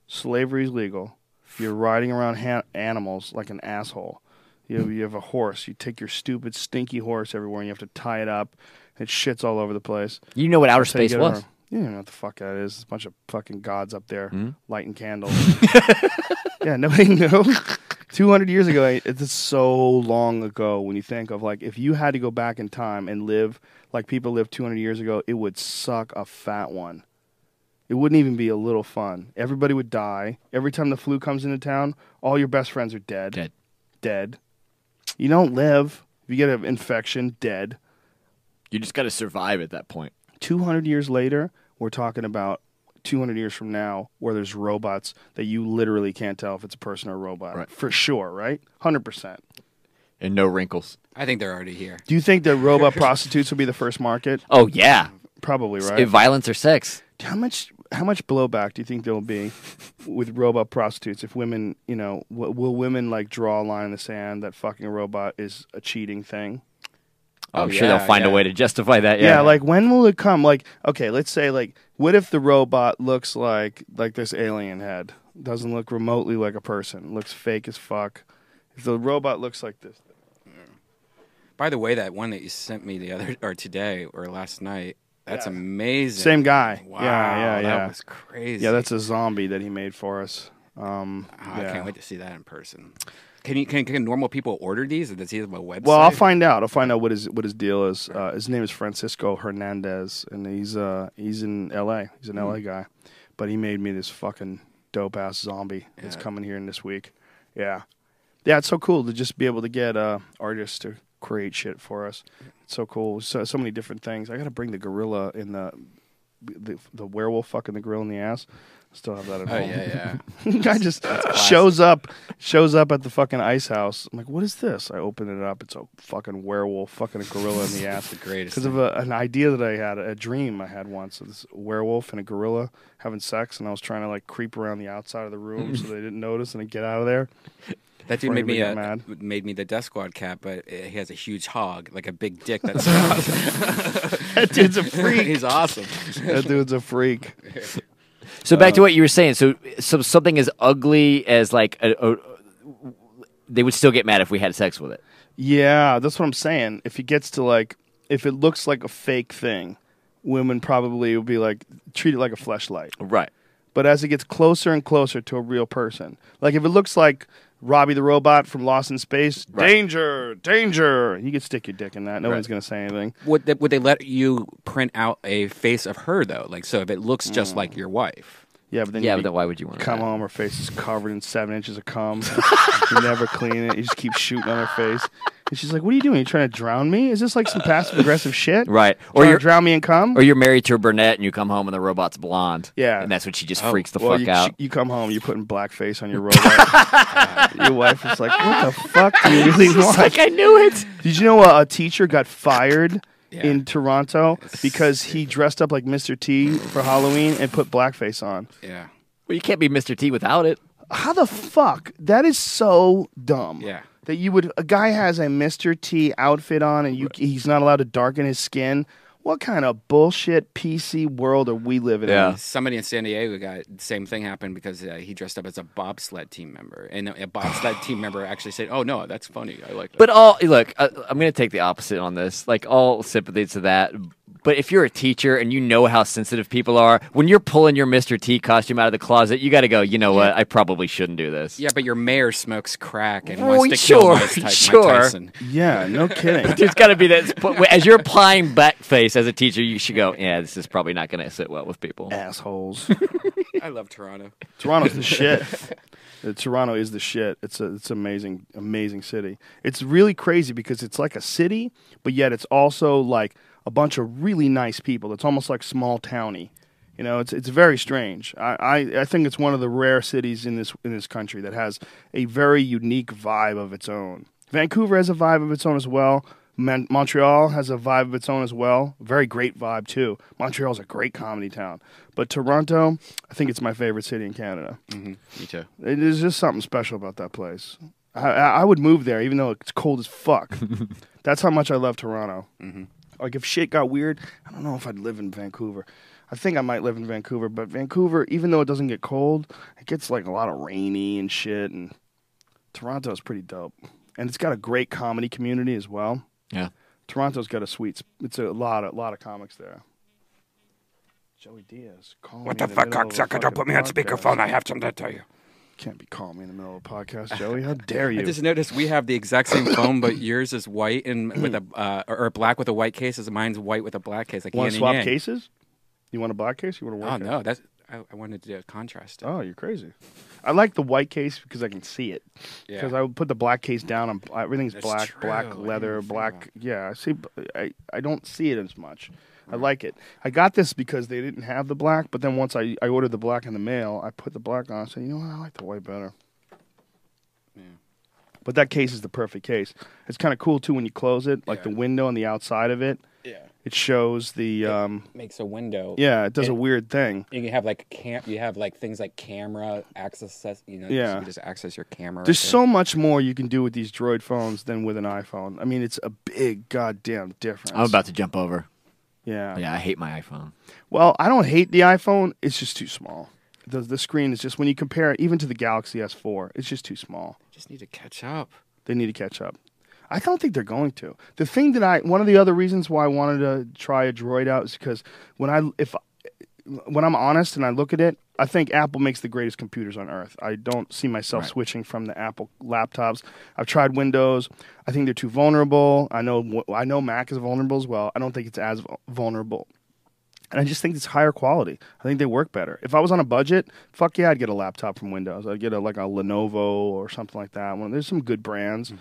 S3: Slavery is legal. You're riding around ha- animals like an asshole. You have, you have a horse. You take your stupid, stinky horse everywhere and you have to tie it up. It shits all over the place.
S4: You know what outer
S3: That's how you
S4: space
S3: get it
S4: was.
S3: around. You don't know what the fuck that is. It's a bunch of fucking gods up there
S4: Hmm?
S3: lighting candles. yeah, nobody knew. 200 years ago, it- it's so long ago when you think of like if you had to go back in time and live like people lived 200 years ago, it would suck a fat one. It wouldn't even be a little fun. Everybody would die. Every time the flu comes into town, all your best friends are dead.
S4: Dead.
S3: Dead. You don't live. If you get an infection, dead.
S4: You just gotta survive at that point.
S3: 200 years later, we're talking about 200 years from now where there's robots that you literally can't tell if it's a person or a robot.
S4: Right.
S3: For sure, right? 100%.
S4: And no wrinkles.
S5: I think they're already here.
S3: Do you think that robot prostitutes will be the first market?
S4: Oh yeah.
S3: Probably, right?
S4: If violence or sex.
S3: how much how much blowback do you think there will be with robot prostitutes if women, you know, w- will women like draw a line in the sand that fucking a robot is a cheating thing?
S5: Oh,
S4: I'm sure
S5: yeah,
S4: they'll find
S5: yeah.
S4: a way to justify that.
S3: yeah.
S4: Yeah.
S3: like when will it come like okay let's say like what if the robot looks like like this alien head doesn't look remotely like a person looks fake as fuck if the robot looks like this
S5: By the way, that one that you sent me the other or today or last night, that's
S3: Yeah.
S5: amazing.
S3: same guy
S5: Wow,
S3: yeah yeah yeah
S5: That was crazy.
S3: yeah that's a zombie that he made for us um
S5: Oh, I
S3: yeah.
S5: can't wait to see that in person. Can you can, can normal people order these? Does he have a website?
S3: well, I'll find out. I'll find out what his what his deal is. Uh, his name is Francisco Hernandez, and he's uh he's in L.A. He's an
S5: Hmm.
S3: L.A. guy, but he made me this fucking dope ass zombie that's
S5: Yeah.
S3: coming here in this week. Yeah, yeah, it's so cool to just be able to get uh artists to create shit for us. It's so cool. So so many different things. I got to bring the gorilla in the. The, the werewolf fucking the gorilla in the ass. Still have that at
S5: Oh
S3: home.
S5: yeah, yeah.
S3: Guy just shows up, shows up at the fucking ice house. I'm like, what is this? I open it up. It's a fucking werewolf, fucking a gorilla in the ass.
S5: the greatest
S3: Because of a, an idea that I had, a dream I had once of this werewolf and a gorilla having sex, and I was trying to like creep around the outside of the room so they didn't notice and I'd get out of there.
S5: That dude
S3: Before
S5: made me
S3: anybody
S5: a,
S3: got
S5: made me the Death Squad cat, but uh, he has a huge hog, like a big dick. That's that
S3: dude's a freak.
S5: He's awesome.
S3: That dude's a freak.
S4: So
S3: uh,
S4: back to what you were saying. So, so something as ugly as like a, a, they would still get mad if we had sex with it.
S3: Yeah, that's what I'm saying. If it gets to like, if it looks like a fake thing, women probably would be like, treat it like a fleshlight.
S4: Right.
S3: but as it gets closer and closer to a real person. Like if it looks like Robbie the robot from Lost in Space,
S4: Right.
S3: danger, danger. You could stick your dick in that. No one's gonna say anything.
S5: Would they, would they let you print out a face of her though? Like so, if it looks just like your wife,
S3: Yeah, but then
S4: Yeah,
S3: you'd
S4: but
S3: be-
S4: then why would you want
S3: come home? Her face is covered in seven inches of cum. you never clean it. You just keep shooting on her face. And she's like, "What are you doing? you trying to drown me? Is this like some passive aggressive shit?
S4: Right.
S3: Or
S4: Or
S3: you
S4: you're
S3: drown me in cum?
S4: Or you're married to a brunette and you come home and the robot's blonde.
S3: Yeah.
S4: And that's when she just
S3: Oh,
S4: freaks the
S3: well,
S4: fuck
S3: you,
S4: out.
S3: she- you come home, you're putting blackface on your robot. your wife is like, "What the fuck do you really
S4: She's
S3: want?"
S4: like, "I knew it."
S3: Did you know uh, a, a teacher got fired? In Toronto, because he dressed up like Mr. T for Halloween and put blackface on.
S5: Yeah.
S4: Well, you can't be Mr. T without it.
S3: How the fuck? That is so dumb.
S5: Yeah.
S3: That you would a guy has a Mr. T outfit on and you he's not allowed to darken his skin. What kind of bullshit PC world are we living in?
S5: Somebody in San Diego got same thing happened because uh, he dressed up as a bobsled team member, and a bobsled team member actually said, "Oh no, that's funny. I like that."
S4: But all look, I, I'm going to take the opposite on this. Like all sympathy to that. But if you're a teacher and you know how sensitive people are, when you're pulling your Mr. T costume out of the closet, you got to go. You know what? I probably shouldn't do this.
S5: yeah, but your mayor smokes crack and
S4: Well,
S5: wants to
S4: sure,
S5: kill Mike, Ty- Mike
S4: sure.
S5: Tyson.
S3: Yeah, no kidding.
S4: There's got to be that point where- as you're applying blackface as a teacher, you should go. Yeah, this is probably not going to sit well with people.
S3: Assholes.
S5: I love Toronto.
S3: Toronto's the shit. Uh, Toronto is the shit. It's a it's amazing amazing city. It's really crazy because it's like a city, but yet it's also like a bunch of really nice people. It's almost like small towny. You know, it's it's very strange. I, I, I think it's one of the rare cities in this in this country that has a very unique vibe of its own. Vancouver has a vibe of its own as well. Man- Montreal has a vibe of its own as well. Very great vibe too. Montreal's a great comedy town, but Toronto, I think it's my favorite city in Canada.
S5: Me too.
S3: It- There's just something special about that place. I, I I would move there, even though it's cold as fuck. That's how much I love Toronto. Like if shit got weird, I don't know if I'd live in Vancouver. I think I might live in Vancouver, but Vancouver, even though it doesn't get cold, it gets like a lot of rainy and shit. And Toronto's pretty dope, and it's got a great comedy community as well.
S4: Yeah.
S3: Toronto's got a sweet. sp- It's a lot, a lot of comics there. Joey Diaz, call
S5: What
S3: me
S5: the
S3: in
S5: fuck,
S3: middle of a
S5: cocksucker? Don't
S3: fucking
S5: put me on
S3: podcast.
S5: speakerphone. I have something to tell you.
S3: Can't be calling me in the middle of a podcast, Joey. How dare you?
S5: I just noticed we have the exact same phone, but yours is white and with a uh, or or black with a white case. Is mine's white with a black case. Like
S3: want
S5: yin
S3: to
S5: and
S3: swap
S5: yang.
S3: cases? You want a black case? You want a white?
S5: Oh
S3: case?
S5: no, that's I, I wanted to do a contrast.
S3: Oh, you're crazy. I like the white case because I can see it.
S5: Yeah.
S3: Because I would put the black case down. On, everything's
S5: That's
S3: black,
S5: true. I
S3: black
S5: didn't
S3: leather,
S5: think
S3: black. Yeah, I see. I, I don't see it as much. I like it. I got this because they didn't have the black, but then once I, I ordered the black in the mail, I put the black on. I said, you know what? I like the white better. But that case is the perfect case. It's kind of cool too when you close it, like the window on the outside of it.
S5: Yeah.
S3: It shows the. um,
S5: Makes a window.
S3: yeah, it does a weird thing.
S5: You can have like camp. You have like things like camera access. You know,
S3: Yeah.
S5: you just access your camera.
S3: There's
S5: right there.
S3: so much more you can do with these Droid phones than with an iPhone. I mean, it's a big goddamn difference.
S4: I'm about to jump over.
S3: Yeah.
S4: Yeah, I hate my iPhone.
S3: Well, I don't hate the iPhone. It's just too small. The the screen is just when you compare it even to the Galaxy S4, it's just too small.
S5: just need to catch up.
S3: They need to catch up. I don't think they're going to. The thing that I one of the other reasons why I wanted to try a Droid out is because when I if when I'm honest and I look at it, I think Apple makes the greatest computers on earth. I don't see myself
S5: Right.
S3: switching from the Apple laptops. I've tried Windows. I think they're too vulnerable. I know I know Mac is vulnerable as well. I don't think it's as vul- vulnerable. And I just think it's higher quality. I think they work better. If I was on a budget, fuck yeah, I'd get a laptop from Windows. I'd get a, like a Lenovo or something like that. One, there's some good brands.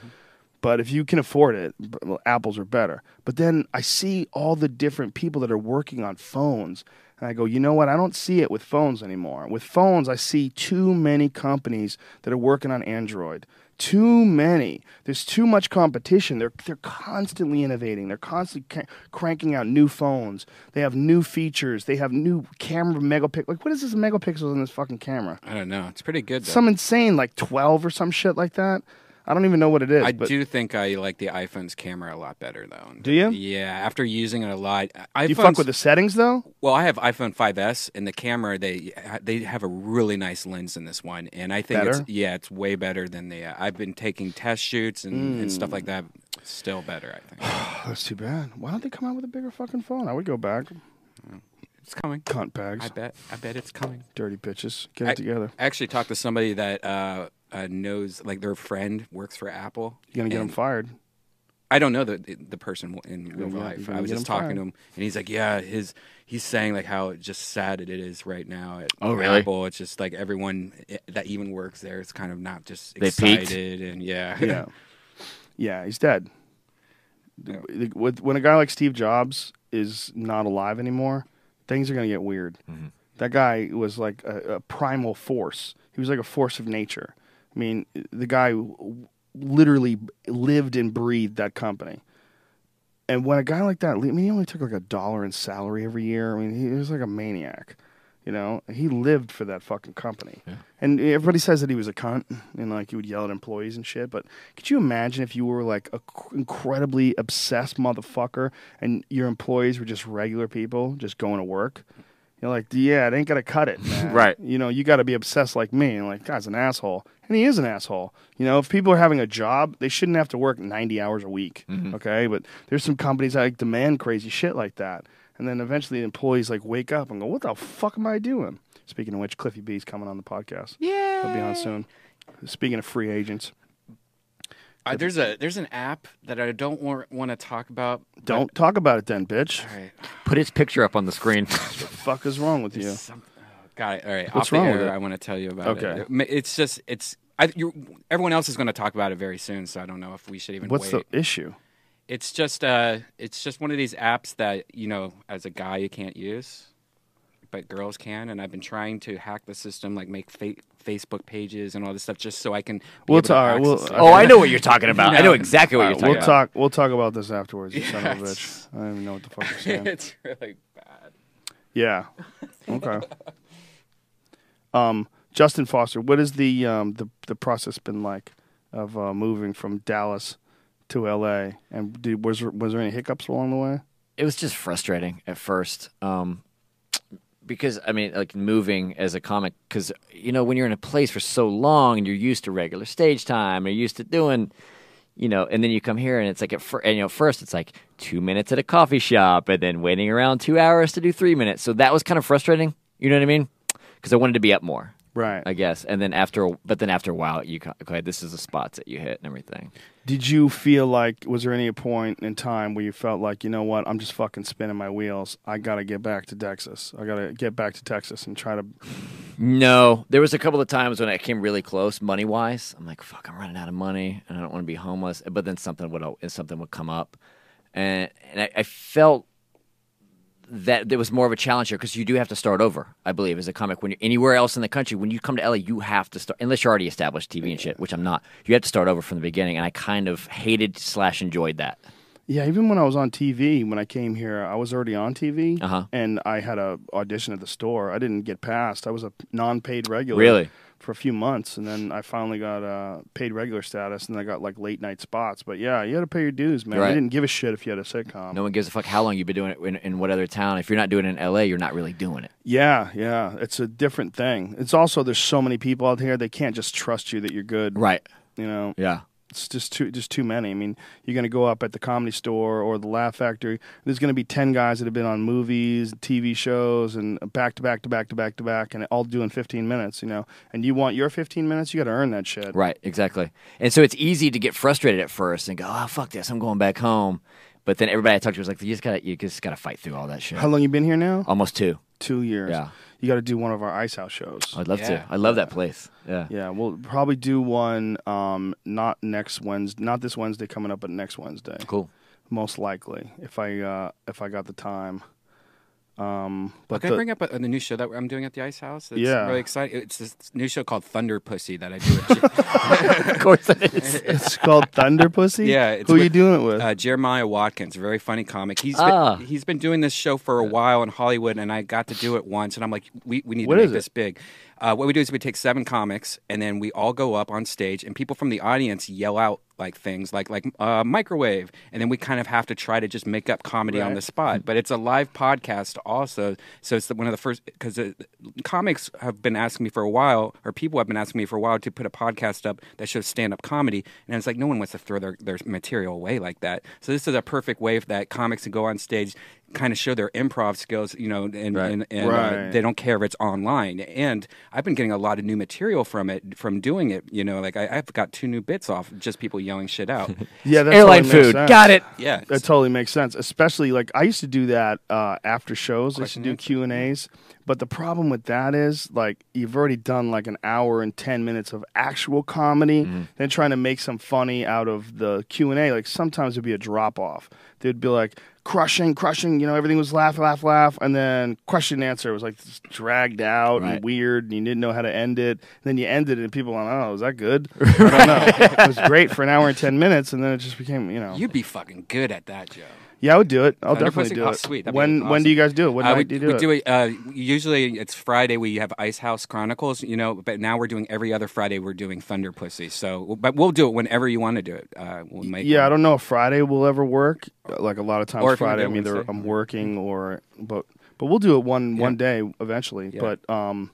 S3: But if you can afford it, b- well, apples are better. But then I see all the different people that are working on phones. And I go, you know what? I don't see it with phones anymore. With phones, I see too many companies that are working on Android. Too many. There's too much competition. They're, they're constantly innovating. They're constantly cra- cranking out new phones. They have new features. They have new camera megapixels. Like, what is this megapixels on this fucking camera?
S5: I don't know. It's pretty good. Though.
S3: Some insane, like 12 or some shit like that. I don't even know what it is.
S5: I
S3: but
S5: do think I like the iPhone's camera a lot better though.
S3: Do you?
S5: Yeah, after using it a lot,
S3: Do
S5: iPhones.
S3: you fuck with the settings though?
S5: Well, I have iPhone 5s, and the camera they they have a really nice lens in this one, and I think it's
S3: Better?
S5: yeah, it's way better than the. Uh, I've been taking test shoots and, and stuff
S3: Hmm.
S5: like that. Still better, I think.
S3: That's Oh, too bad. Why don't they come out with a bigger fucking phone? I would go back.
S5: It's coming.
S3: Cunt bags.
S5: I bet. I bet it's coming.
S3: Dirty bitches. Get it
S5: I-
S3: together.
S5: I actually talked to somebody that uh, uh, knows, like their friend works for Apple.
S3: You're going to get them
S5: and-
S3: fired.
S5: I don't know the the person in real
S15: Yeah,
S5: life.
S15: you
S5: I was
S15: get
S5: just
S15: him
S5: talking to
S15: fired.
S5: him, and he's like, "Yeah, his he's saying like how just sad it is right now at
S4: Oh, really?
S5: Apple. It's just like everyone i- that even works there. It's kind of not just
S4: They peaked?
S5: excited and yeah,
S3: yeah, yeah, he's dead. The- With, when a guy like Steve Jobs is not alive anymore, things are going to get weird. That guy was like a, a primal force. He was like a force of nature. I mean, the guy w- literally lived and breathed that company. And when a guy like that, le- I mean, he only took like a dollar in salary every year. I mean, he was like a maniac. You know, he lived for that fucking company. And everybody says that he was a cunt and like he would yell at employees and shit. But could you imagine if you were like an incredibly obsessed motherfucker and your employees were just regular people just going to work? You're like, yeah, it ain't gonna cut it, man.
S4: Right.
S3: You know, you got to be obsessed like me. And like, guy's an asshole, and he is an asshole. You know, if people are having a job, they shouldn't have to work 90 hours a week.
S4: Mm-hmm.
S3: Okay, but there's some companies that like demand crazy shit like that, and then eventually the employees like wake up and go, "What the fuck am I doing?" Speaking of which, Cliffy B's coming on the podcast. Yeah, he'll be on soon. Speaking of free agents,
S5: Uh, there's a there's an app that I don't want to talk about. but
S3: don't talk about it then, bitch.
S4: Put his picture up on the screen.
S3: What the fuck is wrong with you?
S5: Got it. oh, All right.
S3: What's
S5: Off the
S3: wrong
S5: air,
S3: with it?
S5: I want to tell you about
S3: Okay.
S5: it. Okay. It's just it's I, you everyone else is going to talk about it very soon, so I don't know if we should even
S3: What's
S5: wait.
S3: the issue?
S5: It's just uh, it's just one of these apps that you know, as a guy, you can't use, but girls can. And I've been trying to hack the system, like make fa- Facebook pages and all this stuff, just so I can. Be
S3: We'll
S5: able to
S3: talk. We'll,
S5: access it.
S4: Oh, I know what you're talking about. I know exactly what
S3: All
S4: you're
S3: right,
S4: talking
S3: we'll
S4: about.
S3: talk. We'll talk about this afterwards. You son of a
S5: Yeah,
S3: bitch. I don't even know what the fuck you're saying.
S5: it's really bad.
S3: Yeah. Okay. um, Justin Foster, what has the um the the process been like of uh, moving from Dallas to L.A. and did, was there- was there any hiccups along the way?
S4: it was just frustrating at first um, because i mean like moving as a comic because you know when you're in a place for so long and you're used to regular stage time and you're used to doing you know and then you come here and it's like at fir- and, you know first it's like two minutes at a coffee shop and then waiting around two hours to do three minutes so that was kind of frustrating you know what i mean because i wanted to be up more
S3: Right.
S4: i guess and then after a, but then after a while you ca- okay this is the spots that you hit and everything
S3: Did you feel like was there any point in time where you felt like you know what I'm just fucking spinning my wheels? I gotta get back to Texas. I gotta get back to Texas and try to.
S4: No, there was a couple of times when I came really close, money wise. I'm like, fuck, I'm running out of money, and I don't want to be homeless. But then something would al- something would come up, and and I, I felt that there was more of a challenge here because you do have to start over. I believe as a comic, when you're anywhere else in the country, when you come to LA, you have to start unless you're already established TV and shit, which I'm not. You have to start over from the beginning, and I kind of hated slash enjoyed that.
S3: Yeah, even when I was on TV, when I came here, I was already on TV,
S4: Uh-huh.
S3: and I had a audition at the store. I didn't get passed. I was a non-paid regular,
S4: Really?
S3: for a few months, and then I finally got uh, paid regular status, and I got like late night spots. But yeah, you had to pay your dues, man.
S4: Right.
S3: I didn't give a shit if you had a sitcom.
S4: No one gives a fuck how long you've been doing it in, in what other town. If you're not doing it in LA, you're not really doing it.
S3: Yeah, yeah, it's a different thing. It's also there's so many people out here they can't just trust you that you're good,
S4: right?
S3: You know,
S4: Yeah.
S3: It's just too just too many. I mean, you're going to go up at the comedy store or the Laugh Factory. There's going to be ten guys that have been on movies, TV shows, and back to back to back to back to back, and all doing 15 minutes. You know, and you want your 15 minutes, you got to earn that shit.
S4: Right, exactly. And so it's easy to get frustrated at first and go, "Oh fuck this, I'm going back home." But then everybody I talked to was like, "You just gotta, you just gotta fight through all that shit."
S3: How long you been here now?
S4: Almost two.
S3: Two years.
S4: Uh, Yeah. Uh,
S3: You got to do one of our Ice House shows.
S4: I'd love
S3: Yeah.
S4: to. I love that place. Yeah.
S3: Yeah, we'll probably do one um not next Wednesday, not this Wednesday coming up, but next Wednesday.
S4: Cool.
S3: Most likely, if I uh if I got the time. Um, but
S5: Can
S3: the-
S5: I bring up a, a new show that I'm doing at the Ice House? It's
S3: Yeah.
S5: really exciting. It's this new show called Thunder Pussy that I do.
S4: of course, it is.
S3: it's called Thunder Pussy.
S5: Yeah, it's
S3: who are you
S5: with,
S3: doing it with?
S5: Uh, Jeremiah Watkins, a very funny comic. He's
S3: Ah.
S5: been, he's been doing this show for a while in Hollywood, and I got to do it once, and I'm like, we, we need
S3: What
S5: to
S3: is
S5: make
S3: it?
S5: this big. Uh, what we do is we take seven comics, and then we all go up on stage, and people from the audience yell out like things like like uh, microwave, and then we kind of have to try to just make up comedy on
S15: Right.
S5: the spot. But it's a live podcast also, so it's one of the first because comics have been asking me for a while, or people have been asking me for a while to put a podcast up that shows stand up comedy, and it's like no one wants to throw their, their material away like that. So this is a perfect way for that comics to go on stage, kind of show their improv skills, you know, and and, and
S15: Right.
S5: Uh, they don't care if it's online. And I've been getting a lot of new material from it, from doing it. You know, like I, I've got two new bits off just people yelling shit out.
S3: Yeah, that totally
S4: Airline
S3: makes
S4: food.
S3: sense.
S4: Got it.
S5: Yeah.
S3: that totally makes sense. Especially like I used to do that uh, after shows. I used to do Q and As, but the problem with that is like you've already done like an hour and ten minutes of actual comedy, then trying to make some funny out of the Q and A. Like sometimes it'd be a drop off. They'd be like crushing, crushing. You know, everything was laugh, laugh, laugh, and then question and answer was like just dragged out
S4: Right.
S3: and weird, and you didn't know how to end it. And then you ended it, and people went, "Oh, was that good?" I don't know. it was great for an hour and ten minutes, and then it just became you know.
S5: You'd be fucking good at that, Joe.
S3: Yeah, I would do it. I'll
S5: Thunder
S3: definitely
S5: Pussy?
S3: do
S5: Oh,
S3: it.
S5: sweet. That'd be
S3: When when do you guys do it? What
S5: Uh,
S3: night
S5: we,
S3: do you do
S5: we
S3: it?
S5: do it. Uh, usually it's Friday. We have Ice House Chronicles, you know. But now we're doing every other Friday. We're doing Thunder Pussy. So, but we'll do it whenever you want to do it. Uh, we'll make
S3: yeah, I don't know if Friday will ever work. Uh, Like a lot of times,
S5: Or if you wanna
S3: Friday
S5: do it
S3: I'm either
S5: Wednesday.
S3: I'm working
S5: Mm-hmm.
S3: or but but we'll do it one one day eventually.
S5: Yeah.
S3: But um,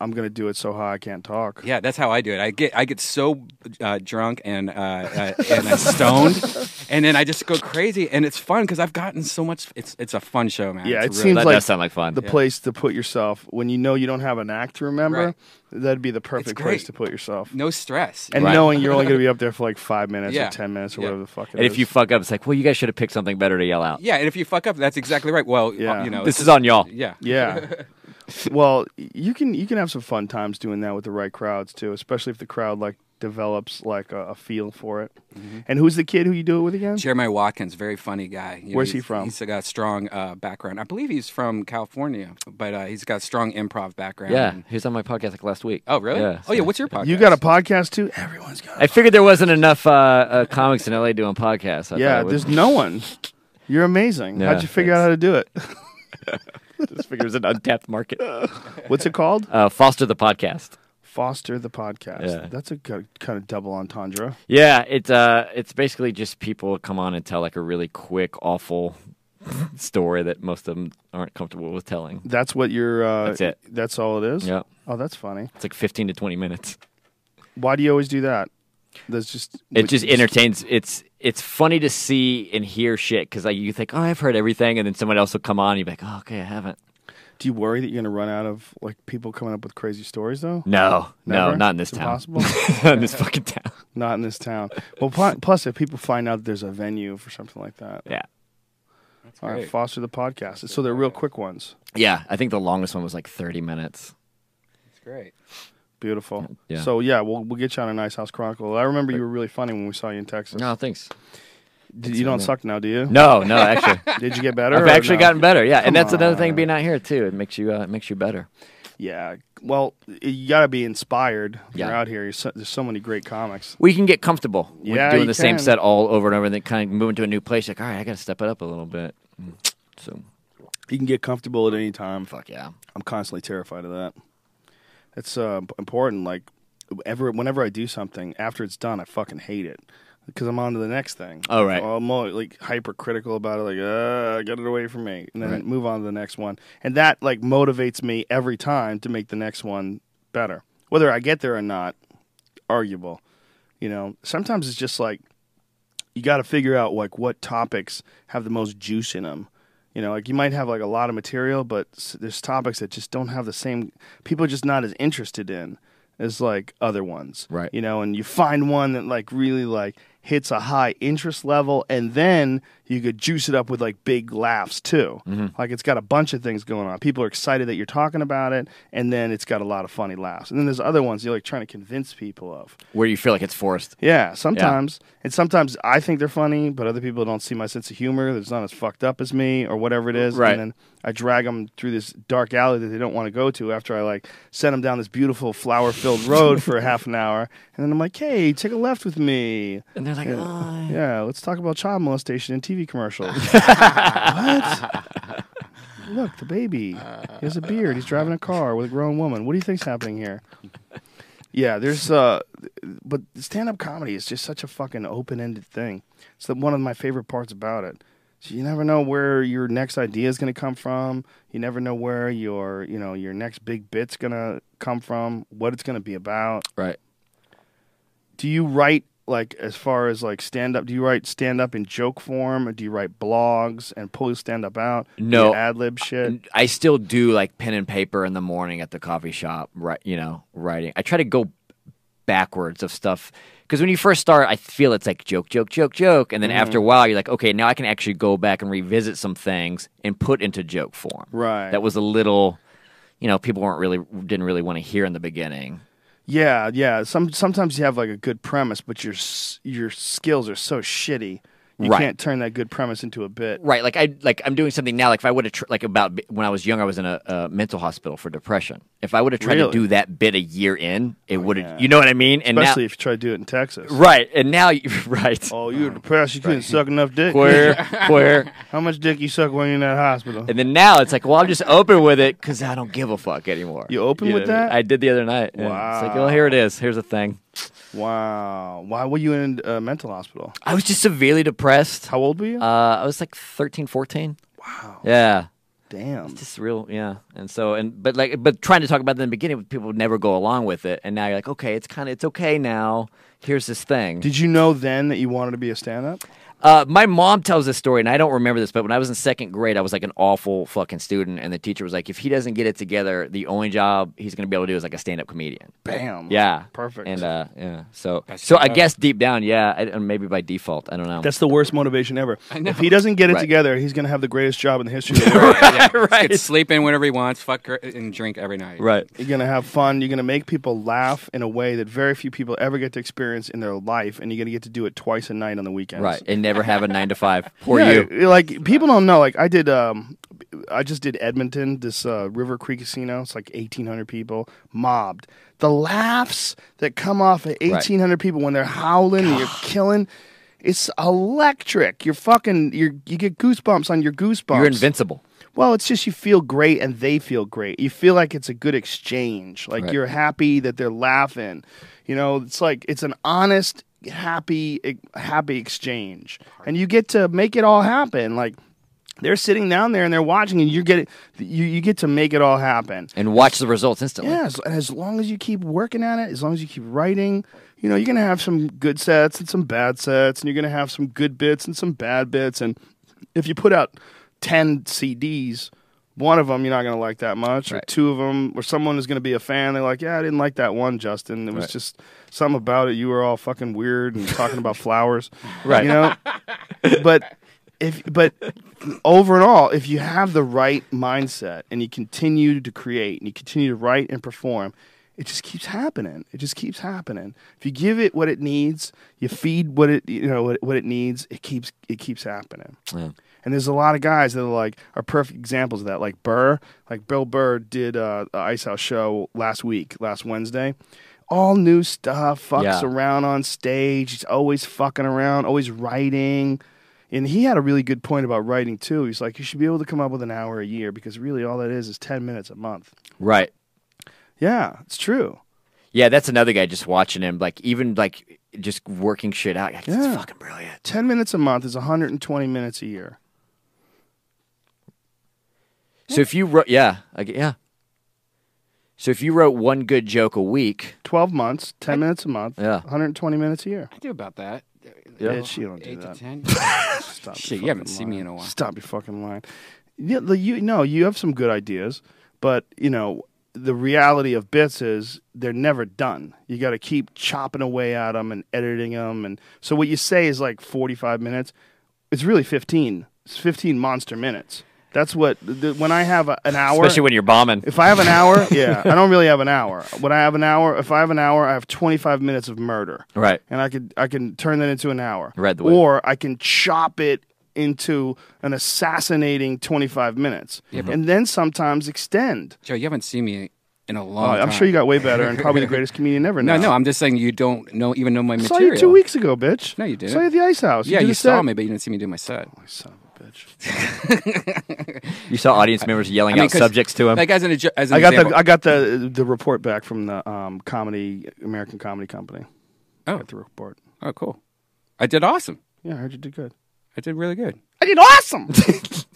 S3: I'm gonna do it so high I can't talk.
S5: Yeah, that's how I do it. I get I get so uh, drunk and uh, uh, and I'm stoned, and then I just go crazy, and it's fun because I've gotten so much. It's it's a fun show, man.
S3: Yeah, it
S5: It's really-
S3: seems like The
S5: Yeah.
S3: place to put yourself when you know you don't have an act to remember.
S5: Right.
S3: That'd be the perfect place
S5: great.
S3: to put yourself.
S5: No stress.
S3: And
S4: Right.
S3: knowing you're only going to be up there for like five minutes
S5: Yeah.
S3: or ten minutes or
S5: Yeah.
S3: whatever the fuck. it is.
S4: And if you fuck up, it's like, well, you guys should have picked something better to yell out.
S5: Yeah, and if you fuck up, that's exactly right. Well, yeah. you know,
S4: This
S5: it's
S4: is
S5: just-
S4: on y'all.
S5: Yeah,
S3: Yeah. well, you can you can have some fun times doing that with the right crowds too, especially if the crowd like develops like a, a feel for it.
S4: Mm-hmm.
S3: And who's the kid who you do it with again?
S5: Jeremiah Watkins, very funny guy. You
S3: Where's he
S5: he's-
S3: from?
S5: He's got a strong uh, background. I believe he's from California, but uh, he's got a strong improv background.
S4: Yeah, he was on my podcast like last week.
S5: Oh, really?
S4: Yeah.
S5: Oh, yeah. What's your podcast?
S3: You got a podcast too? Everyone.
S4: I figured there wasn't enough uh, uh, comics in LA doing podcasts. I
S3: yeah,
S4: thought it was-
S3: there's no one. You're amazing.
S4: Yeah,
S3: How'd you figure out how to do it?
S4: Just figure it was an untapped market.
S3: What's it called?
S4: Uh, Foster the podcast.
S3: Foster the podcast.
S4: Yeah.
S3: That's a good, kind of double entendre.
S4: Yeah, it's uh, it's basically just people come on and tell like a really quick, awful story that most of them aren't comfortable with telling.
S3: That's what your. Uh,
S4: That's it.
S3: That's all it is.
S4: Yeah.
S3: Oh, that's funny.
S4: It's like fifteen to twenty minutes.
S3: Why do you always do that? That's just.
S4: It just entertains. It's it's funny to see and hear shit because like you think, oh, I've heard everything, and then someone else will come on, and you're like, oh, okay, I haven't.
S3: Do you worry that you're going to run out of like people coming up with crazy stories though?
S4: No, no,
S3: Never?
S4: not in this
S3: It's
S4: town.
S3: Impossible.
S4: Not in this fucking town.
S3: Not in this town. Well, pl- plus if people find out there's a venue for something like that.
S4: Yeah.
S3: All right,
S5: great.
S3: foster the podcast. So they're real quick ones.
S4: Yeah, I think the longest one was like thirty minutes.
S5: That's great.
S3: Beautiful.
S4: Yeah.
S3: So yeah, we'll we'll get you on a nice house chronicle. I remember you were really funny when we saw you in Texas.
S4: No, thanks.
S3: Did, you don't suck now, do you?
S4: No, no, actually.
S3: Did you get better?
S4: I've
S3: or
S4: actually
S3: no?
S4: gotten better. Yeah,
S3: Come
S4: and that's another
S3: on.
S4: thing being out here too. It makes you uh, it makes you better.
S3: Yeah. Well, you got to be inspired. If You're
S4: Yeah.
S3: out here. You're so, there's so many great comics.
S4: We can get comfortable with
S3: Yeah,
S4: doing
S3: you
S4: the same
S3: can.
S4: set all over and over, and then kind of move into a new place. Like, all right, I got to step it up a little bit. Mm. So
S3: You can get comfortable at any time.
S4: Fuck yeah.
S3: I'm constantly terrified of that. It's uh, imp- important. Like, ever whenever I do something, after it's done, I fucking hate it because I'm on to the next thing.
S4: Oh, right.
S3: So I'm all, like hypercritical about it. Like, uh, get it away from me, and then
S4: Right.
S3: move on to the next one. And that like motivates me every time to make the next one better, whether I get there or not. Arguable, you know. Sometimes it's just like you got to figure out like what topics have the most juice in them. You know, like you might have like a lot of material, but s- there's topics that just don't have the same. People are just not as interested in as like other ones,
S4: Right.
S3: You know, and you find one that like really like hits a high interest level, and then you could juice it up with like big laughs too. Like it's got a bunch of things going on. People are excited that you're talking about it, and then it's got a lot of funny laughs. And then there's other ones you're like trying to convince people of.
S4: where you feel like it's forced.
S3: Yeah, sometimes. And sometimes I think they're funny, but other people don't see my sense of humor. It's not as fucked up as me or whatever it is.
S4: Right.
S3: And then I drag them through this dark alley that they don't want to go to after I like send them down this beautiful flower filled road for half an hour. And then I'm like, hey, take a left with me.
S4: And they're like,
S3: yeah,
S4: "Oh."
S3: yeah, let's talk about child molestation in TV commercials. what? Look, the baby. He has a beard. He's driving a car with a grown woman. What do you think's happening here? Yeah, there's uh but stand up comedy is just such a fucking open ended thing. It's the, one of my favorite parts about it. So you never know where your next idea is going to come from. You never know where your you know your next big bit's going to come from. What it's going to be about.
S4: Right.
S3: Do you write like as far as like stand up? Do you write stand up in joke form? Or do you write blogs and pull stand up out?
S4: No.
S3: ad lib shit.
S4: I still do like pen and paper in the morning at the coffee shop, right? You know, writing. I try to go backwards of stuff Because when you first start, I feel it's like joke, joke, joke, joke, and then
S3: Mm-hmm.
S4: after a while, you're like, okay, now I can actually go back and revisit some things and put into joke form.
S3: Right.
S4: That was a little, you know, people weren't really didn't really want to hear in the beginning.
S3: Yeah, yeah. Some sometimes you have like a good premise, but your s- your skills are so shitty. You
S4: Right.
S3: can't turn that good premise into a bit.
S4: Right. Like I like I'm doing something now. Like if I would have tr- like about when I was young, I was in a, a mental hospital for depression. If I would have tried
S3: Really? Oh,
S4: to do that bit a year in, it would have. You know what I mean? And
S3: Especially
S4: now,
S3: if you try to do it in Texas.
S4: right. And now, you, right.
S3: Oh, you're depressed. You couldn't suck enough dick.
S4: Queer, queer.
S3: How much dick you suck when you're in that hospital?
S4: And then now it's like, well, I'm just open with it because I don't give a fuck anymore. You
S3: open with
S4: know,
S3: that?
S4: I did the other night. and It's like, well,
S3: Wow.
S4: here it is. Here's the thing.
S3: Wow. Why were you in a mental hospital?
S4: I was just severely depressed.
S3: How old were you?
S4: Uh, I was like 13, 14. Wow. Yeah.
S3: Damn.
S4: It's just real, yeah. And so, and but like, but trying to talk about that in the beginning, people would never go along with it. And now you're like, okay, it's kind of, it's okay now. Here's this thing.
S3: Did you know then that you wanted to be a stand up?
S4: Uh, my mom tells this story, and I don't remember this, but when I was in second grade, I was like an awful fucking student, and the teacher was like, "If he doesn't get it together, the only job he's going to be able to do is like a stand-up comedian."
S3: Bam.
S4: Yeah.
S3: Perfect.
S4: And uh, yeah. So,
S3: That's
S4: so I
S3: stand-up.
S4: guess deep down, yeah, I, and maybe by default, I don't know.
S3: That's the worst motivation ever. If he doesn't get it
S4: Right.
S3: together, he's going to have the greatest job in the history of the world.
S5: right. Could sleep in whenever he wants, fuck her, and drink every night.
S4: Right.
S3: You're going to have fun. You're going to make people laugh in a way that very few people ever get to experience in their life. And you're going to get to do it twice a night on the weekends.
S4: right. And never have a nine to five. Poor
S3: Yeah,
S4: you.
S3: Like people don't know. Like I did. Um, I just did Edmonton, this uh, River Creek Casino. It's like eighteen hundred people mobbed. The laughs that come off at eighteen hundred people when they're howling, and you're killing. It's electric. You're fucking. You you get goosebumps on your goosebumps.
S4: You're invincible.
S3: Well, it's just you feel great and they feel great. You feel like it's a good exchange. Like
S4: Right.
S3: you're happy that they're laughing. You know, it's like it's an honest, happy, e- happy exchange, and you get to make it all happen. Like they're sitting down there and they're watching, and you get you you get to make it all happen.
S4: And watch the results instantly.
S3: Yeah, as- and as long as you keep working at it, as long as you keep writing, you know, you're gonna have some good sets and some bad sets, and you're gonna have some good bits and some bad bits. And if you put out ten CDs, one of them you're not gonna like that much, or two of them, or someone is gonna be a fan. They're like, yeah, I didn't like that one, Justin. It was
S4: Right.
S3: just something about it. You were all fucking weird and talking about flowers,
S4: Right.
S3: You know, but if but over and all, if you have the right mindset and you continue to create and you continue to write and perform, it just keeps happening. It just keeps happening. If you give it what it needs, you feed what it you know what, what it needs, it keeps it keeps happening.
S4: Yeah.
S3: And there's a lot of guys that are like are perfect examples of that. Like Burr, like Bill Burr did uh, the Ice House show last week, last Wednesday. All new stuff, fucks
S4: Yeah.
S3: around on stage. He's always fucking around, always writing. And he had a really good point about writing too. He's like, you should be able to come up with an hour a year because really all that is is ten minutes a month.
S4: Right.
S3: Yeah, it's true.
S4: Yeah, that's another guy. Just watching him, like even like just working shit out. Like,
S3: Yeah.
S4: It's fucking brilliant.
S3: Ten minutes a month is 120 minutes a year.
S4: So if you wrote, yeah, I g yeah. So if you wrote one good joke a week,
S3: Twelve months, ten minutes a month,
S4: Yeah.
S3: 120 minutes a year.
S5: I do about that.
S3: Yeah. Bitch, you don't do
S5: Eight
S3: that.
S5: to ten.
S3: Stop
S5: Shit,
S3: your
S5: you haven't
S3: fucking
S5: seen me in a
S3: lying.
S5: while.
S3: Stop your fucking line. Yeah, the- you no, you have some good ideas, but you know the reality of bits is they're never done. You got to keep chopping away at them and editing them, and so what you say is like forty-five minutes. It's really fifteen. It's fifteen monster minutes. That's what the, when I have a, an hour,
S4: especially when you're bombing,
S3: if I have an hour, yeah, I don't really have an hour. When I have an hour, if I have an hour, I have 25 minutes of murder.
S4: Right.
S3: And I could I can turn that into an hour.
S4: Right, the way-
S3: or I can chop it into an assassinating 25 minutes. and then sometimes extend.
S5: Joe, you haven't seen me in a long
S3: Oh,
S5: time.
S3: I'm sure you got way better and probably the greatest comedian ever
S5: No,
S3: now.
S5: no, I'm just saying you don't know even know my
S3: I saw
S5: material.
S3: you two weeks ago, bitch.
S5: No, you didn't.
S3: Saw you at the Ice House.
S5: Yeah,
S3: did
S5: you
S3: a
S5: saw
S3: set.
S5: me, but you didn't see me do my set.
S3: Oh, son of a bitch.
S4: you saw audience members yelling
S5: I mean,
S4: out
S5: 'cause-
S4: subjects to him.
S5: Like as an adju- as an
S3: I got
S5: example,
S3: the I got the the report back from the um, comedy American Comedy Company.
S5: Oh.
S3: I got the report.
S5: oh cool, I did awesome.
S3: Yeah, I heard you did good.
S5: I did really good.
S3: I did awesome.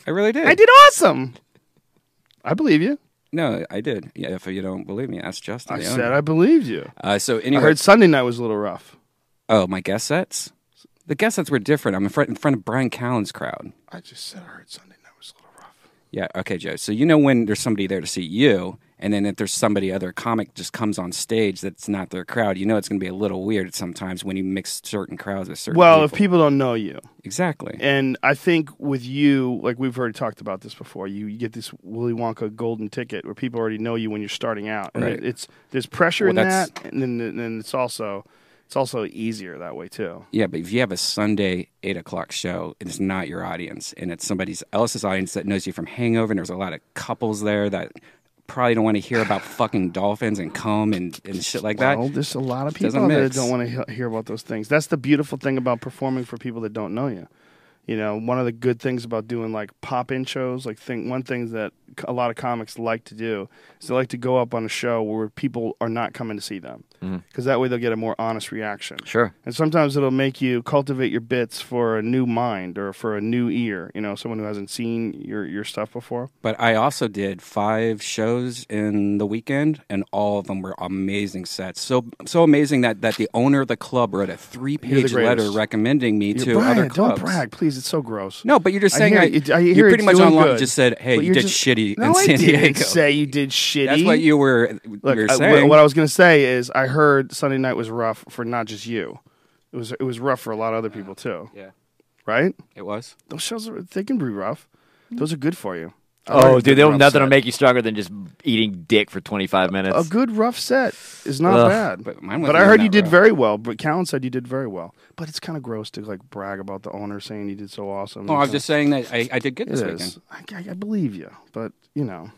S5: I really did.
S3: I did awesome. I believe you.
S5: No, I did. Yeah, if you don't believe me, ask Justin.
S3: I
S5: the
S3: said
S5: owner.
S3: I believed you.
S5: Uh, so anyway,
S3: I heard Sunday night was a little rough.
S5: oh my guest sets. The guest sets were different. I'm in front in front of Brian Callen's crowd.
S3: I just said I heard Sunday night was a little rough.
S5: Yeah. Okay, Joe. So you know when there's somebody there to see you, And then if there's somebody other comic just comes on stage that's not their crowd, you know it's going to be a little weird sometimes when you mix certain crowds with certain.
S3: well,
S5: people.
S3: if people don't know you,
S5: exactly.
S3: And I think with you, like we've already talked about this before, you, you get this Willy Wonka golden ticket where people already know you when you're starting out, and
S5: Right.
S3: it- it's there's pressure
S5: Well,
S3: in
S5: that's-
S3: that, and then and then it's also it's also easier that way too.
S5: Yeah, but if you have a Sunday eight o'clock show and it's not your audience and it's somebody else's audience that knows you from Hangover, and there's a lot of couples there that probably don't want to hear about fucking dolphins and cum and, and shit like that.
S3: Well, there's a lot of
S5: Doesn't
S3: people that
S5: mix.
S3: don't want to hear about those things. That's the beautiful thing about performing for people that don't know you. You know, one of the good things about doing like pop in shows, like thing, one thing that c- a lot of comics like to do is they like to go up on a show where people are not coming to see them
S5: Mm-hmm.
S4: Mhm.
S3: because that way they'll get a more honest reaction.
S4: Sure.
S3: And sometimes it'll make you cultivate your bits for a new mind or for a new ear, you know, someone who hasn't seen your, your stuff before.
S5: But I also did five shows in the weekend, and all of them were amazing sets. So so amazing that, that the owner of the club wrote a three page
S3: greatest.
S5: letter recommending me
S3: You're-
S5: to
S3: Brian,
S5: other clubs.
S3: Don't brag, please. It's so gross.
S5: No, but you're just
S3: I
S5: saying
S3: hear
S5: I-
S3: it- I
S5: you
S3: hear
S5: pretty
S3: it's
S5: much
S3: doing
S5: online
S3: good.
S5: just said, "Hey,
S3: But
S5: you
S3: you're
S5: did shitty
S3: no,
S5: in
S3: I
S5: San
S3: didn't
S5: Diego."
S3: Say you did shitty.
S5: That's what you were- you
S3: Look,
S5: were
S3: I- wh-
S5: saying.
S3: what I was going to say is, I heard Sunday night was rough for not just you. It was it was rough for a lot of other people too.
S5: Yeah.
S3: Right.
S5: It was.
S3: Those shows are, they can be rough.
S5: Mm-hmm.
S3: Those are good for you. I like
S4: Oh,
S3: a
S4: dude,
S3: good
S4: they'll,
S3: rough
S4: nothing will
S3: set.
S4: make you stronger than just eating dick for 25 minutes.
S3: A Oh, good rough set is not
S4: Ugh.
S3: bad.
S4: But
S3: But,
S4: mine
S3: I
S4: wasn't
S3: heard
S4: that
S3: you did
S4: rough.
S3: very well. But Callan said you did very well. But it's kind of gross to like brag about the owner saying you did so awesome.
S5: Oh, I was
S3: It's
S5: just
S3: like-
S5: saying that I, I did good this
S3: It
S5: weekend.
S3: is. I, I- I believe you, but you know.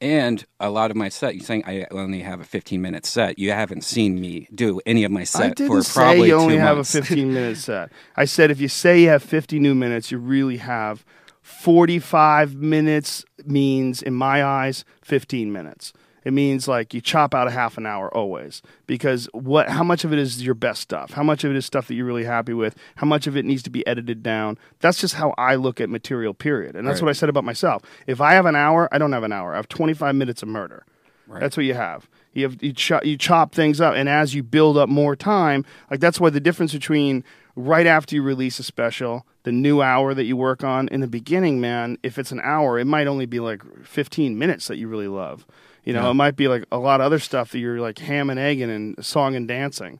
S5: And a lot of my set, you're saying I only have a 15 minute set. You haven't seen me do any of my set
S3: I didn't
S5: for
S3: say
S5: probably
S3: you only
S5: two
S3: have a
S5: months.
S3: 15 minute set. I said if you say you have 50 new minutes, you really have 45 minutes means, in my eyes, 15 minutes. It means like you chop out a half an hour always because what? How much of it is your best stuff? How much of it is stuff that you're really happy with? How much of it needs to be edited down? That's just how I look at material. Period, and that's
S5: Right.
S3: what I said about myself. If I have an hour, I don't have an hour. I have 25 minutes of murder.
S5: Right.
S3: That's what you have. You have you, cho- you chop things up, and as you build up more time, like that's why the difference between right after you release a special, the new hour that you work on in the beginning, man. If it's an hour, it might only be like 15 minutes that you really love. You know,
S5: Yeah.
S3: it might be like a lot of other stuff that you're like ham and egging and song and dancing.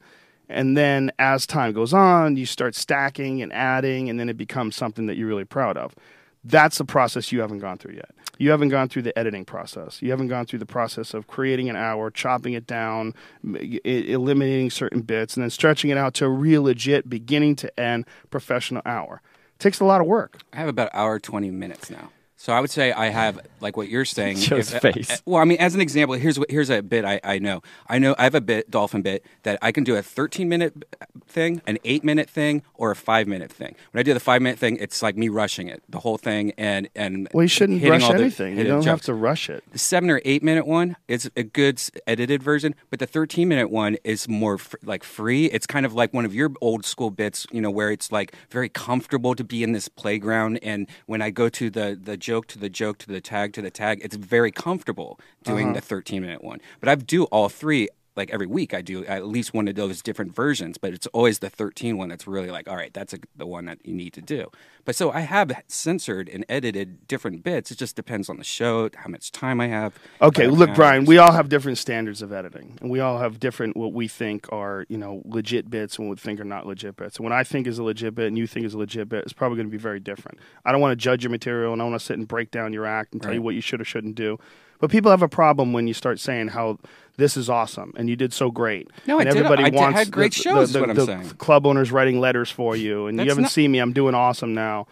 S3: And then as time goes on, you start stacking and adding, and then it becomes something that you're really proud of. That's the process you haven't gone through yet. You haven't gone through the editing process. You haven't gone through the process of creating an hour, chopping it down, m- e- eliminating certain bits, and then stretching it out to a real legit beginning to end professional hour. takes a lot of work.
S5: I have about hour 20 minutes now. So I would say I have like what you're saying.
S4: Joe's
S5: if-
S4: face.
S5: uh, well, I mean, as an example, here's what here's a bit I, I know. I know I have a bit dolphin bit that I can do a 13 minute uh, thing, an eight minute thing, or a five minute thing. When I do the five minute thing, it's like me rushing it, the whole thing, and and
S3: Well, you shouldn't
S5: hitting
S3: rush
S5: all the
S3: anything. You
S5: hidden
S3: don't have
S5: jokes.
S3: to rush it.
S5: The seven or eight minute one is a good s- edited version, but the 13 minute one is more fr- like free. It's kind of like one of your old school bits, you know, where it's like very comfortable to be in this playground. And when I go to the, the joke to the joke to the tag to the tag, it's very comfortable doing
S15: Uh-huh.
S5: the 13 minute one. But I do all three. Like every week, I do at least one of those different versions, but it's always the 13 one that's really like, all right, that's a, the one that you need to do. But so I have censored and edited different bits. It just depends on the show, how much time I have.
S3: Okay,
S5: But,
S3: look,
S5: uh,
S3: Brian, we all have different standards of editing, and we all have different what we think are you know legit bits and what we think are not legit bits. And what I think is a legit bit and you think is a legit bit is probably going to be very different. I don't want to judge your material, and I want to sit and break down your act and tell you
S5: Right.
S3: what you should or shouldn't do. But people have a problem when you start saying how this is awesome and you did so great.
S5: No, I
S3: and
S5: did.
S3: everybody
S5: I did-
S3: wants
S5: had great
S3: the,
S5: shows, is
S3: The, the,
S5: what I'm
S3: the
S5: saying.
S3: club owners writing letters for you, and you
S5: That's
S3: haven't
S5: not-
S3: seen me. I'm doing awesome now.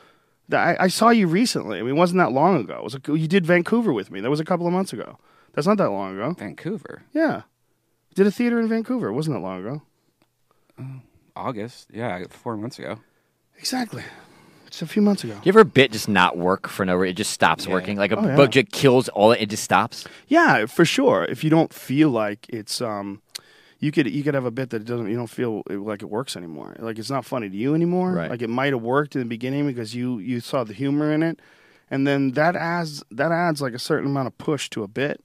S3: Th- I, I saw you recently. I mean, it wasn't that long ago. It was a, you did Vancouver with me. That was a couple of months ago. That's not that long ago.
S5: Vancouver.
S3: Yeah, did a theater in Vancouver. It wasn't that long ago.
S5: August. Yeah, four months ago.
S3: Exactly. It's a few months ago.
S4: You ever bit just not work for no reason? It just stops working. Like a
S3: Oh, yeah.
S4: budget kills all it, it just stops.
S3: Yeah, for sure. If you don't feel like it's um you could you could have a bit that doesn't you don't feel it- like it works anymore. Like it's not funny to you anymore.
S4: Right.
S3: Like it might have worked in the beginning because you you saw the humor in it. And then that adds that adds like a certain amount of push to a bit.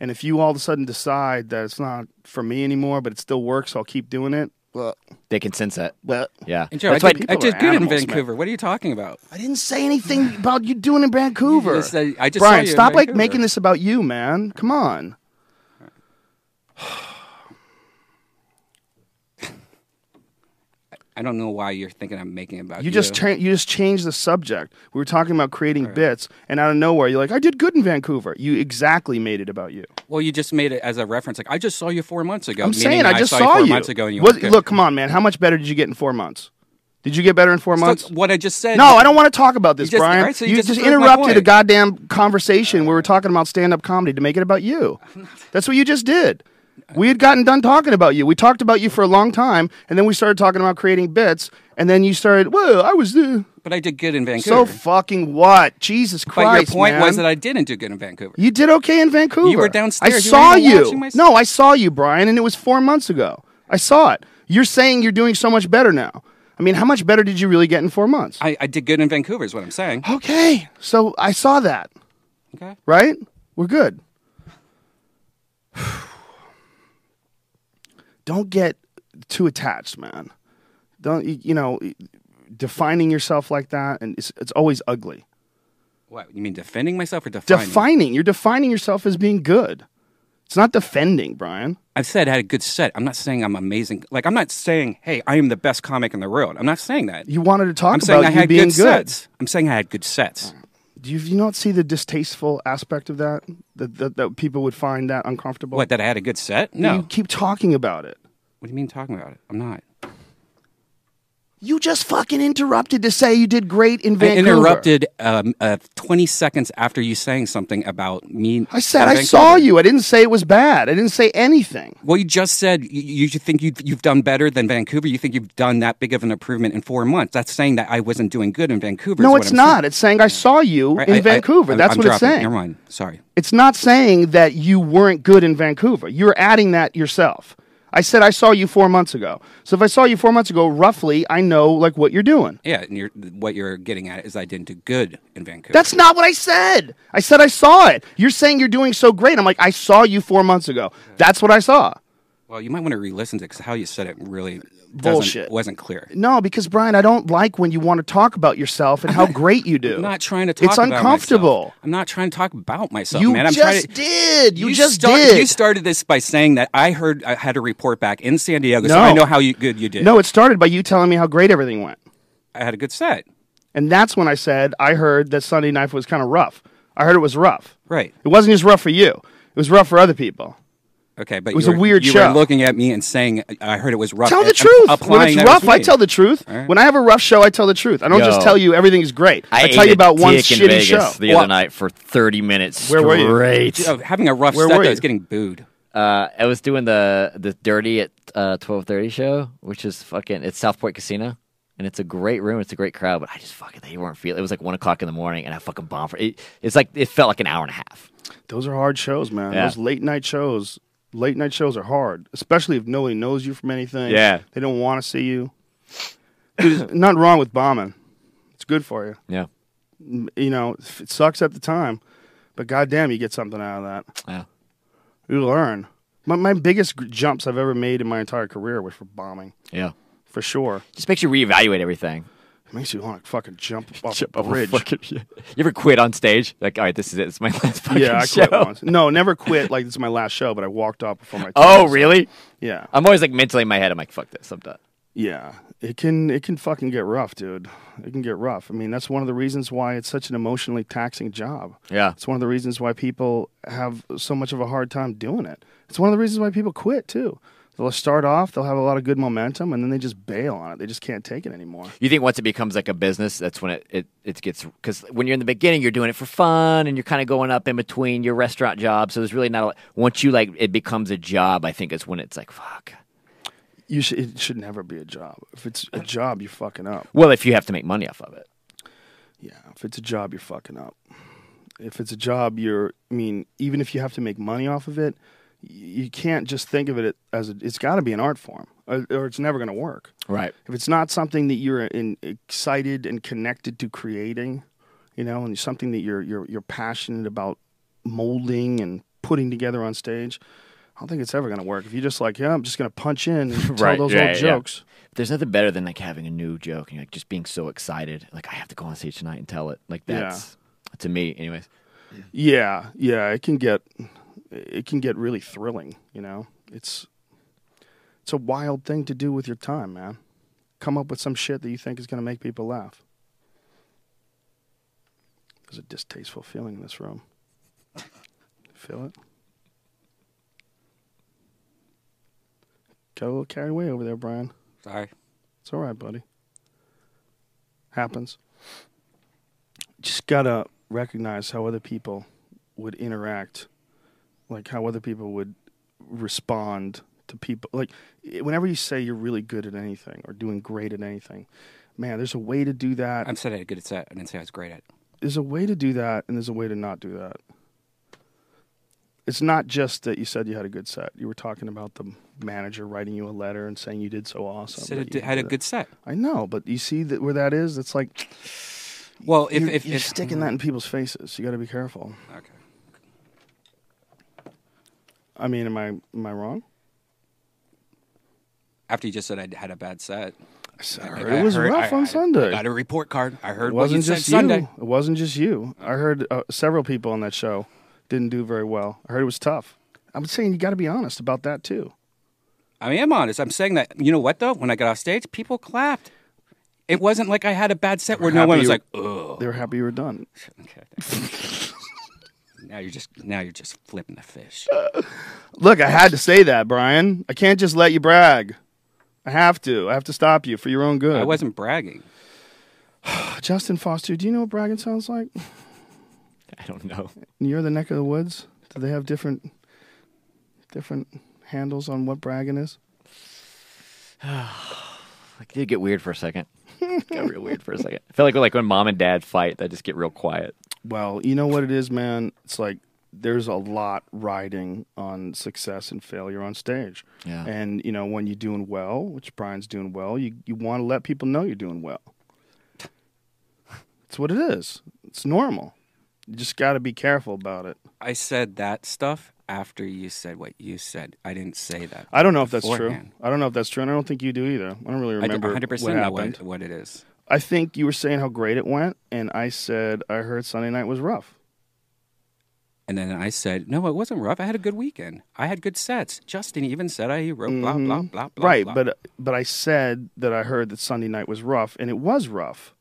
S3: And if you all of a sudden decide that it's not for me anymore, but it still works, I'll keep doing it. Well,
S4: They can sense that.
S3: Well,
S4: yeah.
S5: And Joe, I,
S4: That's why
S5: did, I
S4: people are
S5: did good in
S4: animals, man.
S5: Vancouver. What are you talking about?
S3: I didn't say anything about you doing in Vancouver.
S5: You just said- I just saw
S3: Brian,
S5: you in
S3: stop like
S5: Vancouver.
S3: making this about you, man. Come on.
S5: I don't know why you're thinking I'm making it about you.
S3: You just turn, you just changed the subject. We were talking about creating bits, and out of nowhere, you're like, "I did good in Vancouver." You exactly made it about you.
S5: well, you just made it as a reference. Like I just saw you four months ago.
S3: I'm
S5: meaning
S3: saying I just
S5: saw,
S3: saw
S5: you four
S3: you.
S5: months ago, and you
S3: Was-
S5: weren't good.
S3: look, come on, man. How much better did you get in four months? Did you get better in four
S5: So
S3: months?
S5: what I just said.
S3: No, I don't want to talk about this,
S5: You just-
S3: Brian.
S5: right, so you
S3: you,
S5: just
S3: just,
S5: proved my
S3: interrupted
S5: point. Uh,
S3: a goddamn conversation. we were talking about stand-up comedy to make it about you. That's what you just did. We had gotten done talking about you. We talked about you for a long time, and then we started talking about creating bits, and then you started. Well, I was there.
S5: But I did good in
S3: So
S5: Vancouver.
S3: fucking what? Jesus
S5: but
S3: Christ!
S5: your point
S3: man.
S5: was that I didn't do good in Vancouver.
S3: You did okay in Vancouver.
S5: You were downstairs.
S3: I
S5: You
S3: saw
S5: weren't even
S3: you.
S5: watching my-
S3: No, I saw you, Brian, and it was four months ago. I saw it. You're saying you're doing so much better now. I mean, how much better did you really get in four months?
S5: I, I did good in Vancouver, is what I'm saying.
S3: Okay, so I saw that.
S5: Okay.
S3: Right? We're good. Don't get too attached, man. Don't you, you know defining yourself like that and it's, it's always ugly.
S5: What you mean, defending myself or defining?
S3: Defining, you're defining yourself as being good. It's not defending, Brian.
S5: I've said I had a good set. I'm not saying I'm amazing. Like I'm not saying, hey, I am the best comic in the world. I'm not saying that.
S3: You wanted to talk
S5: I'm saying
S3: about
S5: I
S3: you
S5: had
S3: being
S5: good, sets. I'm saying I had good sets.
S3: Do you, you not see the distasteful aspect of that? That, that? that people would find that uncomfortable?
S5: What? That I had a good set?
S3: You
S5: No.
S3: keep talking about it.
S5: What do you mean talking about it? I'm not.
S3: You just fucking interrupted to say you did great in
S5: I
S3: Vancouver.
S5: interrupted um, uh, 20 seconds after you saying something about me.
S3: I said I saw you. I didn't say it was bad. I didn't say anything.
S5: Well, you just said you, you think you've, you've done better than Vancouver. You think you've done that big of an improvement in four months. That's saying that I wasn't doing good in Vancouver.
S3: no,
S5: is what
S3: it's
S5: I'm
S3: not. It's saying I saw you
S5: saying.
S3: in
S5: I- I-
S3: Vancouver.
S5: I-
S3: That's
S5: I'm
S3: what it's
S5: dropping.
S3: saying.
S5: Never mind. Sorry.
S3: It's not saying that you weren't good in Vancouver. You're adding that yourself. I said I saw you four months ago. So if I saw you four months ago, roughly, I know like what you're doing.
S5: Yeah, and you're, what you're getting at is I didn't do good in Vancouver.
S3: That's not what I said. I said I saw it. You're saying you're doing so great. I'm like, I saw you four months ago. That's what I saw.
S5: well, you might want to re-listen to it because how you said it really doesn't-
S3: Bullshit.
S5: wasn't clear.
S3: No, because Brian, I don't like when you want to talk about yourself and how great you do.
S5: I'm not trying to talk
S3: It's
S5: about
S3: uncomfortable.
S5: myself. I'm not trying to talk about myself,
S3: You
S5: man. I'm trying
S3: just
S5: to,
S3: did. You, just
S5: start-
S3: did.
S5: You started this by saying that I heard I had to report back in San Diego, so
S3: No.
S5: I know how you, good you did.
S3: No, it started by you telling me how great everything went.
S5: I had a good set.
S3: And that's when I said I heard that Sunday night was kind of rough. I heard it was rough.
S5: Right.
S3: It wasn't just rough for you. It was rough for other people.
S5: Okay, but
S3: It was
S5: you
S3: a
S5: were,
S3: weird
S5: you
S3: show.
S5: were looking at me and saying I heard it was rough.
S3: tell
S5: and-
S3: the
S5: and
S3: truth. When
S5: applying
S3: it's
S5: that it was
S3: rough, I
S5: me.
S3: tell the truth.
S5: All right.
S3: When I have a rough show, I tell the truth. I don't just
S4: Yo.
S3: tell you everything's great. I,
S4: I
S3: tell
S4: ate
S3: you
S4: a
S3: about one
S4: dick in
S3: shitty
S4: Vegas
S3: show.
S4: The
S3: Well,
S4: other night for thirty minutes
S3: Where were you?
S4: straight.
S5: Dude, oh, having a rough
S3: Where
S5: set
S3: were
S5: though
S3: you?
S5: is getting booed.
S4: Uh, I was doing the the dirty at uh, twelve thirty show, which is fucking. It's Southport Casino, and it's a great room. It's a great crowd, but I just fucking they weren't feeling. It was like one o'clock in the morning, and I fucking bombed for it. It's like it felt like an hour and a half.
S3: Those are hard shows, man.
S4: Yeah.
S3: Those late night shows. Late night shows are hard, especially if nobody knows you from anything.
S4: Yeah.
S3: They don't want to see you. Dude, there's nothing wrong with bombing. It's good for you.
S4: Yeah,
S3: M- You know, f- it sucks at the time, but goddamn, you get something out of that.
S4: yeah.
S3: You learn. My, my biggest gr- jumps I've ever made in my entire career was for bombing,
S4: Yeah.
S3: for sure.
S4: Just makes you reevaluate everything.
S3: It makes you want to fucking jump off
S4: Jump
S3: a
S4: off a
S3: bridge.
S4: fucking- you ever quit on stage? Like, all right, this is it. It's my last fucking
S3: yeah, I
S4: show.
S3: quit once. No, never quit. Like this is my last show, but I walked off before my.
S4: Oh,
S3: time.
S4: really?
S3: Yeah.
S4: I'm always like mentally in my head. I'm like, fuck this. I'm done.
S3: Yeah, it can it can fucking get rough, dude. It can get rough. I mean, that's one of the reasons why it's such an emotionally taxing job.
S4: Yeah.
S3: It's one of the reasons why people have so much of a hard time doing it. It's one of the reasons why people quit too. They'll start off, they'll have a lot of good momentum, and then they just bail on it. They just can't take it anymore.
S4: You think once it becomes like a business, that's when it it, it gets because when you're in the beginning, you're doing it for fun and you're kind of going up in between your restaurant job. So there's really not a lot. Once you like it becomes a job, I think it's when it's like fuck.
S3: You should it should never be a job. If it's a job, you're fucking up.
S4: Well, if you have to make money off of it,
S3: Yeah, if it's a job, you're fucking up. If it's a job, you're. I mean, even if you have to make money off of it, y- you can't just think of it as a, it's got to be an art form, or, or it's never going to work.
S4: right?
S3: If it's not something that you're in, excited and connected to creating, you know, and something that you're you're you're passionate about molding and putting together on stage, I don't think it's ever going to work. If you're just like, yeah, I'm just going to punch in and tell
S4: Right,
S3: those
S4: yeah,
S3: old
S4: yeah.
S3: jokes.
S4: There's nothing better than like having a new joke and you're like just being so excited. Like I have to go on stage tonight and tell it. Like
S3: Yeah.
S4: that's to me, anyways.
S3: Yeah, yeah, it can get it can get really thrilling, you know. It's it's a wild thing to do with your time, man. Come up with some shit that you think is going to make people laugh. There's a distasteful feeling in this room. Feel it? Got a little carried away over there, Brian.
S5: Sorry.
S3: It's all right, buddy. Happens. Just gotta recognize how other people would interact, like how other people would respond to people. Like i- whenever you say you're really good at anything or doing great at anything, man, there's a way to do that.
S5: I'm said I did good at that. I didn't say I was great at. it.
S3: There's a way to do that, and there's a way to not do that. It's not just that you said you had a good set. You were talking about the manager writing you a letter and saying you did so awesome.
S5: Said I
S3: that
S5: did-
S3: you
S5: had a
S3: that.
S5: good set.
S3: I know, but you see that where that is. It's like,
S5: well, if-
S3: you're,
S5: if-
S3: you're
S5: if-
S3: sticking that in people's faces, you got to be careful.
S5: Okay.
S3: I mean, am I am I wrong?
S5: After you just said I had a bad set.
S3: I heard it was rough
S5: I-
S3: on
S5: I-
S3: Sunday.
S5: I got a report card. I heard
S3: it
S5: what you
S3: wasn't
S5: said
S3: just
S5: Sunday.
S3: you. It wasn't just you. I heard uh, several people on that show didn't do very well. I heard it was tough. I'm saying you got to be honest about that too.
S5: I am honest. I'm saying that you know what though. When I got off stage, people clapped. It wasn't like I had a bad set where no one was like, "Ugh."
S3: They were happy you were done.
S5: Now you're just now you're just flipping the fish.
S3: Uh, Look, I had to say that, Brian. I can't just let you brag. I have to. I have to stop you for your own good.
S5: I wasn't bragging.
S3: Justin Foster, do you know what bragging sounds like?
S4: I don't know.
S3: Near the neck of the woods? Do they have different different handles on what bragging is?
S4: Like did get weird for a second. got real weird for a second. I feel like like when mom and dad fight, I just get real quiet.
S3: Well, you know what it is, man? It's like there's a lot riding on success and failure on stage.
S4: Yeah.
S3: And you know, when you're doing well, which Brian's doing well, you you want to let people know you're doing well. It's what it is. It's normal. You just got to be careful about it.
S5: I said that stuff after you said what you said. I didn't say that.
S3: I don't know if that's
S5: beforehand.
S3: true. I don't know if that's true, and I don't think you do either. I don't really
S5: I d-
S3: remember
S5: 100%
S3: what
S5: know what-
S3: happened.
S5: what it is.
S3: I think you were saying how great it went, and I said I heard Sunday night was rough.
S5: And then I said, "No, it wasn't rough. I had a good weekend. I had good sets." Justin even said I wrote blah blah
S3: Mhm.
S5: blah blah.
S3: right,
S5: blah.
S3: but but I said that I heard that Sunday night was rough, and it was rough.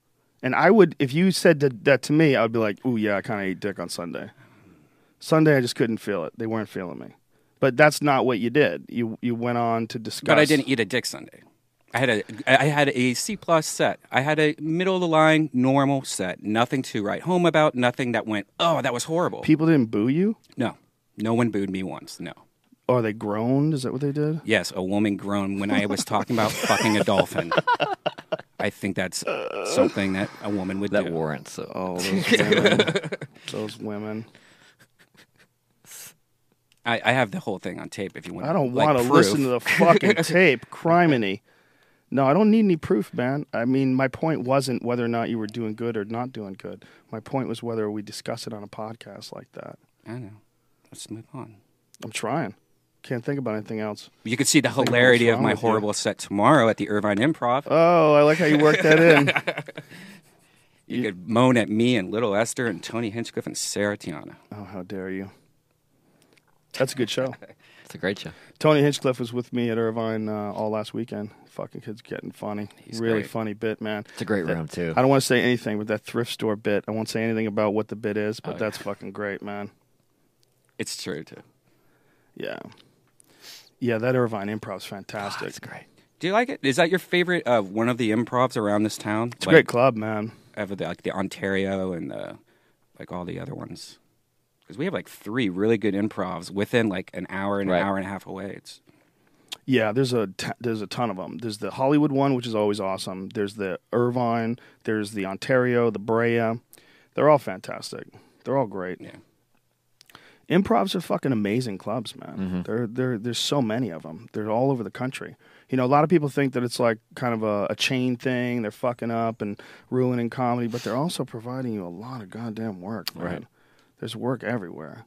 S3: And I would, if you said that, that to me, I would be like, "Ooh, yeah, I kind of ate dick on Sunday. Sunday, I just couldn't feel it. They weren't feeling me." But that's not what you did. You you went on to discuss.
S5: But I didn't eat a dick Sunday. I had a I had a C plus set. I had a middle of the line normal set. Nothing to write home about. Nothing that went. Oh, that was horrible.
S3: People didn't boo you,
S5: No, no one booed me once. No.
S3: or they groaned. Is that what they did?
S5: Yes, a woman groaned when I was talking about fucking a dolphin. I think that's something that a woman would that do.
S4: warrants. it.
S3: Oh, those women. those women.
S5: I, I have the whole thing on tape. If you want,
S3: I don't
S5: like,
S3: want to
S5: proof.
S3: listen to the fucking tape, criminy. No, I don't need any proof, man. I mean, my point wasn't whether or not you were doing good or not doing good. My point was whether we discuss it on a podcast like that.
S5: I know. Let's move on.
S3: I'm trying. Can't think about anything else.
S5: You can see the
S3: I think what's
S5: hilarity of
S3: wrong
S5: my
S3: with you.
S5: horrible set tomorrow at the Irvine Improv.
S3: Oh, I like how you worked that in.
S5: You could moan at me and Little Esther and Tony Hinchcliffe and Sarah Tiana.
S3: Oh, how dare you! That's a good show.
S4: It's a great show.
S3: Tony Hinchcliffe was with me at Irvine uh, all last weekend. Fucking kid's getting funny. really
S4: great.
S3: funny bit, man.
S4: It's a great
S3: That-
S4: room, too.
S3: I don't want to say anything, but that thrift store bit. I won't say anything about what the bit is, but
S5: Oh,
S3: that's fucking great, man.
S5: It's true too.
S3: Yeah. Yeah, that Irvine improv's fantastic. That's
S4: great.
S5: Do you like it? Is that your favorite uh, one of the improvs around this town?
S3: It's a great club, man.
S5: Ever the, like the Ontario and the like all the other ones? Because we have like three really good improvs within like an hour and
S3: Right.
S5: an hour and a half away. It's
S3: Yeah, there's a t- there's a ton of them. There's the Hollywood one, which is always awesome. There's the Irvine. There's the Ontario, the Brea. They're all fantastic. They're all great.
S5: Yeah.
S3: Improvs are fucking amazing clubs, man.
S4: Mm-hmm.
S3: There, there, there's so many of them. They're all over the country. You know, a lot of people think that it's like kind of a, a chain thing. They're fucking up and ruining comedy, but they're also providing you a lot of goddamn work, man.
S4: Right.
S3: There's work everywhere.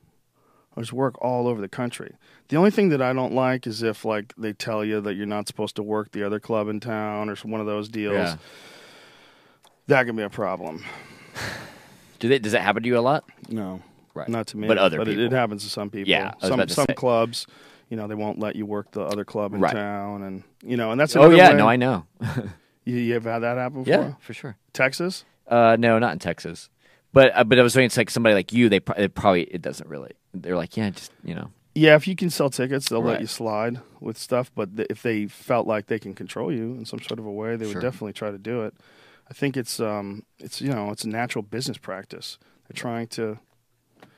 S3: There's work all over the country. The only thing that I don't like is if like they tell you that you're not supposed to work the other club in town or some- one of those deals.
S4: Yeah.
S3: That can be a problem.
S4: Do they, does that happen to you a lot?
S3: No, right. Not to me,
S4: But other
S3: but it, it
S4: people.
S3: happens to some people.
S4: Yeah, I was
S3: some
S4: about to
S3: some
S4: say.
S3: clubs, you know, they won't let you work the other club in
S4: Right.
S3: town, and you know, and that's
S4: Oh,
S3: another
S4: yeah,
S3: way-
S4: no, I know.
S3: you, you have had that happen before?
S4: Yeah, for sure.
S3: Texas?
S4: Uh, no, not in Texas. But uh, but I was saying it's like somebody like you. They, pro- they probably it doesn't really. They're like yeah, just you know.
S3: Yeah, if you can sell tickets, they'll let
S4: Right.
S3: you slide with stuff. But th- if they felt like they can control you in some sort of a way, they
S4: Sure.
S3: would definitely try to do it. I think it's um, it's you know, it's a natural business practice. They're trying to, you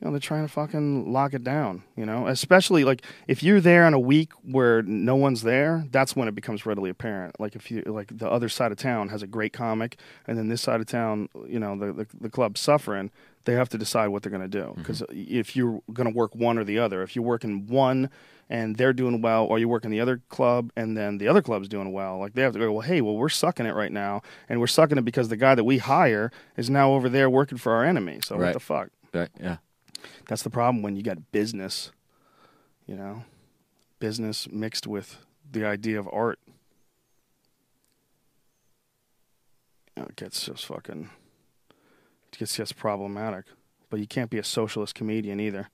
S3: know, they're trying to fucking lock it down. You know, especially like if you're there on a week where no one's there, that's when it becomes readily apparent. Like if you like the other side of town has a great comic, and then this side of town, you know, the the, the club's suffering. They have to decide what they're going to do because if you're going to work one or the other, if you're working one and they're doing well, or you work in the other club and then the other club's doing well. Like they have to go, well, hey, well, we're sucking it right now, and we're sucking it because the guy that we hire is now over there working for our enemy. So what
S4: Right.
S3: the fuck?
S4: Right. Yeah.
S3: That's the problem when you got business, you know, business mixed with the idea of art. You know, Oh, It gets just fucking, it gets just problematic. But you can't be a socialist comedian either.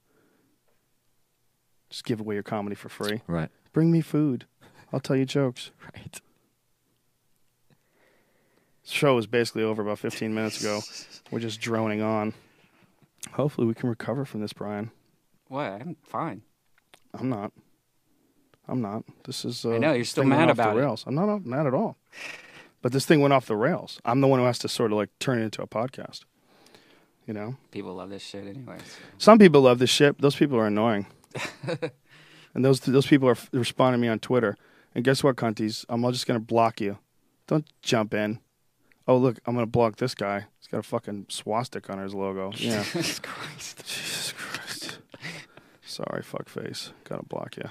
S3: Just give away your comedy for free.
S4: Right.
S3: Bring me food. I'll tell you jokes.
S4: Right.
S3: Show was basically over about 15 minutes ago. We're just droning on. Hopefully, we can recover from this, Brian.
S5: What? I'm fine.
S3: I'm not. I'm not. This is. Uh,
S5: I know, you're
S3: this
S5: still
S3: thing went
S5: mad
S3: off the
S5: about it.
S3: rails. I'm not uh, mad at all. But this thing went off the rails. I'm the one who has to sort of like turn it into a podcast. You know,
S5: People love this shit, anyways.
S3: some people love this shit. Those people are annoying. and those those people are f- responding to me on Twitter. And guess what, cunties? I'm all just gonna block you. Don't jump in. Oh look, I'm gonna block this guy. He's got a fucking swastika on his logo. Yeah.
S5: Jesus Christ.
S3: Jesus Christ. Sorry, fuckface. Gotta block you.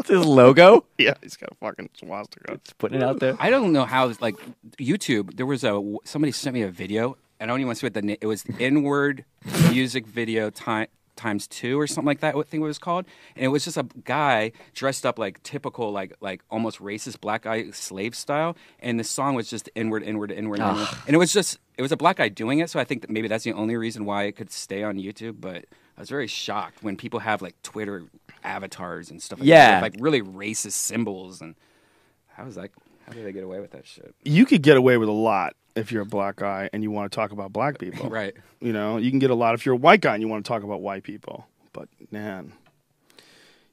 S4: It's his logo.
S3: Yeah, he's got a fucking swastika. It's
S4: putting it out there.
S5: I don't know how. Like YouTube, there was a somebody sent me a video. I don't even want to see what the na- it was. The N-word music video time times two or something like that. What thing it was called? And it was just a guy dressed up like typical like like almost racist black guy slave style. And the song was just N-word, N-word, N-word, N-word.
S4: Ah.
S5: And it was just it was a black guy doing it. So I think that maybe that's the only reason why it could stay on YouTube. But I was very shocked when people have like Twitter avatars and stuff. Like that,
S4: Yeah.
S5: with, like really racist symbols and. How is that? How did they get away with that shit?
S3: You could get away with a lot if you're a black guy and you want to talk about black people.
S5: Right.
S3: You know, you can get a lot if you're a white guy and you want to talk about white people. But man,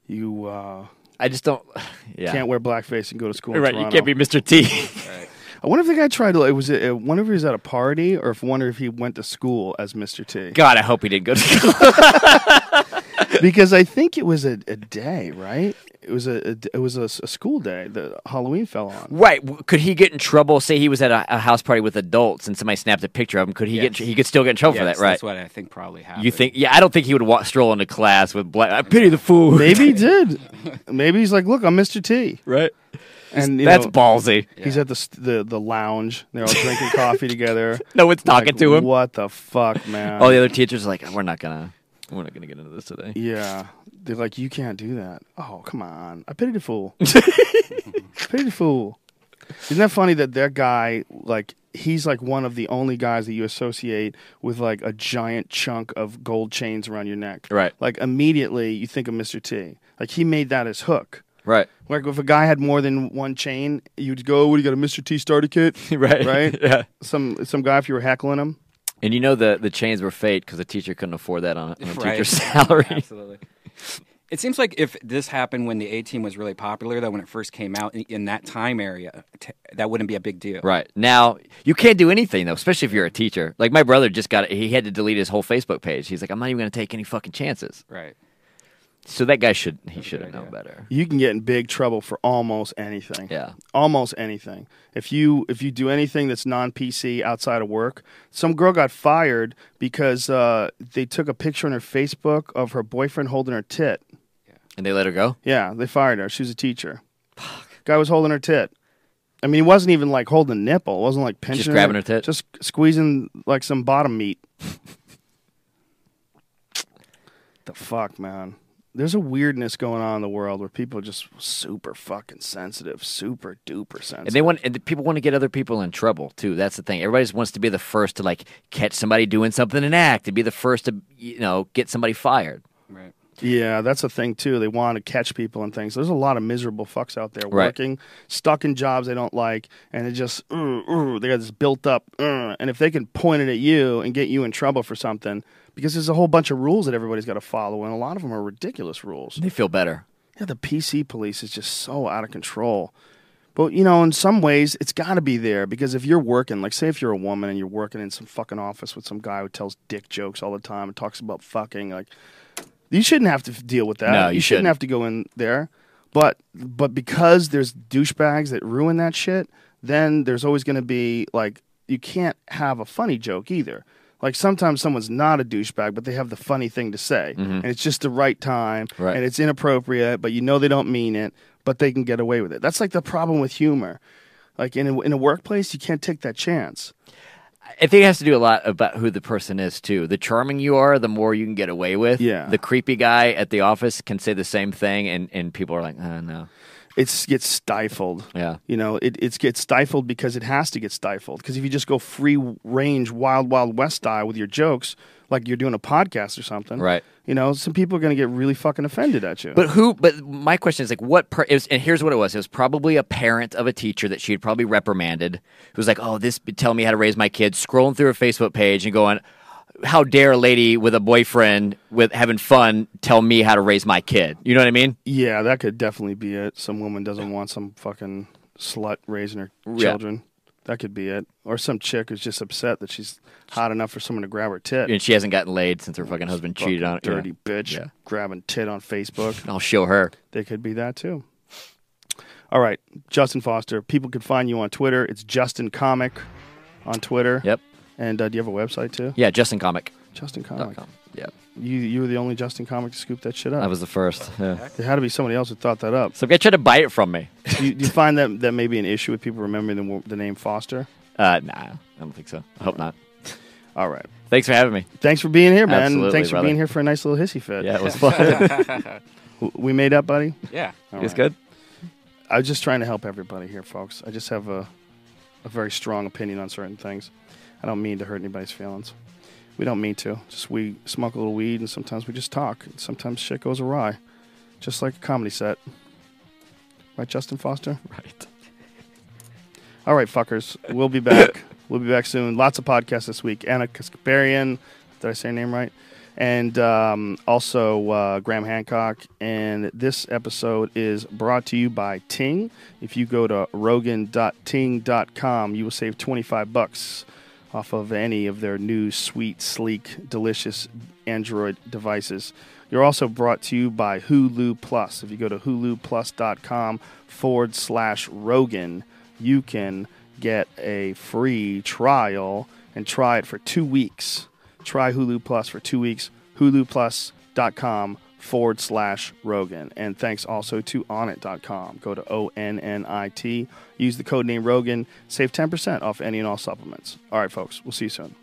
S3: you uh
S4: I just don't. Yeah.
S3: can't wear blackface and go to school. in
S4: Right, you
S3: Toronto.
S4: can't be Mr. T.
S3: I wonder if the guy tried to. It was. It, I wonder if he was at a party, or if wonder if he went to school as Mr. T.
S4: God, I hope he didn't go to school.
S3: because I think it was a, a day, right? It was a, a it was a, s- a school day. The Halloween fell on.
S4: right? w- Could he get in trouble? Say he was at a, a house party with adults and somebody snapped a picture of him. Could he get? in tr- He could still get in trouble
S5: Yes,
S4: for that, right?
S5: That's what I think probably happened.
S4: you think? Yeah, I don't think he would wa- stroll into class with black. I pity the fool.
S3: Maybe he did. Maybe he's like, look, I'm Mr. T.
S4: Right.
S3: And you
S4: That's
S3: know,
S4: ballsy.
S3: He's at the st- the the lounge. They're all drinking coffee together.
S4: No one's talking
S3: Like,
S4: to him. Oh,
S3: What the fuck, man?
S4: All the other teachers are like, we're not gonna, we're not gonna get into this today.
S3: Yeah. They're like, you can't do that. Oh, come on. I pity the fool. pity the fool. Isn't that funny that that guy, like, he's like one of the only guys that you associate with like a giant chunk of gold chains around your neck.
S4: Right.
S3: Like, immediately you think of Mr. T. Like, he made that his hook.
S4: Right.
S3: Like, if a guy had more than one chain, you'd go, what do you got, a Mr. T starter kit?
S4: Right.
S3: Right?
S4: Yeah.
S3: Some, some guy, if you were heckling him.
S4: And you know the the chains were fake because the teacher couldn't afford that on a, on a
S5: Right.
S4: teacher's salary.
S5: Absolutely. It seems like if this happened when the A team was really popular, though, when it first came out in, in that time area, t- that wouldn't be a big deal.
S4: Right. Now, you can't do anything, though, especially if you're a teacher. Like, my brother just got, he had to delete his whole Facebook page. He's like, I'm not even going to take any fucking chances.
S5: Right.
S4: So that guy should, he should have known better.
S3: you can get in big trouble for almost anything.
S4: Yeah.
S3: Almost anything. If you if you do anything that's non PC outside of work, some girl got fired because uh, they took a picture on her Facebook of her boyfriend holding her tit.
S4: And they let her go?
S3: Yeah, they fired her. She was a teacher. Guy was holding her tit. I mean, he wasn't even like holding a nipple. It wasn't like pinching.
S4: grabbing her tit?
S3: Just squeezing like some bottom meat. the fuck, man. There's a weirdness going on in the world where people are just super fucking sensitive, super duper sensitive.
S4: And they want and the people want to get other people in trouble too. That's the thing. Everybody just wants to be the first to like catch somebody doing something and act, to be the first to you know get somebody fired.
S5: Right.
S3: Yeah, that's a thing too. They want to catch people and things. There's a lot of miserable fucks out there
S4: Right.
S3: working, stuck in jobs they don't like, and it just mm, mm, they got this built up. mm, and if they can point it at you and get you in trouble for something, because there's a whole bunch of rules that everybody's got to follow, and a lot of them are ridiculous rules.
S4: They feel better.
S3: Yeah, the PC police is just so out of control. But you know, in some ways, it's got to be there because if you're working, like say if you're a woman and you're working in some fucking office with some guy who tells dick jokes all the time and talks about fucking, like you shouldn't have to f- deal with that.
S4: No, you
S3: shouldn't
S4: shouldn't.
S3: have to go in there. But but because there's douchebags that ruin that shit, then there's always going to be like you can't have a funny joke either. Like sometimes someone's not a douchebag, but they have the funny thing to say,
S15: Mhm.
S3: and it's just the right time,
S15: Right.
S3: and it's inappropriate, but you know they don't mean it, but they can get away with it. That's like the problem with humor. Like in a, in a workplace, you can't take that chance.
S4: I think it has to do a lot about who the person is too. The charming you are, the more you can get away with.
S3: Yeah.
S4: The creepy guy at the office can say the same thing, and and people are like, oh, no.
S3: It's gets stifled.
S4: Yeah.
S3: You know, it it gets stifled because it has to get stifled. Because if you just go free range, wild wild west style with your jokes, like you're doing a podcast or something,
S4: Right.
S3: You know, some people are going to get really fucking offended at you.
S4: But who? But my question is like, what? Per, it was, and here's what it was. It was probably a parent of a teacher that she had probably reprimanded. Who was like, "Oh, this be telling me how to raise my kids." Scrolling through her Facebook page and going, "How dare a lady with a boyfriend with having fun tell me how to raise my kid?" You know what I mean?
S3: yeah, that could definitely be it. Some woman doesn't want some fucking slut raising her
S4: Yeah.
S3: children. That could be it. Or some chick who's just upset that she's hot enough for someone to grab her tit.
S4: And she hasn't gotten laid since her fucking husband cheated
S3: Fucking
S4: on her.
S3: Dirty bitch
S4: Yeah.
S3: grabbing tit on Facebook.
S4: I'll show her.
S3: They could be that too. All right, Justin Foster. People can find you on Twitter. It's Justin Comic on Twitter.
S4: Yep.
S3: And uh, do you have a website too?
S4: Yeah, Justin Comic.
S3: Justin Comic.
S4: Yeah.
S3: You you were the only Justin Comic to scoop that shit up.
S4: I was the first. Yeah.
S3: There had to be somebody else who thought that up.
S4: Some guy tried to bite it from me.
S3: do, you, do you find that that may be an issue with people remembering the, wo- the name Foster?
S4: Uh, nah, I don't think so. I hope not.
S3: All right.
S4: Thanks for having me.
S3: Thanks for being here, man.
S4: Absolutely,
S3: Thanks for
S4: brother.
S3: being here for a nice little hissy fit.
S4: Yeah, it was fun.
S3: W- we made up, buddy.
S5: Yeah.
S3: All
S4: It was good.
S3: I was just trying to help everybody here, folks. I just have a, a very strong opinion on certain things. I don't mean to hurt anybody's feelings. We don't mean to. Just we smoke a little weed, and sometimes we just talk. Sometimes shit goes awry, just like a comedy set. Right, Justin Foster?
S4: Right.
S3: All right, fuckers. We'll be back. we'll be back soon. Lots of podcasts this week. Anna Kasparian. Did I say her name right? And um, also uh, Graham Hancock. And this episode is brought to you by Ting. If you go to rogan.ting.com, you will save 25 bucks off of any of their new sweet, sleek, delicious Android devices. You're also brought to you by Hulu Plus. If you go to huluplus.com forward slash Rogan, you can get a free trial and try it for two weeks. Try Hulu Plus for two weeks. HuluPlus.com forward slash Rogan. And thanks also to onit.com. Go to O N N I T. Use the code name Rogan. Save 10% off any and all supplements. All right, folks. We'll see you soon.